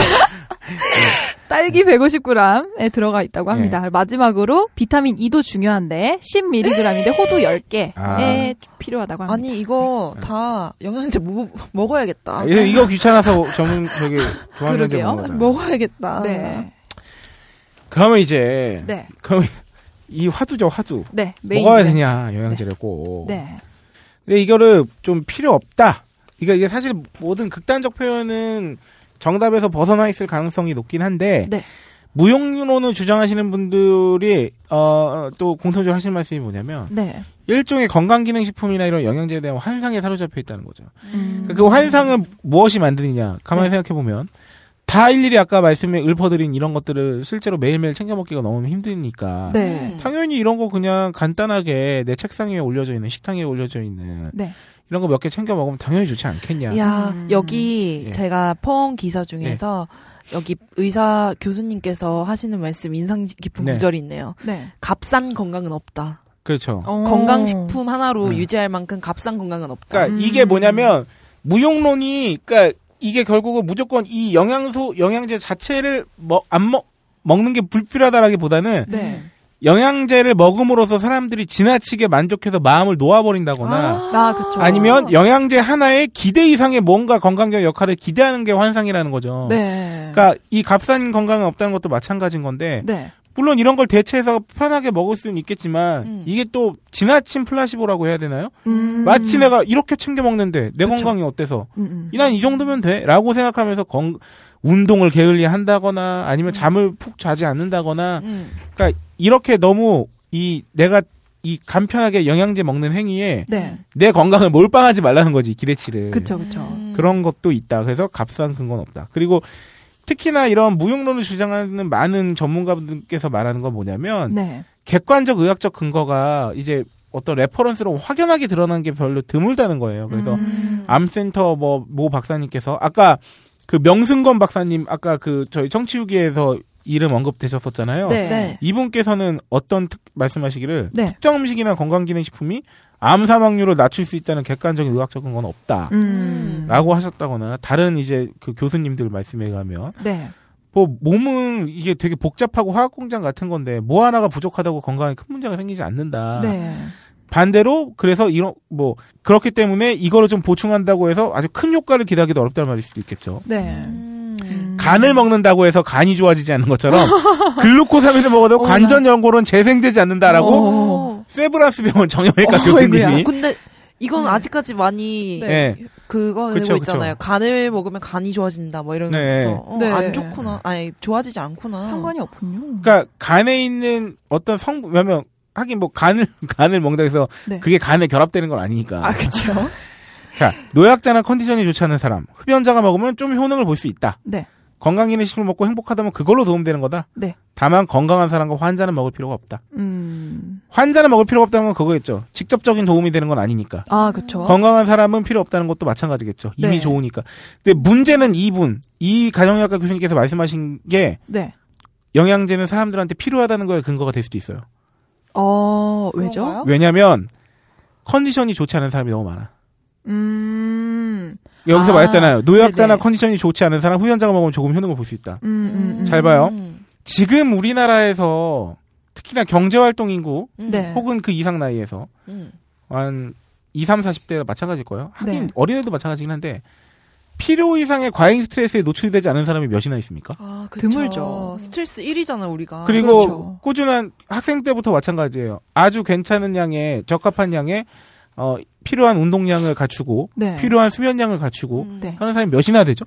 S3: 딸기 150g에 들어가 있다고 합니다.
S4: 네.
S3: 마지막으로 비타민 E도 중요한데 10mg인데 호두 10개에 예,
S4: 아.
S3: 필요하다고 합니다.
S5: 아니 이거 다 영양제 뭐, 먹어야겠다.
S4: 아, 예, 이거- 이거 귀찮아서 전문 저기 도와주는
S3: 그러게요. 뭐?
S4: 거잖아요.
S5: 먹어야겠다.
S3: 네.
S4: 그러면 이제
S3: 네.
S4: 그럼 이 화두죠 화두.
S3: 네. 메인
S4: 먹어야
S3: 이벤트.
S4: 되냐 영양제를 꼭.
S3: 네.
S4: 근데 이거를 좀 필요 없다. 그러니까 이게 사실 모든 극단적 표현은 정답에서 벗어나 있을 가능성이 높긴 한데
S3: 네.
S4: 무용론을 주장하시는 분들이 어, 또 공통적으로 하시는 말씀이 뭐냐면
S3: 네.
S4: 일종의 건강기능식품이나 이런 영양제에 대한 환상에 사로잡혀 있다는 거죠.
S3: 음. 네.
S4: 그 환상은 무엇이 만드느냐 가만히 생각해 보면 다 일일이 아까 말씀에 읊어드린 이런 것들을 실제로 매일매일 챙겨 먹기가 너무 힘드니까
S3: 네.
S4: 당연히 이런 거 그냥 간단하게 내 책상 위에 올려져 있는 식탁 위에 올려져 있는
S3: 네.
S4: 이런 거 몇 개 챙겨 먹으면 당연히 좋지 않겠냐.
S5: 야
S3: 음.
S4: 예.
S5: 여기
S4: 네.
S5: 제가 펑 기사 중에서 여기 의사 교수님께서 하시는 말씀 인상 깊은
S4: 네.
S5: 구절이 있네요.
S3: 네.
S5: 값싼 건강은 없다.
S4: 그렇죠.
S3: 어.
S5: 어. 건강식품 하나로
S4: 음.
S5: 유지할 만큼 값싼 건강은 없다.
S4: 그러니까
S3: 음.
S4: 이게 뭐냐면 무용론이 그러니까 이게 결국은 무조건 이 영양소 영양제 자체를 먹 안 먹 먹는 게 불필요하다라기보다는
S3: 네.
S4: 영양제를 먹음으로써 사람들이 지나치게 만족해서 마음을 놓아버린다거나
S3: 아, 그쵸.
S4: 아. 니면 영양제 하나에 기대 이상의 뭔가 건강적 역할을 기대하는 게 환상이라는 거죠.
S3: 네.
S4: 그러니까 이 값싼 건강은 없다는 것도 마찬가지인 건데
S3: 네.
S4: 물론 이런 걸 대체해서 편하게 먹을 수는 있겠지만
S5: 음.
S4: 이게 또 지나친 플라시보라고 해야 되나요?
S3: 음.
S4: 마치 내가 이렇게 챙겨 먹는데 내 건강이 어때서
S3: 음, 음.
S4: 난 이 정도면 돼라고 생각하면서 건- 운동을 게을리 한다거나
S3: 음.
S4: 아니면 잠을 푹 자지 않는다거나
S5: 음.
S4: 그러니까 이렇게 너무 이 내가 이 간편하게 영양제 먹는 행위에
S3: 네.
S4: 내 건강을 몰빵하지 말라는 거지 기대치를
S3: 그쵸, 음. 그쵸.
S4: 그런 것도 있다. 그래서 값싼 근거는 없다. 그리고 특히나 이런 무용론을 주장하는 많은 전문가분들께서 말하는 건 뭐냐면
S3: 네.
S4: 객관적 의학적 근거가 이제 어떤 레퍼런스로 확연하게 드러난 게 별로 드물다는 거예요. 그래서
S3: 음.
S5: 아.
S4: 암센터 뭐 모 박사님께서 아까 그 명승건 박사님 아까 그 저희 청취후기에서 이름 언급되셨었잖아요.
S3: 네.
S5: 네.
S4: 이분께서는 어떤 특- 말씀하시기를
S3: 네.
S4: 특정 음식이나 건강기능식품이 암 사망률을 낮출 수 있다는 객관적인 의학적 근거는 없다.
S3: 음.
S4: 라고 하셨다거나 다른 이제 그 교수님들 말씀에 가면
S3: 네.
S4: 뭐 몸은 이게 되게 복잡하고 화학 공장 같은 건데 뭐 하나가 부족하다고 건강에 큰 문제가 생기지 않는다.
S3: 네.
S4: 반대로 그래서 이런 뭐 그렇기 때문에 이거를 좀 보충한다고 해서 아주 큰 효과를 기대하기도 어렵다는 말일 수도 있겠죠.
S3: 네.
S5: 음.
S4: 간을 먹는다고 해서 간이 좋아지지 않는 것처럼 글루코사민을 먹어도
S3: 어머나.
S4: 관절 연골은 재생되지 않는다라고
S3: 어.
S4: 세브란스 병원 정형외과
S3: 어,
S4: 교수님이
S3: 아이고야.
S5: 근데 이건 아직까지 많이
S3: 네.
S4: 예.
S5: 그거
S4: 그쵸,
S5: 되고 있잖아요.
S4: 그쵸.
S5: 간을 먹으면 간이 좋아진다 뭐 이러면서
S4: 네.
S5: 어,
S3: 네.
S5: 안 좋구나. 아니 좋아지지 않구나.
S3: 어. 상관이 없군요.
S4: 그러니까 간에 있는 어떤 성분 왜냐면 하긴 뭐 간을 간을 먹는다 해서
S3: 네.
S4: 그게 간에 결합되는 건 아니니까.
S3: 아, 그쵸.
S4: 자, 노약자나 컨디션이 좋지 않은 사람, 흡연자가 먹으면 좀 효능을 볼 수 있다.
S3: 네.
S4: 건강기능식품을 먹고 행복하다면 그걸로 도움되는 거다.
S3: 네.
S4: 다만 건강한 사람과 환자는 먹을 필요가 없다.
S3: 음.
S4: 환자는 먹을 필요가 없다는 건 그거겠죠. 직접적인 도움이 되는 건 아니니까.
S3: 아, 그쵸.
S4: 건강한 사람은 필요 없다는 것도 마찬가지겠죠. 이미
S3: 네.
S4: 좋으니까. 근데 문제는 이분, 이 가정의학과 교수님께서 말씀하신 게
S3: 네.
S4: 영양제는 사람들한테 필요하다는 거에 근거가 될 수도 있어요.
S3: 어, 왜죠?
S5: 그런가요?
S4: 왜냐면 컨디션이 좋지 않은 사람이 너무 많아.
S3: 음.
S4: 여기서
S3: 아,
S4: 말했잖아요. 노약자나
S3: 네네.
S4: 컨디션이 좋지 않은 사람 흡연자가 먹으면 조금 효능을 볼 수 있다.
S3: 음, 음, 음.
S4: 잘 봐요.
S5: 음.
S4: 지금 우리나라에서 특히나 경제활동 인구
S5: 음.
S3: 네.
S4: 혹은 그 이상 나이에서
S5: 음.
S4: 한 2, 3, 40대라 마찬가지일 거예요. 하긴
S3: 네.
S4: 어린애도 마찬가지긴 한데 필요 이상의 과잉 스트레스에 노출이 되지 않은 사람이 몇이나 있습니까?
S5: 아, 그쵸.
S3: 드물죠.
S5: 스트레스 1위잖아 우리가.
S4: 그리고
S3: 그렇죠.
S4: 꾸준한 학생 때부터 마찬가지예요. 아주 괜찮은 양의 적합한 양의 어, 필요한 운동량을 갖추고
S3: 네.
S4: 필요한 수면량을 갖추고
S5: 음.
S3: 네.
S4: 하는 사람이 몇이나 되죠?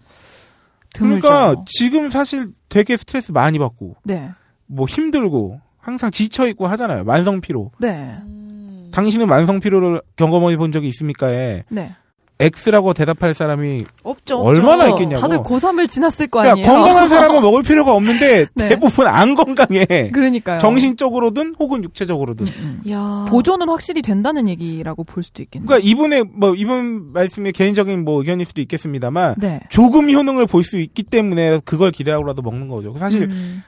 S3: 드물죠.
S4: 그러니까 지금 사실 되게 스트레스 많이 받고
S3: 네.
S4: 뭐 힘들고 항상 지쳐 있고 하잖아요. 만성 피로.
S3: 네.
S5: 음.
S4: 당신은 만성 피로를 경험해 본 적이 있습니까에
S3: 네.
S4: X라고 대답할 사람이
S5: 없죠. 없죠.
S4: 얼마나
S3: 그렇죠.
S4: 있겠냐고.
S3: 다들 고3을 지났을 거
S4: 그러니까
S3: 아니에요.
S4: 건강한 사람은 먹을 필요가 없는데
S3: 네.
S4: 대부분 안 건강해.
S3: 그러니까요. 음, 아.
S4: 정신적으로든 혹은 육체적으로든.
S5: 야.
S3: 보존은 확실히 된다는 얘기라고 볼 수도 있겠네요.
S4: 그러니까 이분의 뭐 이분 말씀의 개인적인 뭐 의견일 수도 있겠습니다만
S3: 네.
S4: 조금 효능을 볼 수 있기 때문에 그걸 기대하고라도 먹는 거죠. 사실
S3: 음,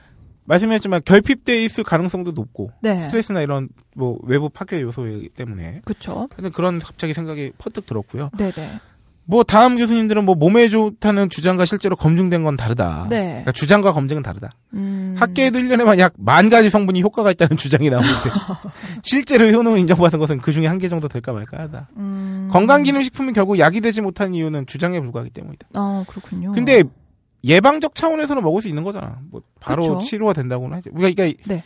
S4: 말씀했지만 결핍돼 있을 가능성도 높고
S3: 네.
S4: 스트레스나 이런 뭐 외부 파괴 요소이기 때문에
S3: 그쵸.
S4: 하여튼 그런 갑자기 생각이 퍼뜩 들었고요.
S3: 네네.
S4: 뭐 다음 교수님들은 뭐 몸에 좋다는 주장과 실제로 검증된 건 다르다.
S3: 네.
S4: 그러니까 주장과 검증은 다르다.
S3: 음.
S4: 학계에도 1년에만 약 만 가지 성분이 효과가 있다는 주장이 나오는데 실제로 효능을 인정받은 것은 그 중에 한 개 정도 될까 말까 하다.
S3: 음.
S4: 건강기능식품이 결국 약이 되지 못한 이유는 주장에 불과하기 때문이다.
S3: 아, 그렇군요.
S4: 근데 예방적 차원에서는 먹을 수 있는 거잖아. 뭐 바로
S3: 그쵸.
S4: 치료가 된다고는 하지. 우리가 그러니까
S3: 네.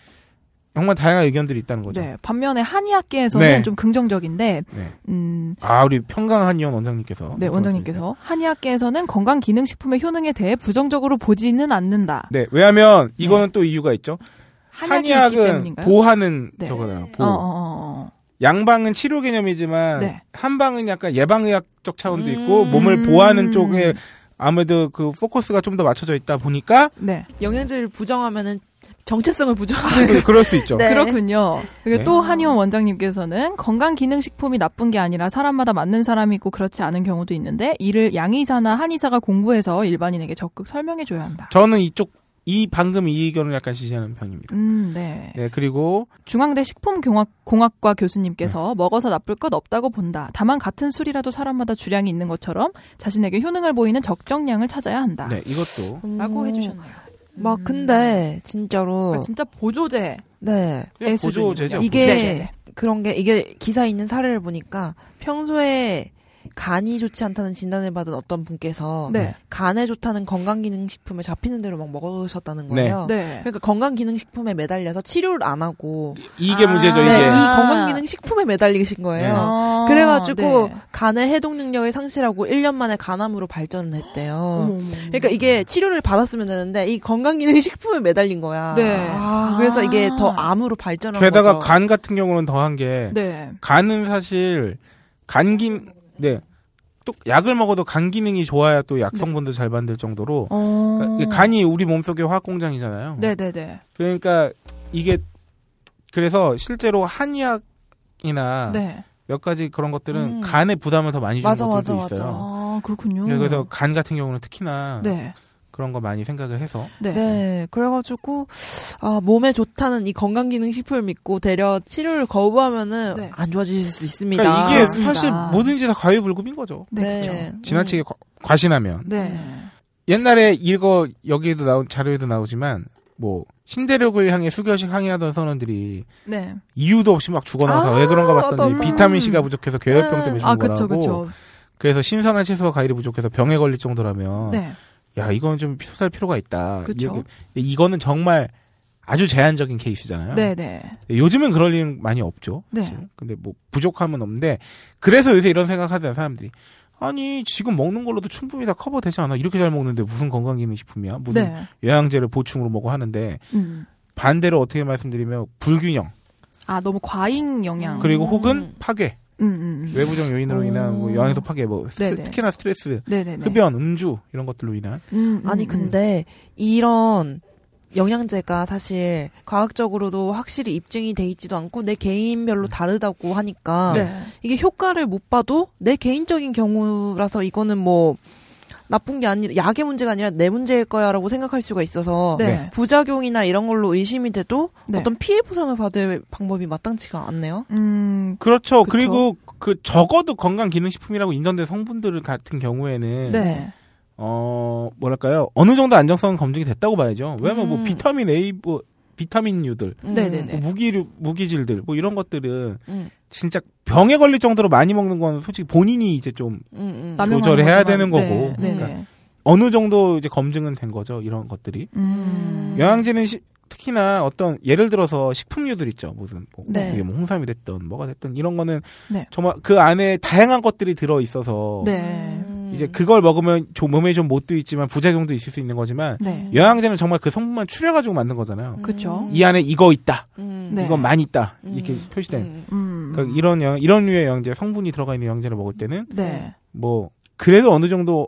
S4: 정말 다양한 의견들이 있다는 거죠.
S3: 네. 반면에 한의학계에서는
S4: 네.
S3: 좀 긍정적인데,
S4: 네.
S3: 음,
S4: 아 우리 평강한 의원 원장님께서
S3: 네, 원장님께서 한의학계에서는 건강기능식품의 효능에 대해 부정적으로 보지는 않는다.
S4: 네 왜냐하면 이거는 또 이유가 있죠.
S3: 한의학이 있기
S4: 한의학은
S3: 때문인가요?
S4: 보하는
S3: 네.
S4: 저거잖아요. 보.
S3: 어, 어, 어,
S4: 양방은 치료 개념이지만
S3: 네.
S4: 한방은 약간 예방의학적 차원도 있고
S5: 음.
S4: 몸을 보하는 쪽에 아무래도 그 포커스가 좀 더 맞춰져 있다 보니까
S3: 어. 네.
S5: 영양제를 부정하면은 정체성을 부정하는
S4: 그- 그럴 수 있죠.
S7: 네.
S3: 그렇군요. 그리고
S4: 네.
S3: 또 한의원 원장님께서는 건강기능식품이 나쁜 게 아니라 사람마다 맞는 사람이 있고 그렇지 않은 경우도 있는데 이를 양의사나 한의사가 공부해서 일반인에게 적극 설명해줘야 한다.
S4: 저는 이쪽 이 방금 이 의견을 약간 지지하는 편입니다.
S3: 음, 네.
S4: 네 그리고
S3: 중앙대 식품공학과
S4: 네.
S3: 교수님께서 먹어서 나쁠 것 없다고 본다. 다만 같은 술이라도 사람마다 주량이 있는 것처럼 자신에게 효능을 보이는 적정량을 찾아야 한다.
S4: 네 이것도
S5: 음.
S3: 라고 해주셨네요.
S5: 막 근데 음. 아, 진짜로
S3: 그러니까 진짜 보조제.
S5: 네.
S4: 그냥
S3: 수준이군요.
S4: 보조제죠.
S5: 이게
S4: 보조제.
S5: 그런 게 이게 기사에 있는 사례를 보니까 평소에 간이 좋지 않다는 진단을 받은 어떤 분께서
S3: 네.
S5: 간에 좋다는 건강기능식품을 잡히는 대로 막 먹으셨다는 거예요.
S3: 네.
S5: 그러니까 건강기능식품에 매달려서 치료를 안 하고
S4: 이게 문제죠
S3: 아,
S5: 네,
S4: 이게
S5: 이 건강기능식품에 매달리신 거예요.
S3: 아,
S5: 어. 그래가지고
S3: 네.
S5: 간의 해독 능력이 상실하고 1년 만에 간암으로 발전을
S3: 어머,
S5: 했대요.
S3: 어머, 어머.
S5: 그러니까 이게 치료를 받았으면 되는데 이 건강기능식품에 매달린 거야.
S3: 네.
S5: 아, 그래서 이게
S3: 아.
S5: 더 암으로 발전한
S4: 게다가
S5: 거죠.
S4: 간 같은 경우는 더한 게
S3: 네.
S4: 간은 사실 간기 네또 약을 먹어도 간 기능이 좋아야
S3: 네.
S4: 또 약 성분도 잘 만들 정도로
S3: 어.
S4: 그러니까 이게 간이 우리 몸속의 화학 공장이잖아요.
S3: 네네네.
S4: 그러니까 이게 그래서 실제로 한의학이나 아.
S3: 네.
S4: 몇 가지 그런 것들은
S5: 음.
S4: 간에 부담을 더 많이 주는
S5: 맞아,
S4: 것들도
S5: 맞아,
S4: 있어요. 네,
S5: 맞아.
S3: 아, 그렇군요.
S4: 그래서 간 같은 경우는 특히나
S3: 네.
S4: 그런 거 많이 생각을 해서
S3: 네.
S5: 네, 그래가지고 아, 몸에 좋다는 이 건강기능식품을 믿고 대려 치료를 거부하면은
S3: 네.
S5: 안 좋아지실 수 있습니다.
S4: 그러니까 이게
S3: 맞습니다.
S4: 사실 뭐든지 다 과유불급인 거죠.
S3: 네,
S5: 네.
S4: 지나치게 과- 과신하면
S3: 네.
S4: 옛날에 이거 여기에도 나온 자료에도 나오지만 뭐 신대륙을 향해 수교식 항의하던 선원들이
S3: 네.
S4: 이유도 없이 막 죽어나서
S3: 아,
S4: 왜 그런가 봤더니
S3: 어떤-
S4: 비타민 C가 부족해서
S5: 네.
S4: 괴혈병 때문에 죽은
S3: 아,
S4: 거라고.
S3: 그쵸, 그쵸.
S4: 그래서 신선한 채소와 과일이 부족해서 병에 걸릴 정도라면
S3: 네.
S4: 야 이건 좀 수사할 필요가 있다.
S3: 그쵸.
S4: 이렇게- 근데 이거는 정말 아주 제한적인 케이스잖아요.
S3: 네, 네.
S4: 요즘은 그럴 일은 많이 없죠.
S3: 네.
S4: 사실. 근데 뭐 부족함은 없는데 그래서 요새 이런 생각하잖아요 사람들이. 아니 지금 먹는 걸로도 충분히 다 커버되지 않아? 이렇게 잘 먹는데 무슨 건강기능식품이야? 무슨
S3: 네.
S4: 영양제를 보충으로 먹고 하는데
S3: 음.
S4: 반대로 어떻게 말씀드리면 불균형
S3: 아, 너무 과잉 영양.
S4: 그리고
S5: 음.
S4: 혹은 파괴
S3: 음, 음. 음.
S4: 외부적 요인으로
S5: 오.
S4: 인한 뭐 영양소 파괴 뭐 스-
S3: 네네.
S4: 특히나 스트레스
S3: 네네네.
S4: 흡연 음주 이런 것들로 인한
S3: 음, 음,
S5: 아니
S3: 음.
S5: 근데 이런 영양제가 사실 과학적으로도 확실히 입증이 돼 있지도 않고 내 개인별로 다르다고 하니까
S3: 음. 네.
S5: 이게 효과를 못 봐도 내 개인적인 경우라서 이거는 뭐 나쁜 게 아니라 약의 문제가 아니라 내 문제일 거야라고 생각할 수가 있어서
S3: 네.
S5: 부작용이나 이런 걸로 의심이 돼도
S3: 네.
S5: 어떤 피해 보상을 받을 방법이 마땅치가 않네요.
S3: 음.
S4: 그렇죠
S3: 그쵸.
S4: 그리고그 적어도 건강 기능식품이라고 인정된 성분들 같은 경우에는
S3: 네.
S4: 어 뭐랄까요 어느 정도 안정성 은 검증이 됐다고 봐야죠 왜냐면 뭐
S5: 음.
S4: 비타민 A 뭐 비타민류들
S5: 음.
S3: 네네네.
S4: 뭐 무기류 무기질들 뭐 이런 것들은
S5: 음.
S4: 진짜 병에 걸릴 정도로 많이 먹는 건 솔직히 본인이 이제 좀
S5: 음, 음.
S3: 남용하는
S4: 조절해야
S3: 거지만,
S4: 되는 거고.
S3: 네, 네,
S5: 그러니까.
S3: 네.
S4: 어느 정도 이제 검증은 된 거죠 이런 것들이
S3: 음.
S4: 영양제는 시- 특히나 어떤 예를 들어서 식품류들 있죠 무슨 뭐,
S5: 네.
S4: 그게 뭐 홍삼이 됐든 뭐가 됐든 이런 거는
S3: 네.
S4: 정말 그 안에 다양한 것들이 들어 있어서
S3: 네.
S5: 음.
S4: 이제 그걸 먹으면 좀 몸에 좀 못도 있지만 부작용도 있을 수 있는 거지만
S5: 음.
S3: 네.
S4: 영양제는 정말 그 성분만 추려가지고 만든 거잖아요.
S3: 그쵸.
S4: 이 안에 이거 있다,
S5: 음.
S3: 네.
S4: 이거 많이 있다
S5: 음.
S4: 이렇게 표시된
S5: 음.
S3: 음.
S4: 그러니까 이런 영, 이런 류의 영양제 성분이 들어가 있는 영양제를 먹을 때는
S3: 네.
S4: 뭐 그래도 어느 정도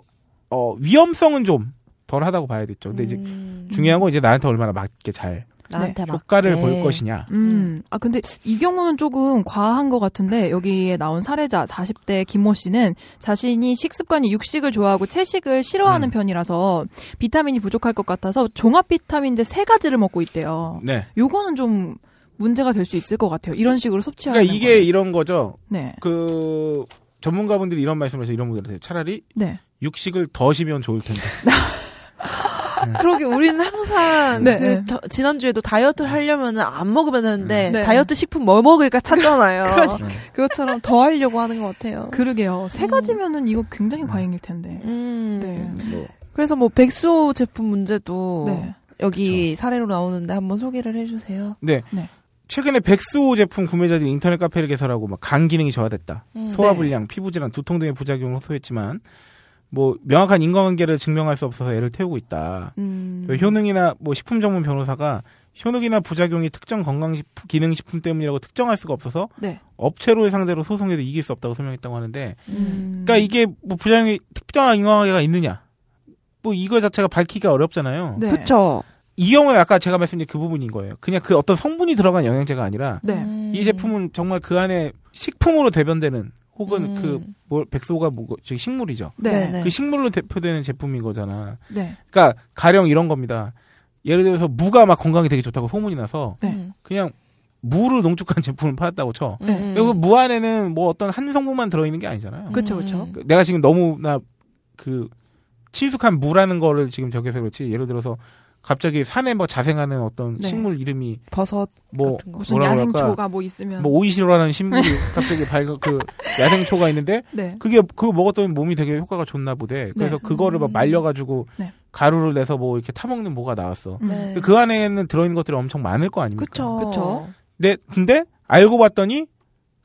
S4: 어, 위험성은 좀 덜하다고 봐야겠죠. 근데 이제
S5: 음.
S4: 중요한 건 이제 나한테 얼마나 맞게 잘
S5: 나한테 맞게.
S4: 효과를 볼 것이냐.
S3: 음. 아, 근데 이 경우는 조금 과한 것 같은데, 여기에 나온 사례자 40대 김모 씨는 자신이 식습관이 육식을 좋아하고 채식을 싫어하는
S4: 음.
S3: 편이라서 비타민이 부족할 것 같아서 종합 비타민제 세 가지를 먹고 있대요.
S4: 네.
S3: 요거는 좀 문제가 될 수 있을 것 같아요. 이런 식으로 섭취하는
S4: 그러니까 이게
S3: 거는.
S4: 이런 거죠.
S3: 네.
S4: 그 전문가분들이 이런 말씀을 해서 이런 분들한테 차라리
S3: 네.
S4: 육식을 더 쉬면 좋을 텐데. 네.
S5: 그러게 우리는 항상
S3: 네.
S5: 그 저- 지난주에도 다이어트를 하려면 안
S4: 음.
S5: 먹으면 되는데
S3: 네.
S5: 다이어트 식품 뭘 먹을까 찾잖아요.
S4: 그러니까.
S5: 그것처럼더 하려고 하는 것
S4: 어.
S5: 같아요.
S3: 그러게요. 세
S4: 음.
S3: 가지면은 이거 굉장히 과잉일 텐데.
S5: 음.
S3: 네.
S4: 뭐.
S5: 그래서 뭐 백수 제품 문제도
S3: 네.
S5: 여기 사례로 나오는데 한번 소개를 해주세요.
S4: 네.
S3: 네.
S4: 최근에 백수호 제품 구매자들이 인터넷 카페를 개설하고 막 간 기능이 저하됐다.
S5: 음.
S3: 네.
S4: 소화 불량, 피부 질환, 두통 등의 부작용을 호소했지만 뭐 명확한 인과관계를 증명할 수 없어서 애를 태우고 있다.
S3: 음.
S4: 또그 효능이나 뭐 식품 전문 변호사가 효능이나 부작용이 특정 건강 기능 식품 때문이라고 특정할 수가 없어서
S3: 네.
S4: 업체로의 상대로 소송에도 이길 수 없다고 설명했다고 하는데
S5: 네.
S3: 음.
S4: 그러니까 이게 뭐 부작용이 특정한 인과관계가 있느냐? 뭐 이거 자체가 밝히기가 어렵잖아요.
S3: 네.
S5: 그쵸?
S4: 이 경우는 아까 제가 말씀드린 그 부분인 거예요. 그냥 그 어떤 성분이 들어간 영양제가 아니라
S3: 네.
S5: 음.
S4: 이 제품은 정말 그 안에 식품으로 대변되는 혹은
S5: 음.
S4: 그 뭐, 백소가 뭐고 즉 식물이죠.
S3: 네.
S5: 네네.
S4: 그 식물로 대표되는 제품인 거잖아.
S3: 네.
S4: 그러니까 가령 이런 겁니다. 예를 들어서 무가 막 건강에 되게 좋다고 소문이 나서
S3: 네.
S5: 음.
S4: 그냥 무를 농축한 제품을 팔았다고 쳐.
S5: 음.
S3: 네.
S4: 그리고 무 안에는 뭐 어떤 한 성분만 들어있는 게 아니잖아요.
S3: 그쵸,
S5: 음.
S3: 그쵸.
S4: 그러니까 내가 지금 너무나 그 친숙한 무라는 거를 지금 적용해서 그렇지. 예를 들어서 갑자기 산에 막 자생하는 어떤
S3: 네.
S4: 식물 이름이
S5: 버섯
S4: 뭐
S5: 같은 거.
S3: 무슨
S4: 뭐라 그럴까?
S3: 야생초가 뭐 있으면
S4: 뭐 오이시로라는 식물이
S5: 네.
S4: 갑자기 발견 그 야생초가 있는데
S3: 네.
S4: 그게 그거 먹었더니 몸이 되게 효과가 좋나 보대. 그래서
S3: 네.
S4: 그거를 막
S5: 음.
S4: 말려가지고
S3: 네.
S4: 가루를 내서 뭐 이렇게 타먹는 뭐가 나왔어.
S3: 음.
S5: 네. 어.
S4: 근데 그 안에는 들어있는 것들이 엄청 많을 거 아닙니까?
S5: 그쵸.
S3: 그쵸.
S4: 근데, 근데 알고 봤더니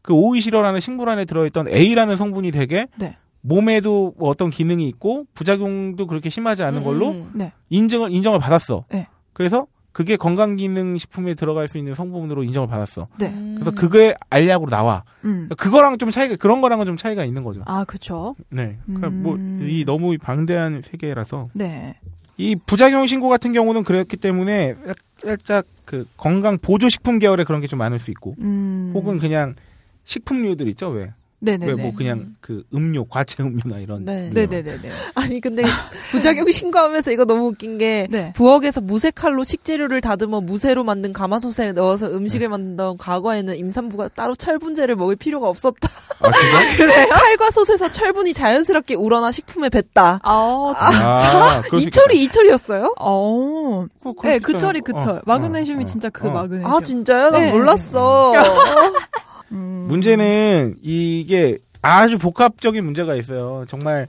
S4: 그 오이시로라는 식물 안에 들어있던 A라는 성분이 되게
S3: 네.
S4: 몸에도 뭐 어떤 기능이 있고 부작용도 그렇게 심하지 않은 걸로
S5: 음.
S4: 인증을 인정을 받았어.
S3: 네.
S4: 그래서 그게 건강기능식품에 들어갈 수 있는 성분으로 인정을 받았어.
S3: 네.
S4: 그래서
S5: 음.
S4: 그게 알약으로 나와.
S3: 음.
S4: 그거랑 좀 차이가 그런 거랑은 좀 차이가 있는 거죠.
S3: 아, 그쵸.
S4: 네.
S3: 그러니까 음. 뭐,
S4: 뭐이
S3: 이
S4: 너무 방대한 세계라서
S3: 네.
S4: 이 부작용 신고 같은 경우는 그렇기 때문에 살짝 그 건강 보조 식품 계열의 그런 게 좀 많을 수 있고
S3: 음.
S4: 혹은 그냥 식품류들 있죠 왜
S3: 네네네.
S4: 왜 뭐 그냥 그 음료 과체 음료나 이런
S5: 네.
S4: 음료.
S3: 네네네네.
S5: 아니 근데 부작용 신고하면서 이거 너무 웃긴 게
S3: 네.
S5: 부엌에서 무쇠칼로 식재료를 다듬어 무쇠로 만든 가마솥에 넣어서
S4: 네.
S5: 음식을 만든 과거에는 임산부가 따로 철분제를 먹을 필요가 없었다.
S4: 아 진짜?
S5: 칼과 솥에서 철분이 자연스럽게 우러나 식품에 뱄다.
S3: 아,
S4: 아, 그럴 수 있겠다.
S5: 이철이 이철이었어요?
S3: 어.
S4: 그-
S3: 네,
S4: 그럴 수 있잖아요.
S3: 그 철이 그
S4: 어,
S3: 철.
S4: 어,
S3: 마그네슘이
S4: 어,
S3: 진짜 그
S4: 어.
S3: 마그네슘.
S5: 아 진짜요? 난
S3: 네.
S5: 몰랐어.
S3: 음.
S4: 문제는 이게 아주 복합적인 문제가 있어요. 정말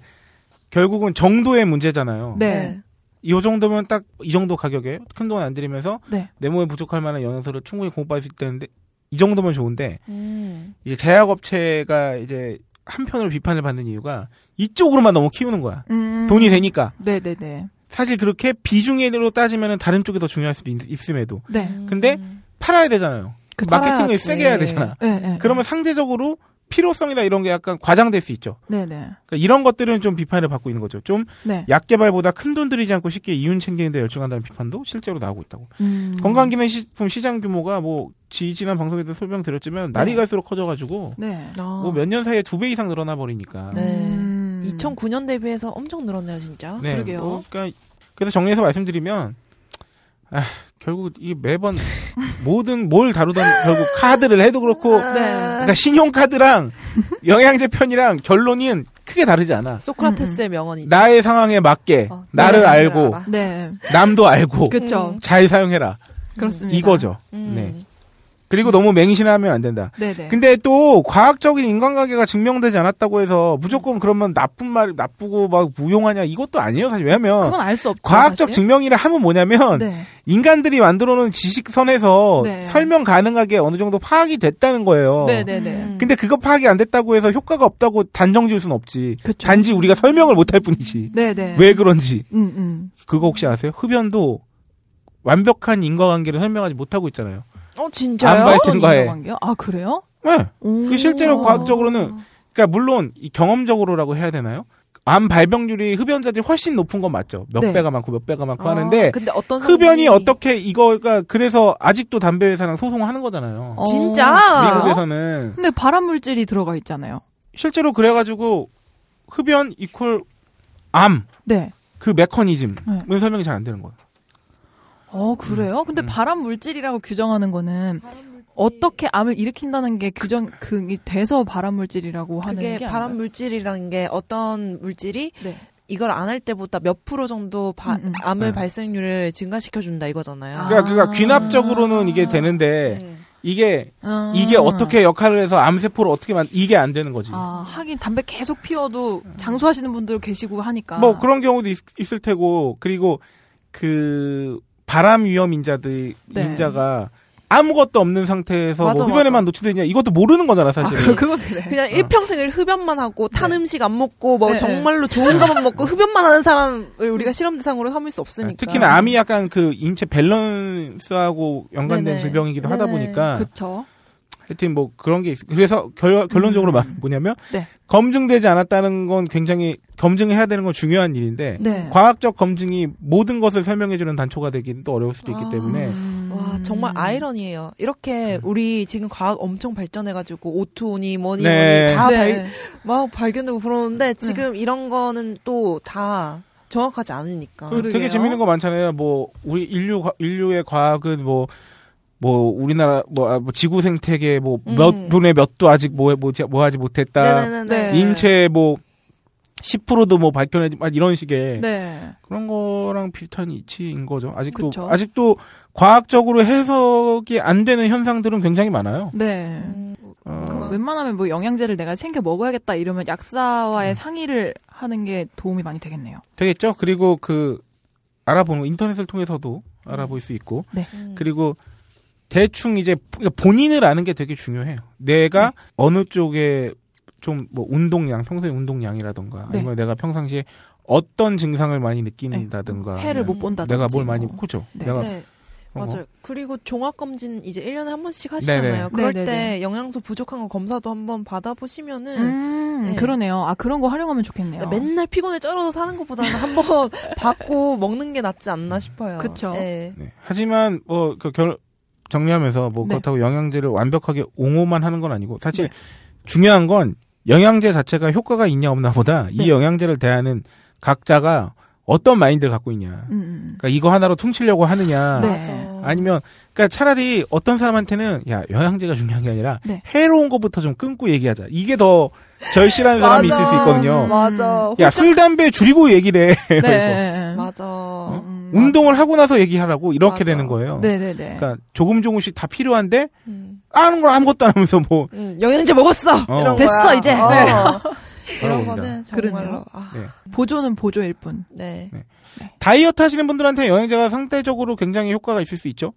S4: 결국은 정도의 문제잖아요.
S3: 네.
S4: 이 정도면 딱 이 정도 가격에 큰 돈 안 들이면서
S3: 네.
S4: 내 몸에 부족할 만한 영양소를 충분히 공급할 수 있다는데 이 정도면 좋은데
S5: 음.
S4: 이제 제약업체가 이제 한편으로 비판을 받는 이유가 이쪽으로만 너무 키우는 거야.
S3: 음.
S4: 돈이 되니까
S3: 네네네.
S4: 사실 그렇게 비중으로 따지면 다른 쪽이 더 중요할 수도 있, 있음에도
S3: 네.
S4: 근데 팔아야 되잖아요.
S5: 그
S4: 마케팅을
S5: 팔아야지.
S4: 세게 해야 되잖아.
S3: 네, 네.
S4: 그러면 상대적으로 필요성이나 이런 게 약간 과장될 수 있죠.
S3: 네네.
S4: 그러니까 이런 것들은 좀 비판을 받고 있는 거죠. 좀 약
S3: 네.
S4: 개발보다 큰 돈 들이지 않고 쉽게 이윤 챙기는데 열중한다는 비판도 실제로 나오고 있다고.
S3: 음.
S4: 건강기능식품 시장 규모가 뭐 지- 지난 방송에도 설명드렸지만 날이
S3: 네.
S4: 갈수록 커져가지고
S3: 네.
S5: 아,
S4: 뭐 몇 년 사이에 두 배 이상 늘어나 버리니까.
S5: 네.
S3: 음.
S5: 2009년 대비해서 엄청 늘었네요, 진짜.
S4: 네,
S3: 아, 그러게요.
S4: 뭐, 그러니까 그래서 정리해서 말씀드리면 아, 결국 이 매번 모든 뭘 다루던 결국 카드를 해도 그렇고
S3: 네.
S4: 그러니까 신용카드랑 영양제 편이랑 결론은 크게 다르지 않아. 음,
S5: 소크라테스의 명언이죠.
S4: 나의 상황에 맞게
S5: 어,
S4: 나를
S5: 나의
S4: 알고
S5: 알아.
S3: 네.
S4: 남도 알고
S3: 그렇죠.
S5: 음.
S4: 잘 사용해라
S3: 그렇습니다.
S4: 이거죠.
S5: 음.
S4: 네. 그리고 너무 맹신하면 안 된다.
S3: 네네.
S4: 근데 또 과학적인 인간관계가 증명되지 않았다고 해서 무조건 그러면 나쁜 말 나쁘고 막 무용하냐 이것도 아니에요 사실 왜냐면
S3: 그건 알 수 없죠.
S4: 어, 과학적
S3: 사실.
S4: 증명이라 하면 뭐냐면
S3: 네.
S4: 인간들이 만들어놓은 지식선에서
S3: 네.
S4: 설명 가능하게 어느 정도 파악이 됐다는 거예요.
S3: 네네네.
S5: 음.
S4: 근데 그거 파악이 안 됐다고 해서 효과가 없다고 단정 지을 순 없지.
S3: 그쵸.
S4: 단지 우리가 설명을 못할 뿐이지.
S3: 네네.
S4: 왜 그런지
S3: 음, 음.
S4: 그거 혹시 아세요? 흡연도 완벽한 인과관계를 설명하지 못하고 있잖아요.
S5: 어, 진짜요?
S4: 안 발생- 발생과에.
S3: 어떤 인과관계요? 아, 그래요?
S4: 네.
S3: 오.
S4: 그 실제로 과학적으로는 그러니까 물론 이 경험적으로라고 해야 되나요? 암 발병률이 흡연자들이 훨씬 높은 건 맞죠. 몇
S3: 네. 그
S4: 배가 많고 몇 배가 많고
S5: 아,
S4: 하는데
S5: 근데 어떤
S4: 흡연이
S5: 성분이-
S4: 어떻게 이거가 그래서 아직도 담배 회사랑 소송하는 거잖아요.
S3: 어.
S5: 진짜
S4: 미국에서는
S3: 근데 발암 물질이 들어가 있잖아요.
S4: 실제로 그래가지고 흡연 이퀄 암 그
S3: 네.
S4: 메커니즘은
S3: 네.
S4: 설명이 잘 안 되는 거예요.
S3: 어, 그래요? 근데
S4: 음.
S3: 발암 물질이라고 규정하는 거는
S5: 아, 어, 네.
S3: 어떻게 암을 일으킨다는 게 규정 그이 돼서 발암 물질이라고 하는
S5: 그게
S3: 게
S5: 발암
S3: 아닌가요?
S5: 물질이라는 게 어떤 물질이
S3: 네.
S5: 이걸 안 할 때보다 몇 프로 정도 바-
S3: 음, 음.
S5: 암을
S4: 네.
S5: 발생률을 증가시켜 준다 이거잖아요.
S4: 그러니까,
S3: 아. 네.
S4: 그러니까 귀납적으로는 이게 되는데
S5: 음.
S4: 이게
S3: 아.
S4: 이게 어떻게 역할을 해서 암세포를 어떻게 만 이게 안 되는 거지.
S3: 아, 하긴 담배 계속 피워도 장수하시는 분들 계시고
S5: 그러니까.
S3: 하니까.
S4: 뭐 그런 경우도 있, 을 테고 그리고 그 바람 위험 인자들
S3: 네.
S4: 인자가 아무것도 없는 상태에서
S5: 맞아,
S4: 뭐 흡연에만
S5: 맞아.
S4: 노출되냐 이것도 모르는 거잖아
S3: 아, 그-
S4: 사실은.
S3: 그건 그래.
S5: 그냥 일평생을 흡연만 하고 탄 음식 안 먹고 뭐
S3: 네,
S5: 정말로 좋은 것만 먹고 흡연만 하는 사람을 우리가 실험 대상으로 삼을 수 없으니까.
S4: 네, 특히나 암이 약간 그 인체 밸런스하고 연관된
S5: 네네.
S4: 질병이기도 하다
S5: 네네.
S4: 보니까
S3: 그쵸.
S4: 하여튼 뭐 그런 게 있, 그래서 결,
S5: 음.
S4: 결론적으로 말 뭐냐면
S3: 네.
S4: 검증되지 않았다는 건 굉장히 검증해야 되는 건 중요한 일인데
S3: 네.
S4: 과학적 검증이 모든 것을 설명해주는 단초가 되기는 또 어려울 수도 있기
S5: 아.
S4: 때문에
S3: 음.
S5: 와 정말 아이러니예요.
S4: 네.
S5: 이렇게 우리 지금 과학 엄청 발전해가지고 오토니 뭐니
S4: 네.
S5: 뭐니 다
S3: 네.
S5: 발, 막 발견되고 그러는데 지금 이런 거는 또 다 정확하지 않으니까.
S4: 그 되게
S3: 그러게요.
S4: 재밌는 거 많잖아요. 뭐 우리 인류 과- 인류의 과학은 뭐 뭐 우리나라 뭐, 아, 뭐 지구 생태계 뭐 몇
S5: 음.
S4: 분의 몇도 아직 뭐뭐 뭐, 뭐 하지 못했다.
S5: 네네네.
S3: 네.
S4: 인체 뭐 10%도 뭐 밝혀내지 막 이런 식의
S3: 네.
S4: 그런 거랑 비슷한 이치인 거죠. 아직도
S3: 그쵸.
S4: 아직도 과학적으로 해석이 안 되는 현상들은 굉장히 많아요.
S3: 네.
S5: 음,
S4: 어,
S3: 그럼 웬만하면 뭐 영양제를 내가 챙겨 먹어야겠다 이러면 약사와의 상의를 하는 게 도움이 많이 되겠네요.
S4: 되겠죠. 그리고 그 알아보는 거, 인터넷을 통해서도 알아볼 수 있고
S3: 음.
S5: 음.
S4: 그리고 대충 이제 그러니까 본인을 아는 게 되게 중요해요. 내가
S3: 네.
S4: 어느 쪽에 좀 뭐 운동량, 평소에 운동량이라던가
S3: 네.
S4: 아니면 내가 평상시에 어떤 증상을 많이 느낀다든가
S3: 네. 해를 못 본다든지.
S4: 그러니까 내가 뭘 많이
S3: 뭐.
S4: 그죠?
S3: 네.
S4: 내가
S5: 네.
S4: 어,
S5: 맞아요. 그리고 종합검진 이제 1년에 한 번씩
S4: 네네.
S5: 하시잖아요. 그럴
S3: 네네네.
S5: 때 영양소 부족한 거 검사도 한번 받아보시면은
S3: 음,
S5: 네.
S3: 그러네요. 그러니까 아, 그런 거 활용하면 좋겠네요.
S5: 맨날 피곤해 쩔어서 사는 것보다는 한번 받고 먹는 게 낫지 않나 싶어요.
S3: 그쵸.
S5: 네.
S4: 네. 하지만 뭐 그 결 정리하면서 뭐
S3: 네.
S4: 그렇다고 영양제를 완벽하게 옹호만 하는 건 아니고 사실
S3: 네.
S4: 중요한 건 영양제 자체가 효과가 있냐 없나 보다 이
S3: 네.
S4: 영양제를 대하는 각자가 어떤 마인드를 갖고 있냐.
S3: 음, 음.
S4: 그러니까 이거 하나로 퉁치려고 하느냐.
S3: 네.
S4: 아니면 그러니까 차라리 어떤 사람한테는 야 영양제가 중요한 게 아니라
S3: 네.
S4: 해로운 것부터 좀 끊고 얘기하자. 이게 더 절실한 사람이 있을 수 있거든요.
S5: 음, 맞아.
S4: 야 술 담배 줄이고 얘기를 해.
S3: 네.
S5: 맞아.
S4: 어?
S3: 음.
S4: 운동을 하고 나서 얘기하라고 이렇게
S5: 맞아.
S4: 되는 거예요.
S3: 네네네.
S4: 그러니까 조금 조금씩 다 필요한데
S5: 음.
S4: 아는 걸 아무것도 안 하면서 뭐
S5: 음, 영양제 먹었어.
S4: 어.
S5: 이런
S3: 됐어,
S5: 거야.
S3: 이제.
S5: 어.
S3: 네.
S4: 바로
S5: 이런
S4: 옵니다.
S3: 그러네요.
S5: 거는 정말로 아,
S4: 네.
S3: 보조는 보조일 뿐.
S5: 네.
S4: 다이어트 하시는 분들한테 영양제가 상대적으로 굉장히 효과가 있을 수 있죠.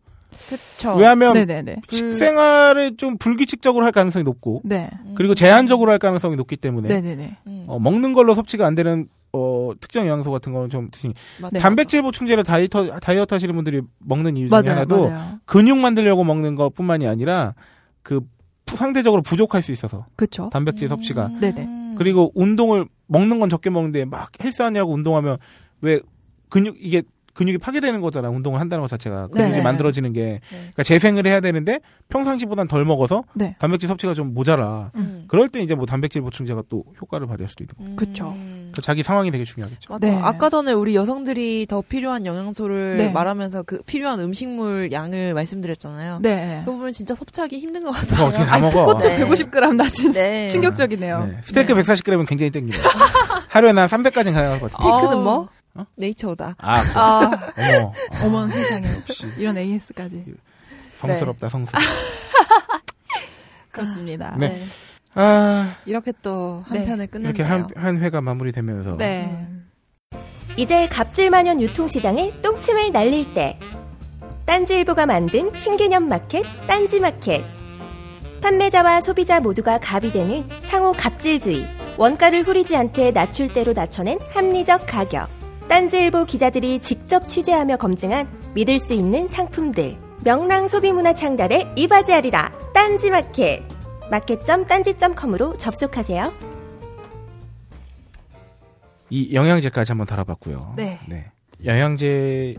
S5: 그쵸.
S4: 왜냐하면
S3: 네네네.
S4: 식생활을 좀 불규칙적으로 할 가능성이 높고
S3: 네.
S4: 그리고 제한적으로 할 가능성이 높기 때문에
S3: 네네네.
S5: 음,
S4: 어, 먹는 걸로 섭취가 안 되는 어, 특정 영양소 같은 거는 좀 드시니
S5: 맞아.
S3: 네.
S4: 단백질 보충제를 다이어트 다이어트 하시는 분들이 먹는 이유 중에
S3: 맞아요.
S4: 하나도
S3: 맞아요.
S4: 근육 만들려고 먹는 것뿐만이 아니라 그 부- 상대적으로 부족할 수 있어서
S3: 그쵸.
S4: 단백질 섭취가
S5: 음.
S3: 네네.
S4: 그리고 운동을 먹는 건 적게 먹는데 막 헬스하냐고 운동하면 왜 근육 이게 근육이 파괴되는 거잖아 운동을 한다는 것 자체가 근육이
S5: 네네.
S4: 만들어지는 게 그러니까 재생을 해야 되는데 평상시보단 덜 먹어서
S3: 네.
S4: 단백질 섭취가 좀 모자라
S5: 음.
S4: 그럴 때 이제 뭐 단백질 보충제가 또 효과를 발휘할 수도 있는 거예요
S5: 음.
S3: 그쵸.
S4: 그러니까 자기 상황이 되게 중요하겠죠
S5: 맞아.
S3: 네.
S5: 아까 전에 우리 여성들이 더 필요한 영양소를
S3: 네.
S5: 말하면서 그 필요한 음식물 양을 말씀드렸잖아요.
S3: 네.
S5: 그 부분 진짜 섭취하기 힘든 것
S4: 그거
S5: 같아요.
S4: 어떻게 다
S3: 아니,
S4: 먹어
S3: 풋고추
S5: 네.
S3: 150g 나 진짜
S5: 네.
S3: 충격적이네요.
S4: 네. 스테이크 140g은 굉장히 땡깁니다 하루에 난 300까지는 가능할 것 같아요
S5: 테이크는 뭐?
S4: 어?
S5: 네이처다.
S4: 아 그래.
S3: 아,
S4: 어머 아,
S3: 어머 세상에.
S4: 역시
S3: 이런 AS까지.
S4: 성스럽다 성스럽다
S3: 그렇습니다.
S4: 네.
S5: 네.
S4: 아
S5: 이렇게 또 한
S3: 네.
S5: 편을 끝냈네요.
S4: 이렇게 한, 한 회가 마무리되면서
S3: 네.
S8: 이제 갑질만연 유통시장에 똥침을 날릴 때 딴지일보가 만든 신개념 마켓 딴지마켓 판매자와 소비자 모두가 갑이 되는 상호 갑질주의 원가를 후리지 않게 낮출대로 낮춰낸 합리적 가격 딴지일보 기자들이 직접 취재하며 검증한 믿을 수 있는 상품들 명랑 소비문화 창달에 이바지하리라 딴지마켓 마켓.딴지.com으로 접속하세요
S4: 이 영양제까지 한번 다뤄봤고요.
S3: 네.
S4: 영양제의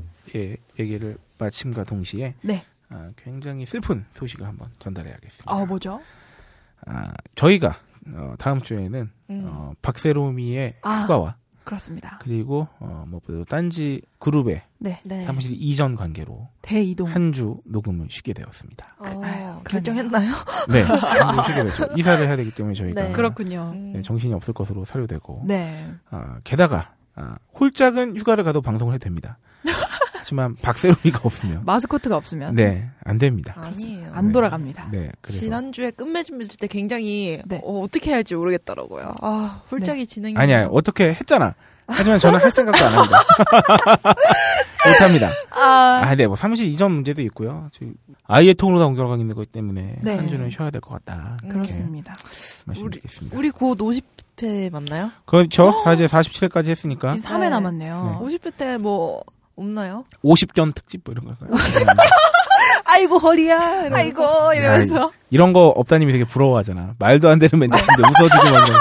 S4: 얘기를 마침과 동시에
S3: 네.
S4: 아, 굉장히 슬픈 소식을 한번 전달해야겠습니다.
S3: 아, 뭐죠?
S4: 아, 저희가 어, 다음 주에는
S5: 음.
S4: 어, 박세롬이의
S3: 아.
S4: 휴가와
S3: 그렇습니다.
S4: 그리고 어, 무엇보다도 딴지 그룹의
S3: 네.
S5: 네.
S4: 사무실 이전 관계로
S3: 대이동.
S4: 한 주 녹음을 쉬게 되었습니다.
S5: 어,
S3: 아유,
S5: 결정했나요?
S4: 네, 한주 쉬게 됐죠. 이사를 해야 되기 때문에 저희가
S5: 네.
S3: 그렇군요.
S5: 음.
S4: 네, 정신이 없을 것으로 사료되고
S3: 네.
S4: 아, 게다가 아, 홀짝은 휴가를 가도 방송을 해도 됩니다. 하지만 박세롬이가 없으면
S3: 마스코트가 없으면
S4: 네, 안 됩니다.
S5: 아니에요.
S3: 안
S4: 네.
S3: 돌아갑니다.
S4: 네, 그래서
S5: 지난주에 끝맺음 맺을 때 굉장히
S3: 네.
S5: 어, 떻게 해야 할지 모르겠더라고요. 아, 홀짝이 진행이
S4: 아니야 어떻게 했잖아. 하지만 저는 할 생각도 안 합니다. 못합니다.
S3: 아,
S4: 아, 네, 뭐 사무실 이전 문제도 있고요. 지금 아예 통으로 다 옮겨가는 거기 때문에
S3: 네. 음,
S4: 한 주는 쉬어야 될 것 같다.
S3: 그렇습니다.
S4: 네. 말씀드리겠습니다.
S5: 우리 곧 50회 맞나요?
S4: 그렇죠.
S3: 어.
S4: 사제 47회까지 했으니까
S3: 이제 3회
S5: 네.
S3: 남았네요.
S5: 50회 때 뭐 없나요?
S4: 50견 특집 뭐 이런 걸까요?
S5: 아이고 허리야. 이러면서.
S3: 아이고 이러면서
S4: 이런 거 업다님이 되게 부러워하잖아. 말도 안 되는 멘트인데 웃어주고 완전.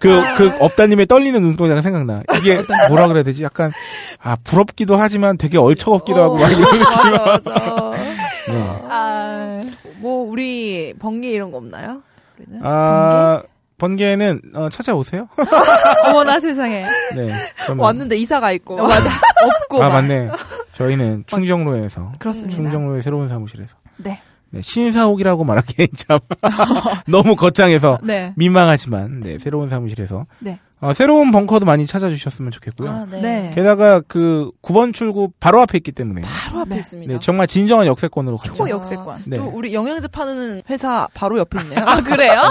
S4: 그, 그, 업다님의 떨리는 눈동자가 생각나. 이게 뭐라 그래야 되지? 약간, 아, 부럽기도 하지만 되게 얼척없기도 하고 막 이런 느낌.
S5: 맞아 맞아.
S4: 네.
S3: 아,
S5: 뭐 우리 번개 이런 거 없나요? 우리는?
S4: 아, 번개는, 어, 찾아오세요?
S3: 어머나 세상에
S4: 네. 그러면-
S5: 왔는데 이사가 있고.
S3: 맞아 없고
S4: 아,
S3: 막.
S4: 맞네. 저희는 충정로에서,
S3: 그렇습니다.
S4: 충정로의 새로운 사무실에서.
S3: 네,
S4: 네, 신사옥이라고 말하기엔 참, 너무 거창해서.
S3: 네,
S4: 민망하지만, 네, 새로운 사무실에서.
S3: 네.
S4: 어, 새로운 벙커도 많이 찾아주셨으면 좋겠고요.
S5: 아, 네.
S3: 네.
S4: 게다가 그 9번 출구 바로 앞에 있기 때문에
S5: 바로 앞에
S3: 네.
S5: 있습니다.
S4: 네, 정말 진정한 역세권으로 가죠.
S3: 초고 역세권.
S4: 네.
S5: 또 우리 영양제 파는 회사 바로 옆에 있네요.
S3: 아 그래요?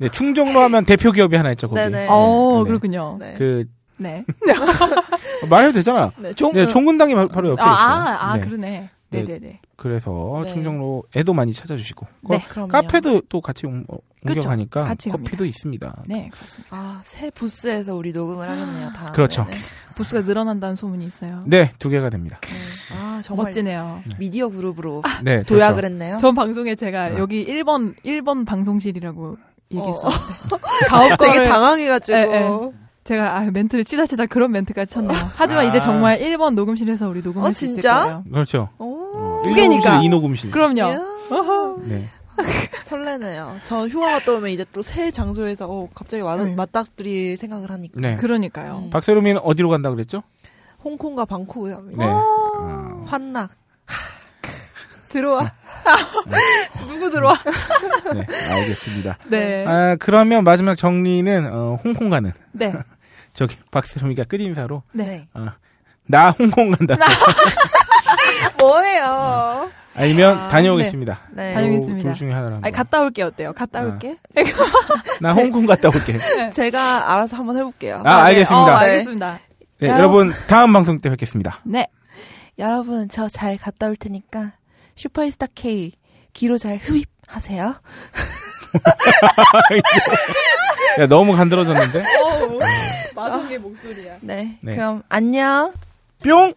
S4: 네. 네, 충정로 하면 대표 기업이 하나 있죠, 거기.
S5: 네네.
S3: 어
S4: 네.
S3: 그렇군요.
S5: 네.
S4: 그
S3: 네.
S4: 말해도 되잖아.
S5: 네, 종,
S4: 네, 종근당이 바- 바로 옆에
S3: 아,
S4: 있어요.
S3: 아, 아
S4: 네.
S3: 그러네.
S4: 네.
S3: 네네네.
S4: 그래서
S5: 네.
S4: 충정로에도 많이 찾아주시고
S3: 네.
S4: 거-
S5: 그럼요.
S4: 카페도 또 같이 옮, 어,
S3: 그쵸.
S4: 옮겨가니까
S3: 같이 갑니다.
S4: 커피도 있습니다.
S3: 네, 그렇습니다.
S5: 아, 새 부스에서 우리 녹음을 하겠네요. 다음에는.
S4: 그렇죠.
S3: 부스가 늘어난다는 소문이 있어요.
S4: 네, 두 개가 됩니다.
S5: 아, 정말
S3: 멋지네요.
S5: 미디어 그룹으로
S4: 네,
S5: 도약을
S4: 그렇죠.
S5: 했네요.
S3: 전 방송에 제가
S4: 네.
S3: 여기 1번 1번
S5: 어,
S3: 방송실이라고 얘기했었는데 가업 거를
S5: 되게 당황해가지고.
S3: 예, 예. 제가 아, 멘트를 치다 치다 그런 멘트까지 쳤네요. 하지만
S4: 아.
S3: 이제 정말 1번 녹음실에서 우리 녹음할
S5: 어,
S3: 수 있을
S5: 진짜?
S3: 거예요.
S4: 그렇죠.
S5: 오.
S4: 어,
S3: 두 개니까.
S4: 이녹음실.
S3: 그럼요.
S5: 이야.
S4: 네.
S5: 예, 설레네요. 저 휴가 갔다 오면 이제 또 새 장소에서 어, 갑자기 와,
S4: 음.
S3: 네.
S5: 맞닥뜨릴 생각을 하니까.
S4: 네.
S3: 그러니까요.
S5: 음.
S4: 박세롬이는 어디로 간다 그랬죠?
S5: 홍콩과 방콕에 갑니다.
S4: 네.
S3: 어.
S4: 아,
S5: 환락. 들어와.
S3: 누구 들어와?
S4: 네. 알겠습니다.
S3: 네.
S4: 아, 그러면 마지막 정리는 어, 홍콩 가는
S3: 네.
S4: 저기 박세롬이가 끝인사로
S3: 네.
S4: 어, 나 홍콩 간다.
S5: 아, 뭐예요?
S4: 아니면
S5: 아,
S4: 다녀오겠습니다.
S5: 네.
S4: 요
S3: 다녀오겠습니다.
S4: 둘 중에 하나로
S3: 아니,
S4: 한번.
S3: 갔다 올게 어때요? 갔다
S4: 아.
S3: 올게.
S4: 나 홍콩 갔다 올게.
S3: 네.
S5: 제가 알아서 한번 해볼게요.
S4: 아, 알겠습니다.
S3: 어,
S5: 네.
S3: 알겠습니다.
S4: 네,
S5: 야.
S4: 여러분 다음 방송 때 뵙겠습니다.
S3: 네.
S5: 여러분, 저 잘 갔다 올 테니까 슈퍼스타 K 귀로 잘 흡입하세요.
S4: 야 너무 간들어졌는데.
S3: 어우, 마성의 목소리야.
S5: 네.
S4: 네.
S5: 그럼 안녕.
S4: 뿅.